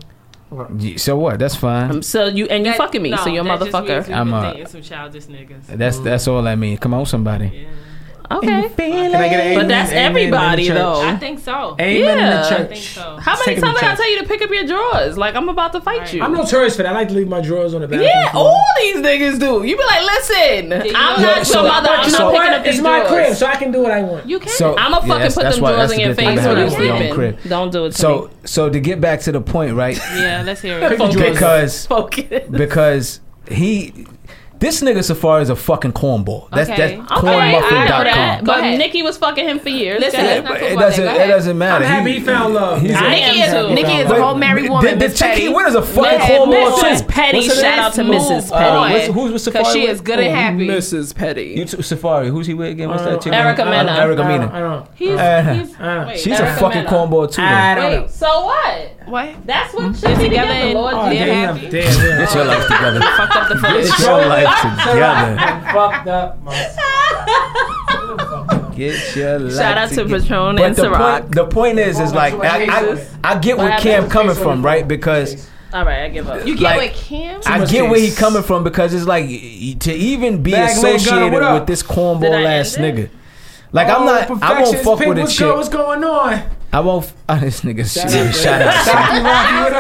[SPEAKER 3] Yeah, So what? That's fine.
[SPEAKER 4] So you and you
[SPEAKER 7] That-
[SPEAKER 4] fucking me.
[SPEAKER 7] no,
[SPEAKER 4] so you're a
[SPEAKER 7] that just means
[SPEAKER 4] motherfucker.
[SPEAKER 7] we've
[SPEAKER 3] I'm
[SPEAKER 7] been
[SPEAKER 3] a-
[SPEAKER 7] dating some childish niggas.
[SPEAKER 3] That's that's all I mean. Come on, somebody.
[SPEAKER 4] Okay.
[SPEAKER 6] Can I get an amen?
[SPEAKER 4] But that's
[SPEAKER 6] Amen in the
[SPEAKER 4] everybody,
[SPEAKER 6] church?
[SPEAKER 4] though.
[SPEAKER 7] I think so.
[SPEAKER 6] Amen in
[SPEAKER 4] Yeah,
[SPEAKER 6] the
[SPEAKER 4] I
[SPEAKER 6] church.
[SPEAKER 7] think so.
[SPEAKER 4] How many
[SPEAKER 6] Take them
[SPEAKER 4] times I
[SPEAKER 6] to
[SPEAKER 4] gotta
[SPEAKER 6] church.
[SPEAKER 4] tell you to pick up your drawers? Like I'm about to fight you.
[SPEAKER 6] I'm notorious for that. I like to leave my drawers on the bathroom.
[SPEAKER 4] yeah,
[SPEAKER 6] floor.
[SPEAKER 4] all these niggas do. You be like, listen, I'm
[SPEAKER 7] Yo,
[SPEAKER 4] not
[SPEAKER 6] so-
[SPEAKER 4] your mother. I'm
[SPEAKER 6] so
[SPEAKER 4] not picking up
[SPEAKER 6] It's
[SPEAKER 4] these
[SPEAKER 6] my
[SPEAKER 4] drawers.
[SPEAKER 6] crib, so I can do what I want.
[SPEAKER 7] You can.
[SPEAKER 3] So
[SPEAKER 4] I'ma fucking
[SPEAKER 3] that's-
[SPEAKER 4] put
[SPEAKER 3] that's
[SPEAKER 4] them
[SPEAKER 3] why-
[SPEAKER 4] drawers
[SPEAKER 3] that's
[SPEAKER 4] in
[SPEAKER 3] the
[SPEAKER 4] your
[SPEAKER 3] good thing
[SPEAKER 4] face
[SPEAKER 3] about
[SPEAKER 4] when
[SPEAKER 3] having
[SPEAKER 4] you
[SPEAKER 3] your own
[SPEAKER 4] sleeping.
[SPEAKER 3] crib.
[SPEAKER 4] Don't do it to
[SPEAKER 3] So
[SPEAKER 4] me.
[SPEAKER 3] so to get back to the point, right?
[SPEAKER 7] yeah, let's hear it.
[SPEAKER 3] because
[SPEAKER 4] Focus.
[SPEAKER 3] because he this nigga Safari is a fucking cornball. That's
[SPEAKER 7] Okay.
[SPEAKER 3] that's
[SPEAKER 7] Okay,
[SPEAKER 4] I know that,
[SPEAKER 7] Go
[SPEAKER 3] cornmuffin.com.
[SPEAKER 4] but
[SPEAKER 7] ahead.
[SPEAKER 4] Nikki was fucking him for years.
[SPEAKER 7] Listen,
[SPEAKER 4] Go ahead.
[SPEAKER 7] let's not talk
[SPEAKER 3] It
[SPEAKER 7] about
[SPEAKER 3] doesn't
[SPEAKER 7] that. Go
[SPEAKER 3] it
[SPEAKER 7] ahead.
[SPEAKER 3] doesn't matter.
[SPEAKER 6] I'm happy he found love. I
[SPEAKER 3] he's a-
[SPEAKER 4] am
[SPEAKER 7] Nikki is,
[SPEAKER 4] too.
[SPEAKER 7] Nikki is a
[SPEAKER 3] But
[SPEAKER 7] whole married
[SPEAKER 3] the-
[SPEAKER 7] woman.
[SPEAKER 3] The,
[SPEAKER 7] Miss
[SPEAKER 3] chicky
[SPEAKER 7] Petty.
[SPEAKER 3] what is a fucking
[SPEAKER 7] Let's
[SPEAKER 3] cornball
[SPEAKER 7] move
[SPEAKER 3] too?
[SPEAKER 7] on.
[SPEAKER 4] Mrs. Petty,
[SPEAKER 3] What's her
[SPEAKER 4] shout
[SPEAKER 3] name?
[SPEAKER 4] out to
[SPEAKER 7] move
[SPEAKER 4] Mrs.
[SPEAKER 7] on.
[SPEAKER 4] Petty. Oh,
[SPEAKER 3] What's- who's with Safari?
[SPEAKER 7] Because she
[SPEAKER 3] with?
[SPEAKER 7] is good and happy.
[SPEAKER 8] Mrs.
[SPEAKER 3] You
[SPEAKER 8] Petty.
[SPEAKER 3] too, Safari. Who's he with again? What's that
[SPEAKER 6] don't-
[SPEAKER 3] chick?
[SPEAKER 4] Erica
[SPEAKER 3] name? Uh,
[SPEAKER 4] Mena.
[SPEAKER 3] Erica
[SPEAKER 6] don't-
[SPEAKER 3] Mena.
[SPEAKER 6] I don't.
[SPEAKER 7] He's,
[SPEAKER 3] Uh,
[SPEAKER 7] he's
[SPEAKER 6] uh,
[SPEAKER 7] wait,
[SPEAKER 3] She's a
[SPEAKER 4] Erica
[SPEAKER 3] fucking
[SPEAKER 4] Mena. Uh,
[SPEAKER 3] cornball too.
[SPEAKER 6] I
[SPEAKER 3] then.
[SPEAKER 6] don't know.
[SPEAKER 4] Wait, so what?
[SPEAKER 7] what?
[SPEAKER 4] That's what should be
[SPEAKER 7] together
[SPEAKER 4] together. The
[SPEAKER 7] in-
[SPEAKER 4] Lord
[SPEAKER 7] Oh,
[SPEAKER 4] did
[SPEAKER 7] damn.
[SPEAKER 4] have-
[SPEAKER 6] Damn, damn.
[SPEAKER 3] Get your life together.
[SPEAKER 4] fucked up the
[SPEAKER 3] Get
[SPEAKER 4] first.
[SPEAKER 3] your life together.
[SPEAKER 6] fucked up. My
[SPEAKER 3] Get your life
[SPEAKER 4] Shout out to
[SPEAKER 3] together.
[SPEAKER 4] Patron
[SPEAKER 3] But
[SPEAKER 4] and
[SPEAKER 3] the
[SPEAKER 4] Ciroc.
[SPEAKER 3] point, the point is, is like I, I, I get where Cam coming from, right? Because
[SPEAKER 4] All right, I give up.
[SPEAKER 7] You get
[SPEAKER 3] Like-
[SPEAKER 7] with Kim?
[SPEAKER 3] I
[SPEAKER 6] much
[SPEAKER 3] get where he
[SPEAKER 6] case.
[SPEAKER 3] coming from because it's like y- to even be
[SPEAKER 6] Bag man, Gunna,
[SPEAKER 3] associated
[SPEAKER 6] what up? Oh,
[SPEAKER 3] with this
[SPEAKER 4] Did
[SPEAKER 3] cornball
[SPEAKER 4] I
[SPEAKER 3] ass
[SPEAKER 4] end
[SPEAKER 3] nigga. Like I'm not, I won't fuck with this
[SPEAKER 6] what's
[SPEAKER 3] shit.
[SPEAKER 6] Go, what's going on?
[SPEAKER 3] I won't. F- oh, this nigga, shit.
[SPEAKER 6] out,
[SPEAKER 3] shout
[SPEAKER 6] Rocky,
[SPEAKER 3] out,
[SPEAKER 6] Rocky, what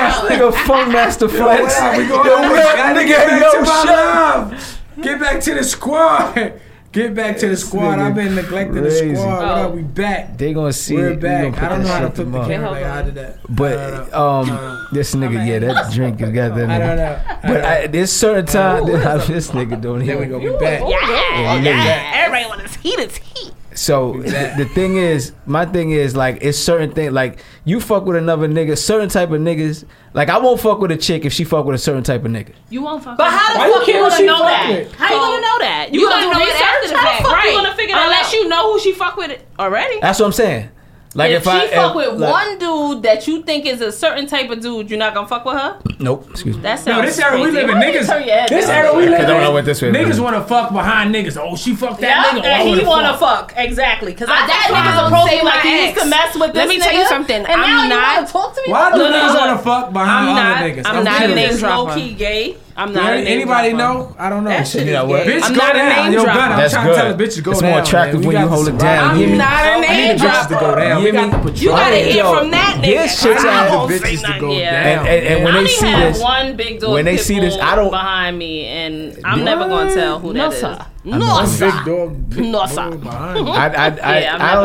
[SPEAKER 6] up?
[SPEAKER 3] nigga, funk master
[SPEAKER 6] What
[SPEAKER 3] flex.
[SPEAKER 6] up? We
[SPEAKER 3] Yo,
[SPEAKER 6] going
[SPEAKER 3] what up,
[SPEAKER 6] Gotta
[SPEAKER 3] nigga?
[SPEAKER 6] Get back
[SPEAKER 3] Yo,
[SPEAKER 6] to my
[SPEAKER 3] shut
[SPEAKER 6] love. Get back to the squad. Get back to the squad. I've been neglecting
[SPEAKER 3] crazy.
[SPEAKER 6] the squad. What
[SPEAKER 4] Oh.
[SPEAKER 6] up? We back.
[SPEAKER 3] They gonna see.
[SPEAKER 6] We're
[SPEAKER 3] it. We gonna
[SPEAKER 6] back.
[SPEAKER 3] put
[SPEAKER 6] I don't
[SPEAKER 3] that
[SPEAKER 6] know how to
[SPEAKER 3] shit
[SPEAKER 6] flip the
[SPEAKER 3] tomorrow.
[SPEAKER 6] camera.
[SPEAKER 4] Okay,
[SPEAKER 6] Like,
[SPEAKER 4] hold
[SPEAKER 6] I did that.
[SPEAKER 3] But um, this nigga, yeah, that drink has got that
[SPEAKER 6] I don't
[SPEAKER 3] nigga.
[SPEAKER 6] know. I don't
[SPEAKER 3] But
[SPEAKER 6] know.
[SPEAKER 3] I, there's
[SPEAKER 6] Oh.
[SPEAKER 3] certain time this nigga don't
[SPEAKER 6] There we
[SPEAKER 3] even
[SPEAKER 6] go. We back.
[SPEAKER 3] Yeah, nigga.
[SPEAKER 7] Everybody want to heat is heat.
[SPEAKER 3] So th- the thing is, my thing is like it's certain thing. Like you fuck with another nigga, certain type of niggas. Like I won't fuck with a chick if she fuck with a certain type of nigga.
[SPEAKER 7] You won't fuck
[SPEAKER 4] But how the
[SPEAKER 6] Why you
[SPEAKER 4] fuck you
[SPEAKER 6] care what
[SPEAKER 4] gonna
[SPEAKER 6] she
[SPEAKER 4] know
[SPEAKER 6] fuck
[SPEAKER 4] that?
[SPEAKER 6] with?
[SPEAKER 4] How you gonna know that? You,
[SPEAKER 7] You
[SPEAKER 4] gonna,
[SPEAKER 7] gonna
[SPEAKER 4] do
[SPEAKER 7] know it
[SPEAKER 4] research?
[SPEAKER 7] after the
[SPEAKER 4] How
[SPEAKER 7] fact,
[SPEAKER 4] the fuck
[SPEAKER 7] right.
[SPEAKER 4] you gonna figure that
[SPEAKER 7] Unless
[SPEAKER 4] out?
[SPEAKER 7] you know who she fuck with already.
[SPEAKER 3] That's what I'm saying. Like
[SPEAKER 4] if,
[SPEAKER 3] if, I
[SPEAKER 4] she fuck
[SPEAKER 3] if-
[SPEAKER 4] with
[SPEAKER 3] like-
[SPEAKER 4] one dude that you think is a certain type of dude, you're not gonna fuck with her.
[SPEAKER 3] nope. Excuse me.
[SPEAKER 4] That sounds.
[SPEAKER 6] No, this era we
[SPEAKER 4] crazy.
[SPEAKER 6] live in,
[SPEAKER 4] Why you turn your
[SPEAKER 6] niggas.
[SPEAKER 4] head
[SPEAKER 6] This
[SPEAKER 4] down?
[SPEAKER 6] era we live in.
[SPEAKER 3] I don't know what this way is.
[SPEAKER 6] Niggas want to fuck behind niggas. Oh, she fucked that
[SPEAKER 4] Yeah,
[SPEAKER 6] nigga. Oh, I
[SPEAKER 4] and he
[SPEAKER 6] wanna
[SPEAKER 4] wanna
[SPEAKER 6] fuck.
[SPEAKER 4] fuck exactly because I
[SPEAKER 7] that's
[SPEAKER 4] that
[SPEAKER 7] why I
[SPEAKER 4] niggas
[SPEAKER 7] don't
[SPEAKER 4] approached
[SPEAKER 7] say
[SPEAKER 4] me like
[SPEAKER 7] my
[SPEAKER 4] he
[SPEAKER 7] ex.
[SPEAKER 4] used to mess with this.
[SPEAKER 7] Let me tell you
[SPEAKER 4] nigga,
[SPEAKER 7] something.
[SPEAKER 4] And
[SPEAKER 7] I'm
[SPEAKER 4] now you
[SPEAKER 7] not-
[SPEAKER 4] wanna talk to me.
[SPEAKER 6] Why do
[SPEAKER 4] No, no,
[SPEAKER 6] niggas
[SPEAKER 4] no.
[SPEAKER 6] want to fuck behind
[SPEAKER 7] I'm
[SPEAKER 6] other
[SPEAKER 7] not.
[SPEAKER 6] niggas?
[SPEAKER 7] I'm not a
[SPEAKER 6] kidding.
[SPEAKER 7] name
[SPEAKER 4] Niggas
[SPEAKER 7] dropper.
[SPEAKER 4] low key gay.
[SPEAKER 7] I'm
[SPEAKER 6] Yeah,
[SPEAKER 7] not. a name
[SPEAKER 6] Anybody
[SPEAKER 7] dropper.
[SPEAKER 6] know? I don't know.
[SPEAKER 4] That shit
[SPEAKER 3] You
[SPEAKER 4] is
[SPEAKER 3] know what?
[SPEAKER 4] gay.
[SPEAKER 6] Bitch,
[SPEAKER 7] I'm
[SPEAKER 6] go
[SPEAKER 7] not a
[SPEAKER 6] down.
[SPEAKER 7] name
[SPEAKER 6] Yo,
[SPEAKER 7] dropper.
[SPEAKER 6] gun, I'm
[SPEAKER 3] That's
[SPEAKER 6] trying to tell a
[SPEAKER 3] good.
[SPEAKER 6] bitch to go
[SPEAKER 3] It's
[SPEAKER 6] down.
[SPEAKER 3] more attractive
[SPEAKER 6] man.
[SPEAKER 3] when
[SPEAKER 6] We
[SPEAKER 3] you
[SPEAKER 6] got
[SPEAKER 3] hold
[SPEAKER 6] to
[SPEAKER 3] it down.
[SPEAKER 6] survive.
[SPEAKER 3] You hear me?
[SPEAKER 7] I'm not a
[SPEAKER 6] We
[SPEAKER 7] name
[SPEAKER 6] need the bitches to go
[SPEAKER 7] dropper.
[SPEAKER 6] down.
[SPEAKER 3] You
[SPEAKER 6] We got
[SPEAKER 3] hear
[SPEAKER 6] the
[SPEAKER 3] me?
[SPEAKER 7] You gotta
[SPEAKER 3] Yo,
[SPEAKER 7] hear from that nigga.
[SPEAKER 3] This shit's
[SPEAKER 7] I
[SPEAKER 3] out.
[SPEAKER 7] won't
[SPEAKER 6] bitches
[SPEAKER 7] say
[SPEAKER 6] to
[SPEAKER 7] nothing.
[SPEAKER 6] go
[SPEAKER 4] Yeah.
[SPEAKER 6] down.
[SPEAKER 3] And, and, and when
[SPEAKER 4] I
[SPEAKER 3] they
[SPEAKER 4] only
[SPEAKER 3] see
[SPEAKER 4] had
[SPEAKER 3] this,
[SPEAKER 4] one big dog
[SPEAKER 3] when they see this, I don't-
[SPEAKER 4] behind me, and I'm never gonna tell who that
[SPEAKER 7] No
[SPEAKER 4] is.
[SPEAKER 7] sir.
[SPEAKER 1] One
[SPEAKER 7] No sir.
[SPEAKER 1] big dog. big
[SPEAKER 7] No
[SPEAKER 1] dog
[SPEAKER 7] sir.
[SPEAKER 1] behind you.
[SPEAKER 3] I, I, I,
[SPEAKER 4] Yeah, I'm
[SPEAKER 3] I
[SPEAKER 4] never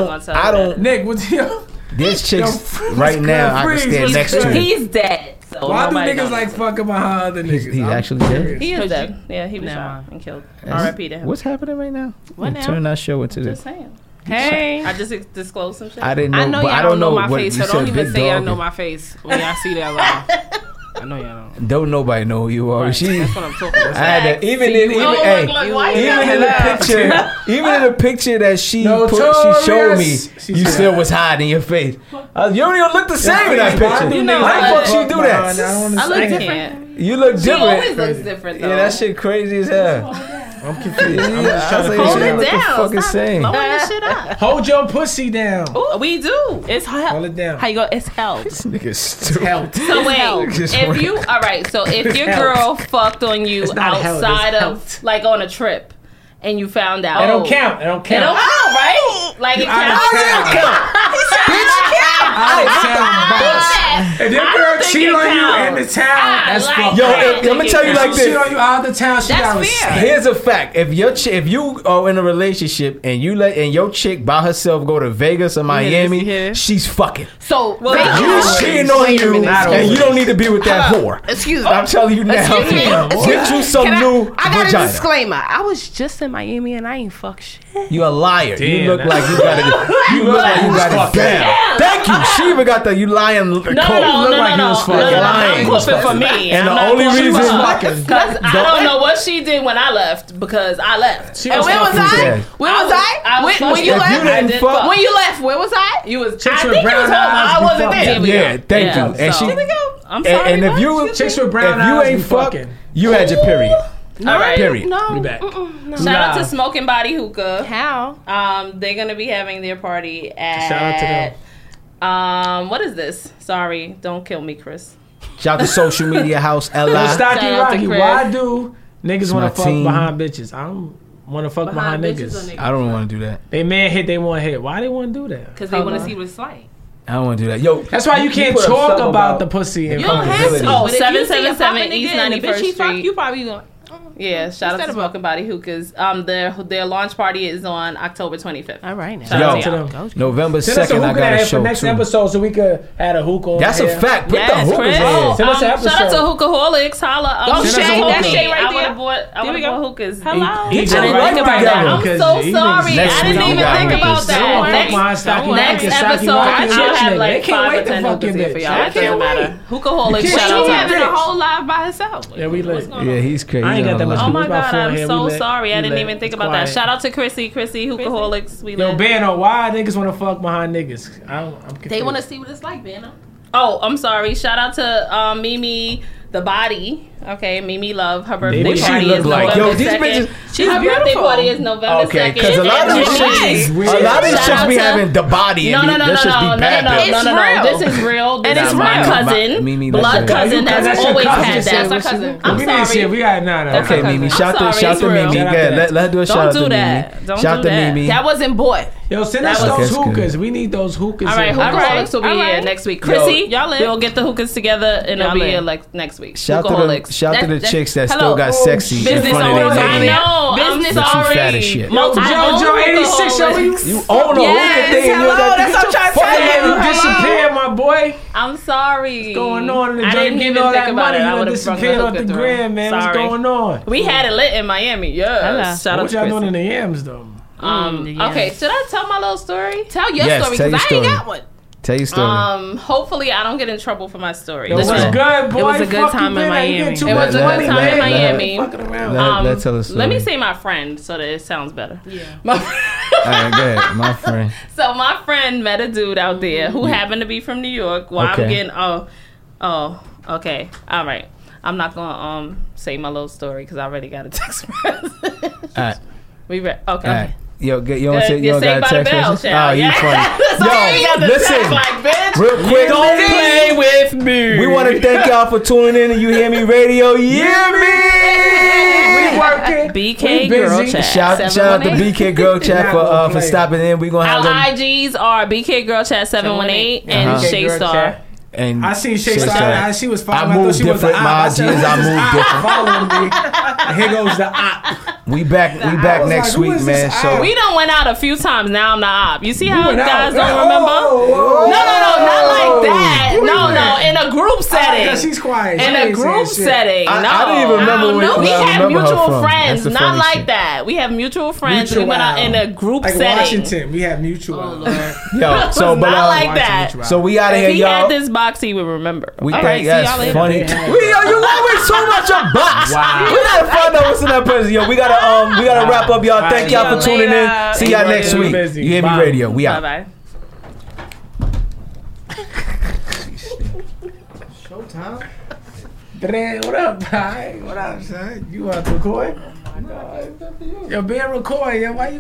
[SPEAKER 4] gonna
[SPEAKER 3] don't,
[SPEAKER 4] tell
[SPEAKER 3] I
[SPEAKER 4] you
[SPEAKER 3] don't.
[SPEAKER 6] Nick, what's your?
[SPEAKER 3] This chick's
[SPEAKER 6] Yo,
[SPEAKER 3] right now. I can
[SPEAKER 6] freeze,
[SPEAKER 3] stand
[SPEAKER 6] what's
[SPEAKER 3] next
[SPEAKER 6] good?
[SPEAKER 3] to. him.
[SPEAKER 4] He's dead. So
[SPEAKER 6] Why do
[SPEAKER 4] nobody
[SPEAKER 6] niggas
[SPEAKER 4] knows.
[SPEAKER 6] like fucking behind other niggas?
[SPEAKER 3] He's, he's
[SPEAKER 6] I'm
[SPEAKER 3] actually dead.
[SPEAKER 6] serious.
[SPEAKER 4] He is dead. Yeah, he was
[SPEAKER 7] Never
[SPEAKER 4] shot
[SPEAKER 7] mind.
[SPEAKER 4] and killed. R.I.P. to him.
[SPEAKER 3] What's happening right now?
[SPEAKER 7] What now?
[SPEAKER 3] Turn that show into this.
[SPEAKER 4] Just saying.
[SPEAKER 7] Hey.
[SPEAKER 4] I just ex- disclosed some shit.
[SPEAKER 3] I didn't know.
[SPEAKER 7] I know
[SPEAKER 3] but
[SPEAKER 7] y'all
[SPEAKER 3] I
[SPEAKER 7] don't know my
[SPEAKER 3] what
[SPEAKER 7] face,
[SPEAKER 3] you
[SPEAKER 7] so don't
[SPEAKER 3] said,
[SPEAKER 7] even
[SPEAKER 3] big
[SPEAKER 7] say y'all
[SPEAKER 3] dog.
[SPEAKER 7] know my face when y'all see that line. I know y'all don't.
[SPEAKER 3] Don't nobody know who you are. She,
[SPEAKER 7] That's what I'm talking
[SPEAKER 3] I
[SPEAKER 7] about.
[SPEAKER 3] had to, even if, even,
[SPEAKER 4] Oh,
[SPEAKER 3] hey,
[SPEAKER 4] look, look, why you
[SPEAKER 3] even
[SPEAKER 4] gotta
[SPEAKER 3] in the
[SPEAKER 4] laugh?
[SPEAKER 3] picture, even in the picture that she put, she showed me,
[SPEAKER 6] Notorious.
[SPEAKER 3] you still was hiding your face. I was- you don't even look the same in that
[SPEAKER 6] Why do
[SPEAKER 3] picture.
[SPEAKER 6] niggas
[SPEAKER 3] How the fuck
[SPEAKER 4] what?
[SPEAKER 3] she do
[SPEAKER 6] behind?
[SPEAKER 3] that?
[SPEAKER 6] don't
[SPEAKER 4] I
[SPEAKER 6] understand.
[SPEAKER 4] look different.
[SPEAKER 3] You look
[SPEAKER 4] She always
[SPEAKER 3] different.
[SPEAKER 4] looks different though.
[SPEAKER 3] Yeah, that shit crazy as hell.
[SPEAKER 6] I'm confused. I'm
[SPEAKER 3] Yeah,
[SPEAKER 6] just
[SPEAKER 3] I was
[SPEAKER 6] trying to
[SPEAKER 3] like,
[SPEAKER 4] Hold
[SPEAKER 6] figure it out.
[SPEAKER 3] shit, what
[SPEAKER 4] it
[SPEAKER 3] the
[SPEAKER 4] down.
[SPEAKER 3] fuck is
[SPEAKER 4] Stop
[SPEAKER 3] saying?
[SPEAKER 4] Blowing this shit up.
[SPEAKER 6] Hold your pussy down.
[SPEAKER 4] Ooh, we do.
[SPEAKER 7] It's hell.
[SPEAKER 6] Hold it down.
[SPEAKER 7] How you go? It's hell.
[SPEAKER 3] This nigga stupid.
[SPEAKER 4] So wait,
[SPEAKER 7] held.
[SPEAKER 3] Just
[SPEAKER 4] if
[SPEAKER 3] went-
[SPEAKER 4] you all right, so if your
[SPEAKER 6] held.
[SPEAKER 4] girl fucked on you
[SPEAKER 6] not held,
[SPEAKER 4] outside
[SPEAKER 6] it's
[SPEAKER 4] of like on a trip, and you found out,
[SPEAKER 6] It don't count. Ah! It don't
[SPEAKER 4] It don't
[SPEAKER 6] count.
[SPEAKER 4] count, right? Like it
[SPEAKER 6] Out
[SPEAKER 4] counts.
[SPEAKER 6] of town. Out of town, bitch. If your girl
[SPEAKER 4] think
[SPEAKER 6] cheat
[SPEAKER 4] it
[SPEAKER 6] on you in
[SPEAKER 4] counts.
[SPEAKER 6] the town, Ah! that's
[SPEAKER 4] Ah! like
[SPEAKER 6] fucked
[SPEAKER 3] Yo,
[SPEAKER 6] up.
[SPEAKER 4] that.
[SPEAKER 3] if- I'ma tell you
[SPEAKER 6] If
[SPEAKER 3] like
[SPEAKER 6] she cheat
[SPEAKER 3] this.
[SPEAKER 6] on you out of the town, she
[SPEAKER 4] That's
[SPEAKER 6] got
[SPEAKER 4] fair.
[SPEAKER 6] respect.
[SPEAKER 3] Here's a fact: if your chi- if you are in a relationship and you let and your chick by herself go to Vegas or Miami,
[SPEAKER 7] yeah.
[SPEAKER 3] she's fucking.
[SPEAKER 7] So
[SPEAKER 4] Not
[SPEAKER 3] You
[SPEAKER 4] always.
[SPEAKER 3] cheating on
[SPEAKER 7] Wait a
[SPEAKER 3] you,
[SPEAKER 7] minute.
[SPEAKER 6] Not
[SPEAKER 3] and you
[SPEAKER 6] always.
[SPEAKER 3] don't need to be with that whore.
[SPEAKER 7] Excuse me.
[SPEAKER 3] I'm telling you now.
[SPEAKER 7] Excuse me.
[SPEAKER 3] Get you some
[SPEAKER 7] Can I-
[SPEAKER 3] new
[SPEAKER 7] I, got a
[SPEAKER 3] vagina.
[SPEAKER 7] disclaimer. I was just in Miami and I ain't fuck shit.
[SPEAKER 3] You a liar.
[SPEAKER 6] Damn,
[SPEAKER 3] you look
[SPEAKER 6] that's-
[SPEAKER 3] like you got it. You look like you got it. down. Thank you. She even got the you lying coat.
[SPEAKER 4] No, no, no,
[SPEAKER 6] look
[SPEAKER 4] no,
[SPEAKER 6] like
[SPEAKER 4] no,
[SPEAKER 6] he was
[SPEAKER 4] no,
[SPEAKER 6] fucking
[SPEAKER 4] no, no,
[SPEAKER 3] lying.
[SPEAKER 4] I'm clipping for me.
[SPEAKER 3] And
[SPEAKER 4] I'm
[SPEAKER 3] the
[SPEAKER 4] not
[SPEAKER 3] only
[SPEAKER 4] clipping
[SPEAKER 3] reason-
[SPEAKER 4] for her. 'Cause I don't know what she did when I left because I left.
[SPEAKER 6] She
[SPEAKER 7] And where was
[SPEAKER 6] fucking
[SPEAKER 7] I?
[SPEAKER 3] Yeah.
[SPEAKER 7] Where was I?
[SPEAKER 4] I was
[SPEAKER 7] when, when
[SPEAKER 4] fucking-
[SPEAKER 7] you
[SPEAKER 4] If
[SPEAKER 7] left?
[SPEAKER 3] you didn't
[SPEAKER 4] I did
[SPEAKER 3] fuck-
[SPEAKER 7] when you left, where was I?
[SPEAKER 4] you was. I
[SPEAKER 6] Chicks with
[SPEAKER 4] think it was
[SPEAKER 6] brown
[SPEAKER 4] her.
[SPEAKER 6] eyes
[SPEAKER 4] I
[SPEAKER 6] be
[SPEAKER 4] wasn't
[SPEAKER 6] fucking.
[SPEAKER 4] there.
[SPEAKER 3] Yeah, thank you. And she.
[SPEAKER 4] Here we go. I'm
[SPEAKER 3] And,
[SPEAKER 4] sorry.
[SPEAKER 3] and if you
[SPEAKER 6] Chicks with brown
[SPEAKER 3] if you
[SPEAKER 6] eyes
[SPEAKER 3] ain't
[SPEAKER 6] be
[SPEAKER 3] fuck,
[SPEAKER 6] fucking.
[SPEAKER 3] you had your period.
[SPEAKER 4] All right.
[SPEAKER 3] Period.
[SPEAKER 7] No.
[SPEAKER 6] We back.
[SPEAKER 7] mm-mm, no.
[SPEAKER 4] Shout out
[SPEAKER 6] Nah.
[SPEAKER 4] to Smoking Body Hookah.
[SPEAKER 7] How?
[SPEAKER 4] Um, they're gonna be having their party at.
[SPEAKER 6] Shout out to them.
[SPEAKER 4] Um, what is this? Sorry, don't kill me, Chris.
[SPEAKER 3] Shout out to social media house
[SPEAKER 6] Yo,
[SPEAKER 3] L.I.
[SPEAKER 6] Stocky
[SPEAKER 4] Shout out to
[SPEAKER 6] Rocky,
[SPEAKER 4] Chris.
[SPEAKER 6] why do niggas
[SPEAKER 3] my
[SPEAKER 6] want to fuck
[SPEAKER 3] team.
[SPEAKER 6] behind bitches? I'm want to fuck behind, niggas.
[SPEAKER 3] I don't want to do that.
[SPEAKER 6] They man hit, they want hit. Why they want to do that?
[SPEAKER 7] Because they want to see what it's like.
[SPEAKER 3] I don't want to do that. Yo,
[SPEAKER 6] That's why you can't
[SPEAKER 1] put up
[SPEAKER 6] talk
[SPEAKER 1] something
[SPEAKER 6] about,
[SPEAKER 1] about-
[SPEAKER 6] the pussy. And
[SPEAKER 7] You don't have to.
[SPEAKER 4] Oh,
[SPEAKER 7] but if you see a
[SPEAKER 4] 777
[SPEAKER 7] popping
[SPEAKER 4] East
[SPEAKER 7] nigga and a
[SPEAKER 4] 91st
[SPEAKER 7] bitch he fuck,
[SPEAKER 4] Street.
[SPEAKER 7] You probably gonna.
[SPEAKER 4] Yeah, shout out to Smoking Body Hookahs. Um, their their launch party is on October 25th.
[SPEAKER 7] All right now.
[SPEAKER 4] Shout out
[SPEAKER 3] Yo.
[SPEAKER 4] to
[SPEAKER 6] to
[SPEAKER 4] y'all.
[SPEAKER 6] them.
[SPEAKER 3] November
[SPEAKER 6] Send us a
[SPEAKER 3] second, I
[SPEAKER 6] hookah
[SPEAKER 3] got a
[SPEAKER 6] ad
[SPEAKER 3] show
[SPEAKER 6] for next
[SPEAKER 3] too.
[SPEAKER 6] episode so we could add a hookah. on
[SPEAKER 3] That's
[SPEAKER 6] here.
[SPEAKER 3] a fact. Put
[SPEAKER 4] Yes,
[SPEAKER 3] the hookers in.
[SPEAKER 4] Chris.
[SPEAKER 6] Send us an
[SPEAKER 4] Um, shout out to
[SPEAKER 6] episode.
[SPEAKER 4] Hookaholics. Holla.
[SPEAKER 7] Go
[SPEAKER 4] Um, shout out to
[SPEAKER 7] Shay, that's
[SPEAKER 4] Hookah.
[SPEAKER 7] Shay right
[SPEAKER 4] I would've
[SPEAKER 7] there.
[SPEAKER 4] bought, I
[SPEAKER 7] There
[SPEAKER 4] would
[SPEAKER 7] we
[SPEAKER 4] have bought
[SPEAKER 7] go.
[SPEAKER 4] hookahs.
[SPEAKER 7] Hello.
[SPEAKER 6] He
[SPEAKER 4] I
[SPEAKER 6] just
[SPEAKER 4] didn't
[SPEAKER 6] right
[SPEAKER 4] think about
[SPEAKER 6] together,
[SPEAKER 4] that. I'm
[SPEAKER 6] 'cause
[SPEAKER 4] so
[SPEAKER 6] he
[SPEAKER 4] sorry.
[SPEAKER 3] Next
[SPEAKER 4] I
[SPEAKER 3] week,
[SPEAKER 4] didn't even
[SPEAKER 3] y'all
[SPEAKER 4] think
[SPEAKER 3] niggas.
[SPEAKER 4] about
[SPEAKER 6] I don't want
[SPEAKER 4] that.
[SPEAKER 6] fuck behind Stocky
[SPEAKER 4] Next
[SPEAKER 6] Watkins, Stocky
[SPEAKER 4] episode,
[SPEAKER 6] Watkins,
[SPEAKER 4] I'll
[SPEAKER 6] rich
[SPEAKER 4] have
[SPEAKER 6] nigga. They
[SPEAKER 4] like
[SPEAKER 6] can't
[SPEAKER 4] five
[SPEAKER 6] wait
[SPEAKER 4] or
[SPEAKER 6] to
[SPEAKER 4] ten
[SPEAKER 6] fuck your
[SPEAKER 4] hookahs here for
[SPEAKER 6] bitch.
[SPEAKER 4] y'all.
[SPEAKER 6] I
[SPEAKER 4] It doesn't
[SPEAKER 6] can't
[SPEAKER 4] matter. Hookaholics.
[SPEAKER 6] You can't
[SPEAKER 4] Shout
[SPEAKER 7] She
[SPEAKER 4] out
[SPEAKER 6] wait.
[SPEAKER 4] to
[SPEAKER 7] having a
[SPEAKER 6] Rich.
[SPEAKER 7] whole live by herself.
[SPEAKER 6] Yeah, we lit.
[SPEAKER 3] Yeah, he's crazy.
[SPEAKER 6] I ain't got that much
[SPEAKER 4] Oh
[SPEAKER 6] Who's
[SPEAKER 4] my
[SPEAKER 6] about
[SPEAKER 4] god,
[SPEAKER 6] four
[SPEAKER 4] I'm
[SPEAKER 6] here?
[SPEAKER 4] so
[SPEAKER 6] We lit.
[SPEAKER 4] sorry. I
[SPEAKER 6] We
[SPEAKER 4] didn't
[SPEAKER 6] lit.
[SPEAKER 4] even think
[SPEAKER 6] It's
[SPEAKER 4] about
[SPEAKER 6] quiet.
[SPEAKER 4] that. Shout out to Chrissy, Chrissy, Hookaholics. We
[SPEAKER 6] Yo,
[SPEAKER 4] love.
[SPEAKER 6] Bano, why niggas want to fuck behind niggas? I don't, I'm confused.
[SPEAKER 7] They want to see what it's like, man.
[SPEAKER 4] Oh, I'm sorry. Shout out to um, Mimi, the body. Okay, Mimi Love. Her birthday
[SPEAKER 6] What she
[SPEAKER 4] party
[SPEAKER 3] look
[SPEAKER 4] is
[SPEAKER 3] like? Yo,
[SPEAKER 4] November
[SPEAKER 3] these
[SPEAKER 4] 2nd.
[SPEAKER 3] bitches-
[SPEAKER 7] She's
[SPEAKER 4] her birthday
[SPEAKER 7] beautiful.
[SPEAKER 4] party is November
[SPEAKER 3] Okay,
[SPEAKER 4] 2
[SPEAKER 3] because a lot of these
[SPEAKER 7] She's
[SPEAKER 3] shits, is
[SPEAKER 6] weird.
[SPEAKER 3] a lot of these
[SPEAKER 4] Shout
[SPEAKER 3] shits
[SPEAKER 4] out
[SPEAKER 3] be
[SPEAKER 4] to-
[SPEAKER 3] having the body.
[SPEAKER 4] No,
[SPEAKER 3] and
[SPEAKER 4] no, no, no,
[SPEAKER 3] this
[SPEAKER 4] no,
[SPEAKER 3] shits
[SPEAKER 4] no, no,
[SPEAKER 3] be bad,
[SPEAKER 4] no,
[SPEAKER 3] bitch.
[SPEAKER 4] no, no, no.
[SPEAKER 7] It's
[SPEAKER 4] This is real. This
[SPEAKER 3] And
[SPEAKER 4] is
[SPEAKER 3] it's
[SPEAKER 4] my
[SPEAKER 3] real.
[SPEAKER 4] cousin,
[SPEAKER 3] Mimi, that's
[SPEAKER 4] blood
[SPEAKER 3] your
[SPEAKER 4] cousin
[SPEAKER 6] cousin.
[SPEAKER 4] that's
[SPEAKER 6] That's your
[SPEAKER 4] always
[SPEAKER 6] cousin.
[SPEAKER 4] had
[SPEAKER 6] That's
[SPEAKER 4] that.
[SPEAKER 6] your
[SPEAKER 4] cousin.
[SPEAKER 6] we
[SPEAKER 4] I'm
[SPEAKER 6] didn't see it.
[SPEAKER 4] sorry.
[SPEAKER 6] We got nah, nah.
[SPEAKER 4] That's
[SPEAKER 3] Okay,
[SPEAKER 6] nah.
[SPEAKER 4] cousin.
[SPEAKER 3] Mimi,
[SPEAKER 4] I'm
[SPEAKER 3] shout to
[SPEAKER 4] sorry,
[SPEAKER 3] shout
[SPEAKER 4] it's
[SPEAKER 3] to
[SPEAKER 4] real.
[SPEAKER 3] Mimi.
[SPEAKER 6] Shout out
[SPEAKER 3] Yeah,
[SPEAKER 6] to
[SPEAKER 3] let
[SPEAKER 6] that.
[SPEAKER 3] let do a
[SPEAKER 4] Don't
[SPEAKER 3] shout out
[SPEAKER 4] do
[SPEAKER 3] to Mimi.
[SPEAKER 4] that. Don't
[SPEAKER 3] Shout
[SPEAKER 4] do
[SPEAKER 3] to
[SPEAKER 4] that.
[SPEAKER 3] Mimi.
[SPEAKER 7] That wasn't bought.
[SPEAKER 6] Yo, send us
[SPEAKER 4] That
[SPEAKER 3] was-
[SPEAKER 6] those
[SPEAKER 3] Okay, that's
[SPEAKER 6] hookahs. We need those hookahs.
[SPEAKER 4] All right,
[SPEAKER 6] in
[SPEAKER 4] hookaholics
[SPEAKER 6] here.
[SPEAKER 4] will be
[SPEAKER 7] all
[SPEAKER 4] here
[SPEAKER 7] right.
[SPEAKER 4] next week. Chrissy,
[SPEAKER 7] y'all in.
[SPEAKER 4] we'll get the hookahs together and it'll
[SPEAKER 7] Y'all
[SPEAKER 4] be
[SPEAKER 7] in.
[SPEAKER 4] here like next week.
[SPEAKER 3] Shout to
[SPEAKER 4] hookaholics.
[SPEAKER 3] the shout to
[SPEAKER 7] That-
[SPEAKER 3] the
[SPEAKER 7] that-
[SPEAKER 3] chicks that still
[SPEAKER 7] hello.
[SPEAKER 3] got sexy in
[SPEAKER 4] Business
[SPEAKER 3] front of
[SPEAKER 4] owners. I
[SPEAKER 3] their lady.
[SPEAKER 4] know.
[SPEAKER 7] Business
[SPEAKER 4] I'm
[SPEAKER 3] But you
[SPEAKER 4] sorry.
[SPEAKER 3] fat as shit.
[SPEAKER 4] Multiple
[SPEAKER 6] Yo, Joe, 86, yo,
[SPEAKER 4] hookaholics.
[SPEAKER 6] you
[SPEAKER 3] You own a hookah
[SPEAKER 7] Yes,
[SPEAKER 3] thing. and you
[SPEAKER 7] hello,
[SPEAKER 3] got-
[SPEAKER 7] that's
[SPEAKER 3] get
[SPEAKER 7] what
[SPEAKER 3] your
[SPEAKER 7] I'm trying to
[SPEAKER 3] fucking
[SPEAKER 7] tell
[SPEAKER 3] ass-
[SPEAKER 7] you.
[SPEAKER 6] You disappeared, my boy.
[SPEAKER 4] I'm sorry. What's
[SPEAKER 6] Going on in the
[SPEAKER 4] I
[SPEAKER 6] joint,
[SPEAKER 4] didn't
[SPEAKER 6] getting
[SPEAKER 4] even
[SPEAKER 6] all
[SPEAKER 4] think
[SPEAKER 6] that
[SPEAKER 4] about
[SPEAKER 6] money.
[SPEAKER 4] it.
[SPEAKER 6] You
[SPEAKER 4] I
[SPEAKER 6] done
[SPEAKER 4] would have brought the
[SPEAKER 6] disappeared off
[SPEAKER 4] hookah
[SPEAKER 6] the
[SPEAKER 4] through.
[SPEAKER 6] gram, man. What's
[SPEAKER 4] Sorry.
[SPEAKER 6] going on?
[SPEAKER 4] We had it lit in Miami.
[SPEAKER 5] Hello.
[SPEAKER 4] Yes. Shout out
[SPEAKER 6] What
[SPEAKER 4] to
[SPEAKER 6] y'all doing
[SPEAKER 4] Chris.
[SPEAKER 6] in the yams though?
[SPEAKER 4] Um,
[SPEAKER 5] Mm, yeah.
[SPEAKER 4] Okay, should I tell my little story?
[SPEAKER 7] Tell your
[SPEAKER 3] Yes,
[SPEAKER 7] story
[SPEAKER 3] tell
[SPEAKER 7] because
[SPEAKER 3] your
[SPEAKER 7] I
[SPEAKER 3] story.
[SPEAKER 7] ain't got one.
[SPEAKER 3] Tell your
[SPEAKER 6] Uh,
[SPEAKER 3] story.
[SPEAKER 4] Um, hopefully I don't get in trouble for my story.
[SPEAKER 6] Yo,
[SPEAKER 4] This
[SPEAKER 6] what's
[SPEAKER 4] is-
[SPEAKER 3] Listen.
[SPEAKER 6] good, boy?
[SPEAKER 5] It was a good
[SPEAKER 6] Fuck you
[SPEAKER 5] time in
[SPEAKER 6] been at? You
[SPEAKER 5] Miami.
[SPEAKER 6] getting too
[SPEAKER 4] It
[SPEAKER 6] much
[SPEAKER 4] was a
[SPEAKER 3] good
[SPEAKER 6] money,
[SPEAKER 3] time in
[SPEAKER 6] man.
[SPEAKER 4] Miami.
[SPEAKER 6] Fucking around.
[SPEAKER 3] Let-
[SPEAKER 4] um,
[SPEAKER 3] let tell a story.
[SPEAKER 4] Let me say my friend so that it sounds better. Yeah.
[SPEAKER 3] All right, go ahead, my friend.
[SPEAKER 4] so my friend met a dude out there who happened to be from New York. While
[SPEAKER 3] Mm-hmm. Okay.
[SPEAKER 4] I'm getting oh, oh, okay, all right. I'm not gonna um say my little story because I already got a text message.
[SPEAKER 3] All right,
[SPEAKER 4] we re- okay.
[SPEAKER 3] all right. Yo, get, you don't
[SPEAKER 4] Uh,
[SPEAKER 3] say you
[SPEAKER 4] you're
[SPEAKER 3] don't
[SPEAKER 4] saved
[SPEAKER 3] got a
[SPEAKER 4] by the
[SPEAKER 3] text
[SPEAKER 4] bell,
[SPEAKER 3] message?
[SPEAKER 4] child.
[SPEAKER 3] Oh, you funny.
[SPEAKER 4] Yo,
[SPEAKER 3] Yo, listen.
[SPEAKER 4] like bitch.
[SPEAKER 3] Real quick,
[SPEAKER 4] with me.
[SPEAKER 3] We want to thank y'all for tuning in to You Hear Me Radio. You hear me?
[SPEAKER 6] working.
[SPEAKER 4] BK
[SPEAKER 6] We
[SPEAKER 4] Girl
[SPEAKER 6] busy.
[SPEAKER 4] Chat.
[SPEAKER 3] Shout, shout out to
[SPEAKER 4] 718.
[SPEAKER 3] BK Girl Chat for uh, for
[SPEAKER 6] Play.
[SPEAKER 3] stopping in. We're gonna have
[SPEAKER 4] Our
[SPEAKER 3] them
[SPEAKER 4] IGs are BK Girl Chat 718 and
[SPEAKER 3] Uh-huh.
[SPEAKER 4] Shay
[SPEAKER 6] Girl
[SPEAKER 4] Star.
[SPEAKER 6] Chat.
[SPEAKER 3] and
[SPEAKER 6] I seen Shay Star. I- She was
[SPEAKER 3] I
[SPEAKER 6] following. I, thought
[SPEAKER 3] moved
[SPEAKER 6] she was
[SPEAKER 3] different.
[SPEAKER 6] the op.
[SPEAKER 3] My
[SPEAKER 6] I said,
[SPEAKER 3] ideas, I
[SPEAKER 6] "Who's this
[SPEAKER 3] moved
[SPEAKER 6] op
[SPEAKER 3] different."
[SPEAKER 6] Following me. And Here goes the op.
[SPEAKER 3] We back. We back
[SPEAKER 6] was
[SPEAKER 3] next
[SPEAKER 6] like, who
[SPEAKER 3] week,
[SPEAKER 6] is
[SPEAKER 3] man.
[SPEAKER 6] this
[SPEAKER 3] So
[SPEAKER 6] out?
[SPEAKER 4] We done went out a few times. Now I'm the op. You see how
[SPEAKER 6] went
[SPEAKER 4] guys
[SPEAKER 6] out.
[SPEAKER 4] don't remember?
[SPEAKER 6] Oh,
[SPEAKER 4] No, no, no, not
[SPEAKER 6] oh.
[SPEAKER 4] like that. No, no, in a group
[SPEAKER 6] Yeah,
[SPEAKER 4] setting.
[SPEAKER 6] she's quiet. She
[SPEAKER 4] In a
[SPEAKER 6] ain't saying
[SPEAKER 4] group
[SPEAKER 6] shit.
[SPEAKER 4] setting.
[SPEAKER 3] I- I
[SPEAKER 4] no.
[SPEAKER 3] don't even remember
[SPEAKER 4] don't
[SPEAKER 3] where-
[SPEAKER 4] know.
[SPEAKER 3] where I
[SPEAKER 4] we have
[SPEAKER 3] remember her
[SPEAKER 4] mutual
[SPEAKER 3] from. That's
[SPEAKER 4] friends.
[SPEAKER 3] the
[SPEAKER 4] Not
[SPEAKER 3] funny
[SPEAKER 4] like
[SPEAKER 3] shit.
[SPEAKER 4] that. We have mutual friends. we went out in
[SPEAKER 6] Mutual.
[SPEAKER 4] a group
[SPEAKER 6] Like
[SPEAKER 4] setting. Oh,
[SPEAKER 6] Washington, we have mutual.
[SPEAKER 3] yo, so
[SPEAKER 4] Not
[SPEAKER 3] but uh,
[SPEAKER 4] like that.
[SPEAKER 3] so we out of here,
[SPEAKER 4] If he
[SPEAKER 3] y'all.
[SPEAKER 4] had this box, he would remember.
[SPEAKER 3] we
[SPEAKER 4] All
[SPEAKER 3] think
[SPEAKER 4] right, see
[SPEAKER 3] that's
[SPEAKER 4] y'all later.
[SPEAKER 3] funny.
[SPEAKER 6] Yeah.
[SPEAKER 3] We yo, you always so much a box. We gotta find out what's in that person. Yo, we gotta um, we gotta wrap up, y'all. Thank y'all for tuning in. See y'all next week. You hear me,
[SPEAKER 6] Bye.
[SPEAKER 3] radio. We out.
[SPEAKER 4] Bye bye.
[SPEAKER 6] Showtime. Dre, what up, Hi, What up, son? You want to record? Yo, being record, yo. Why you?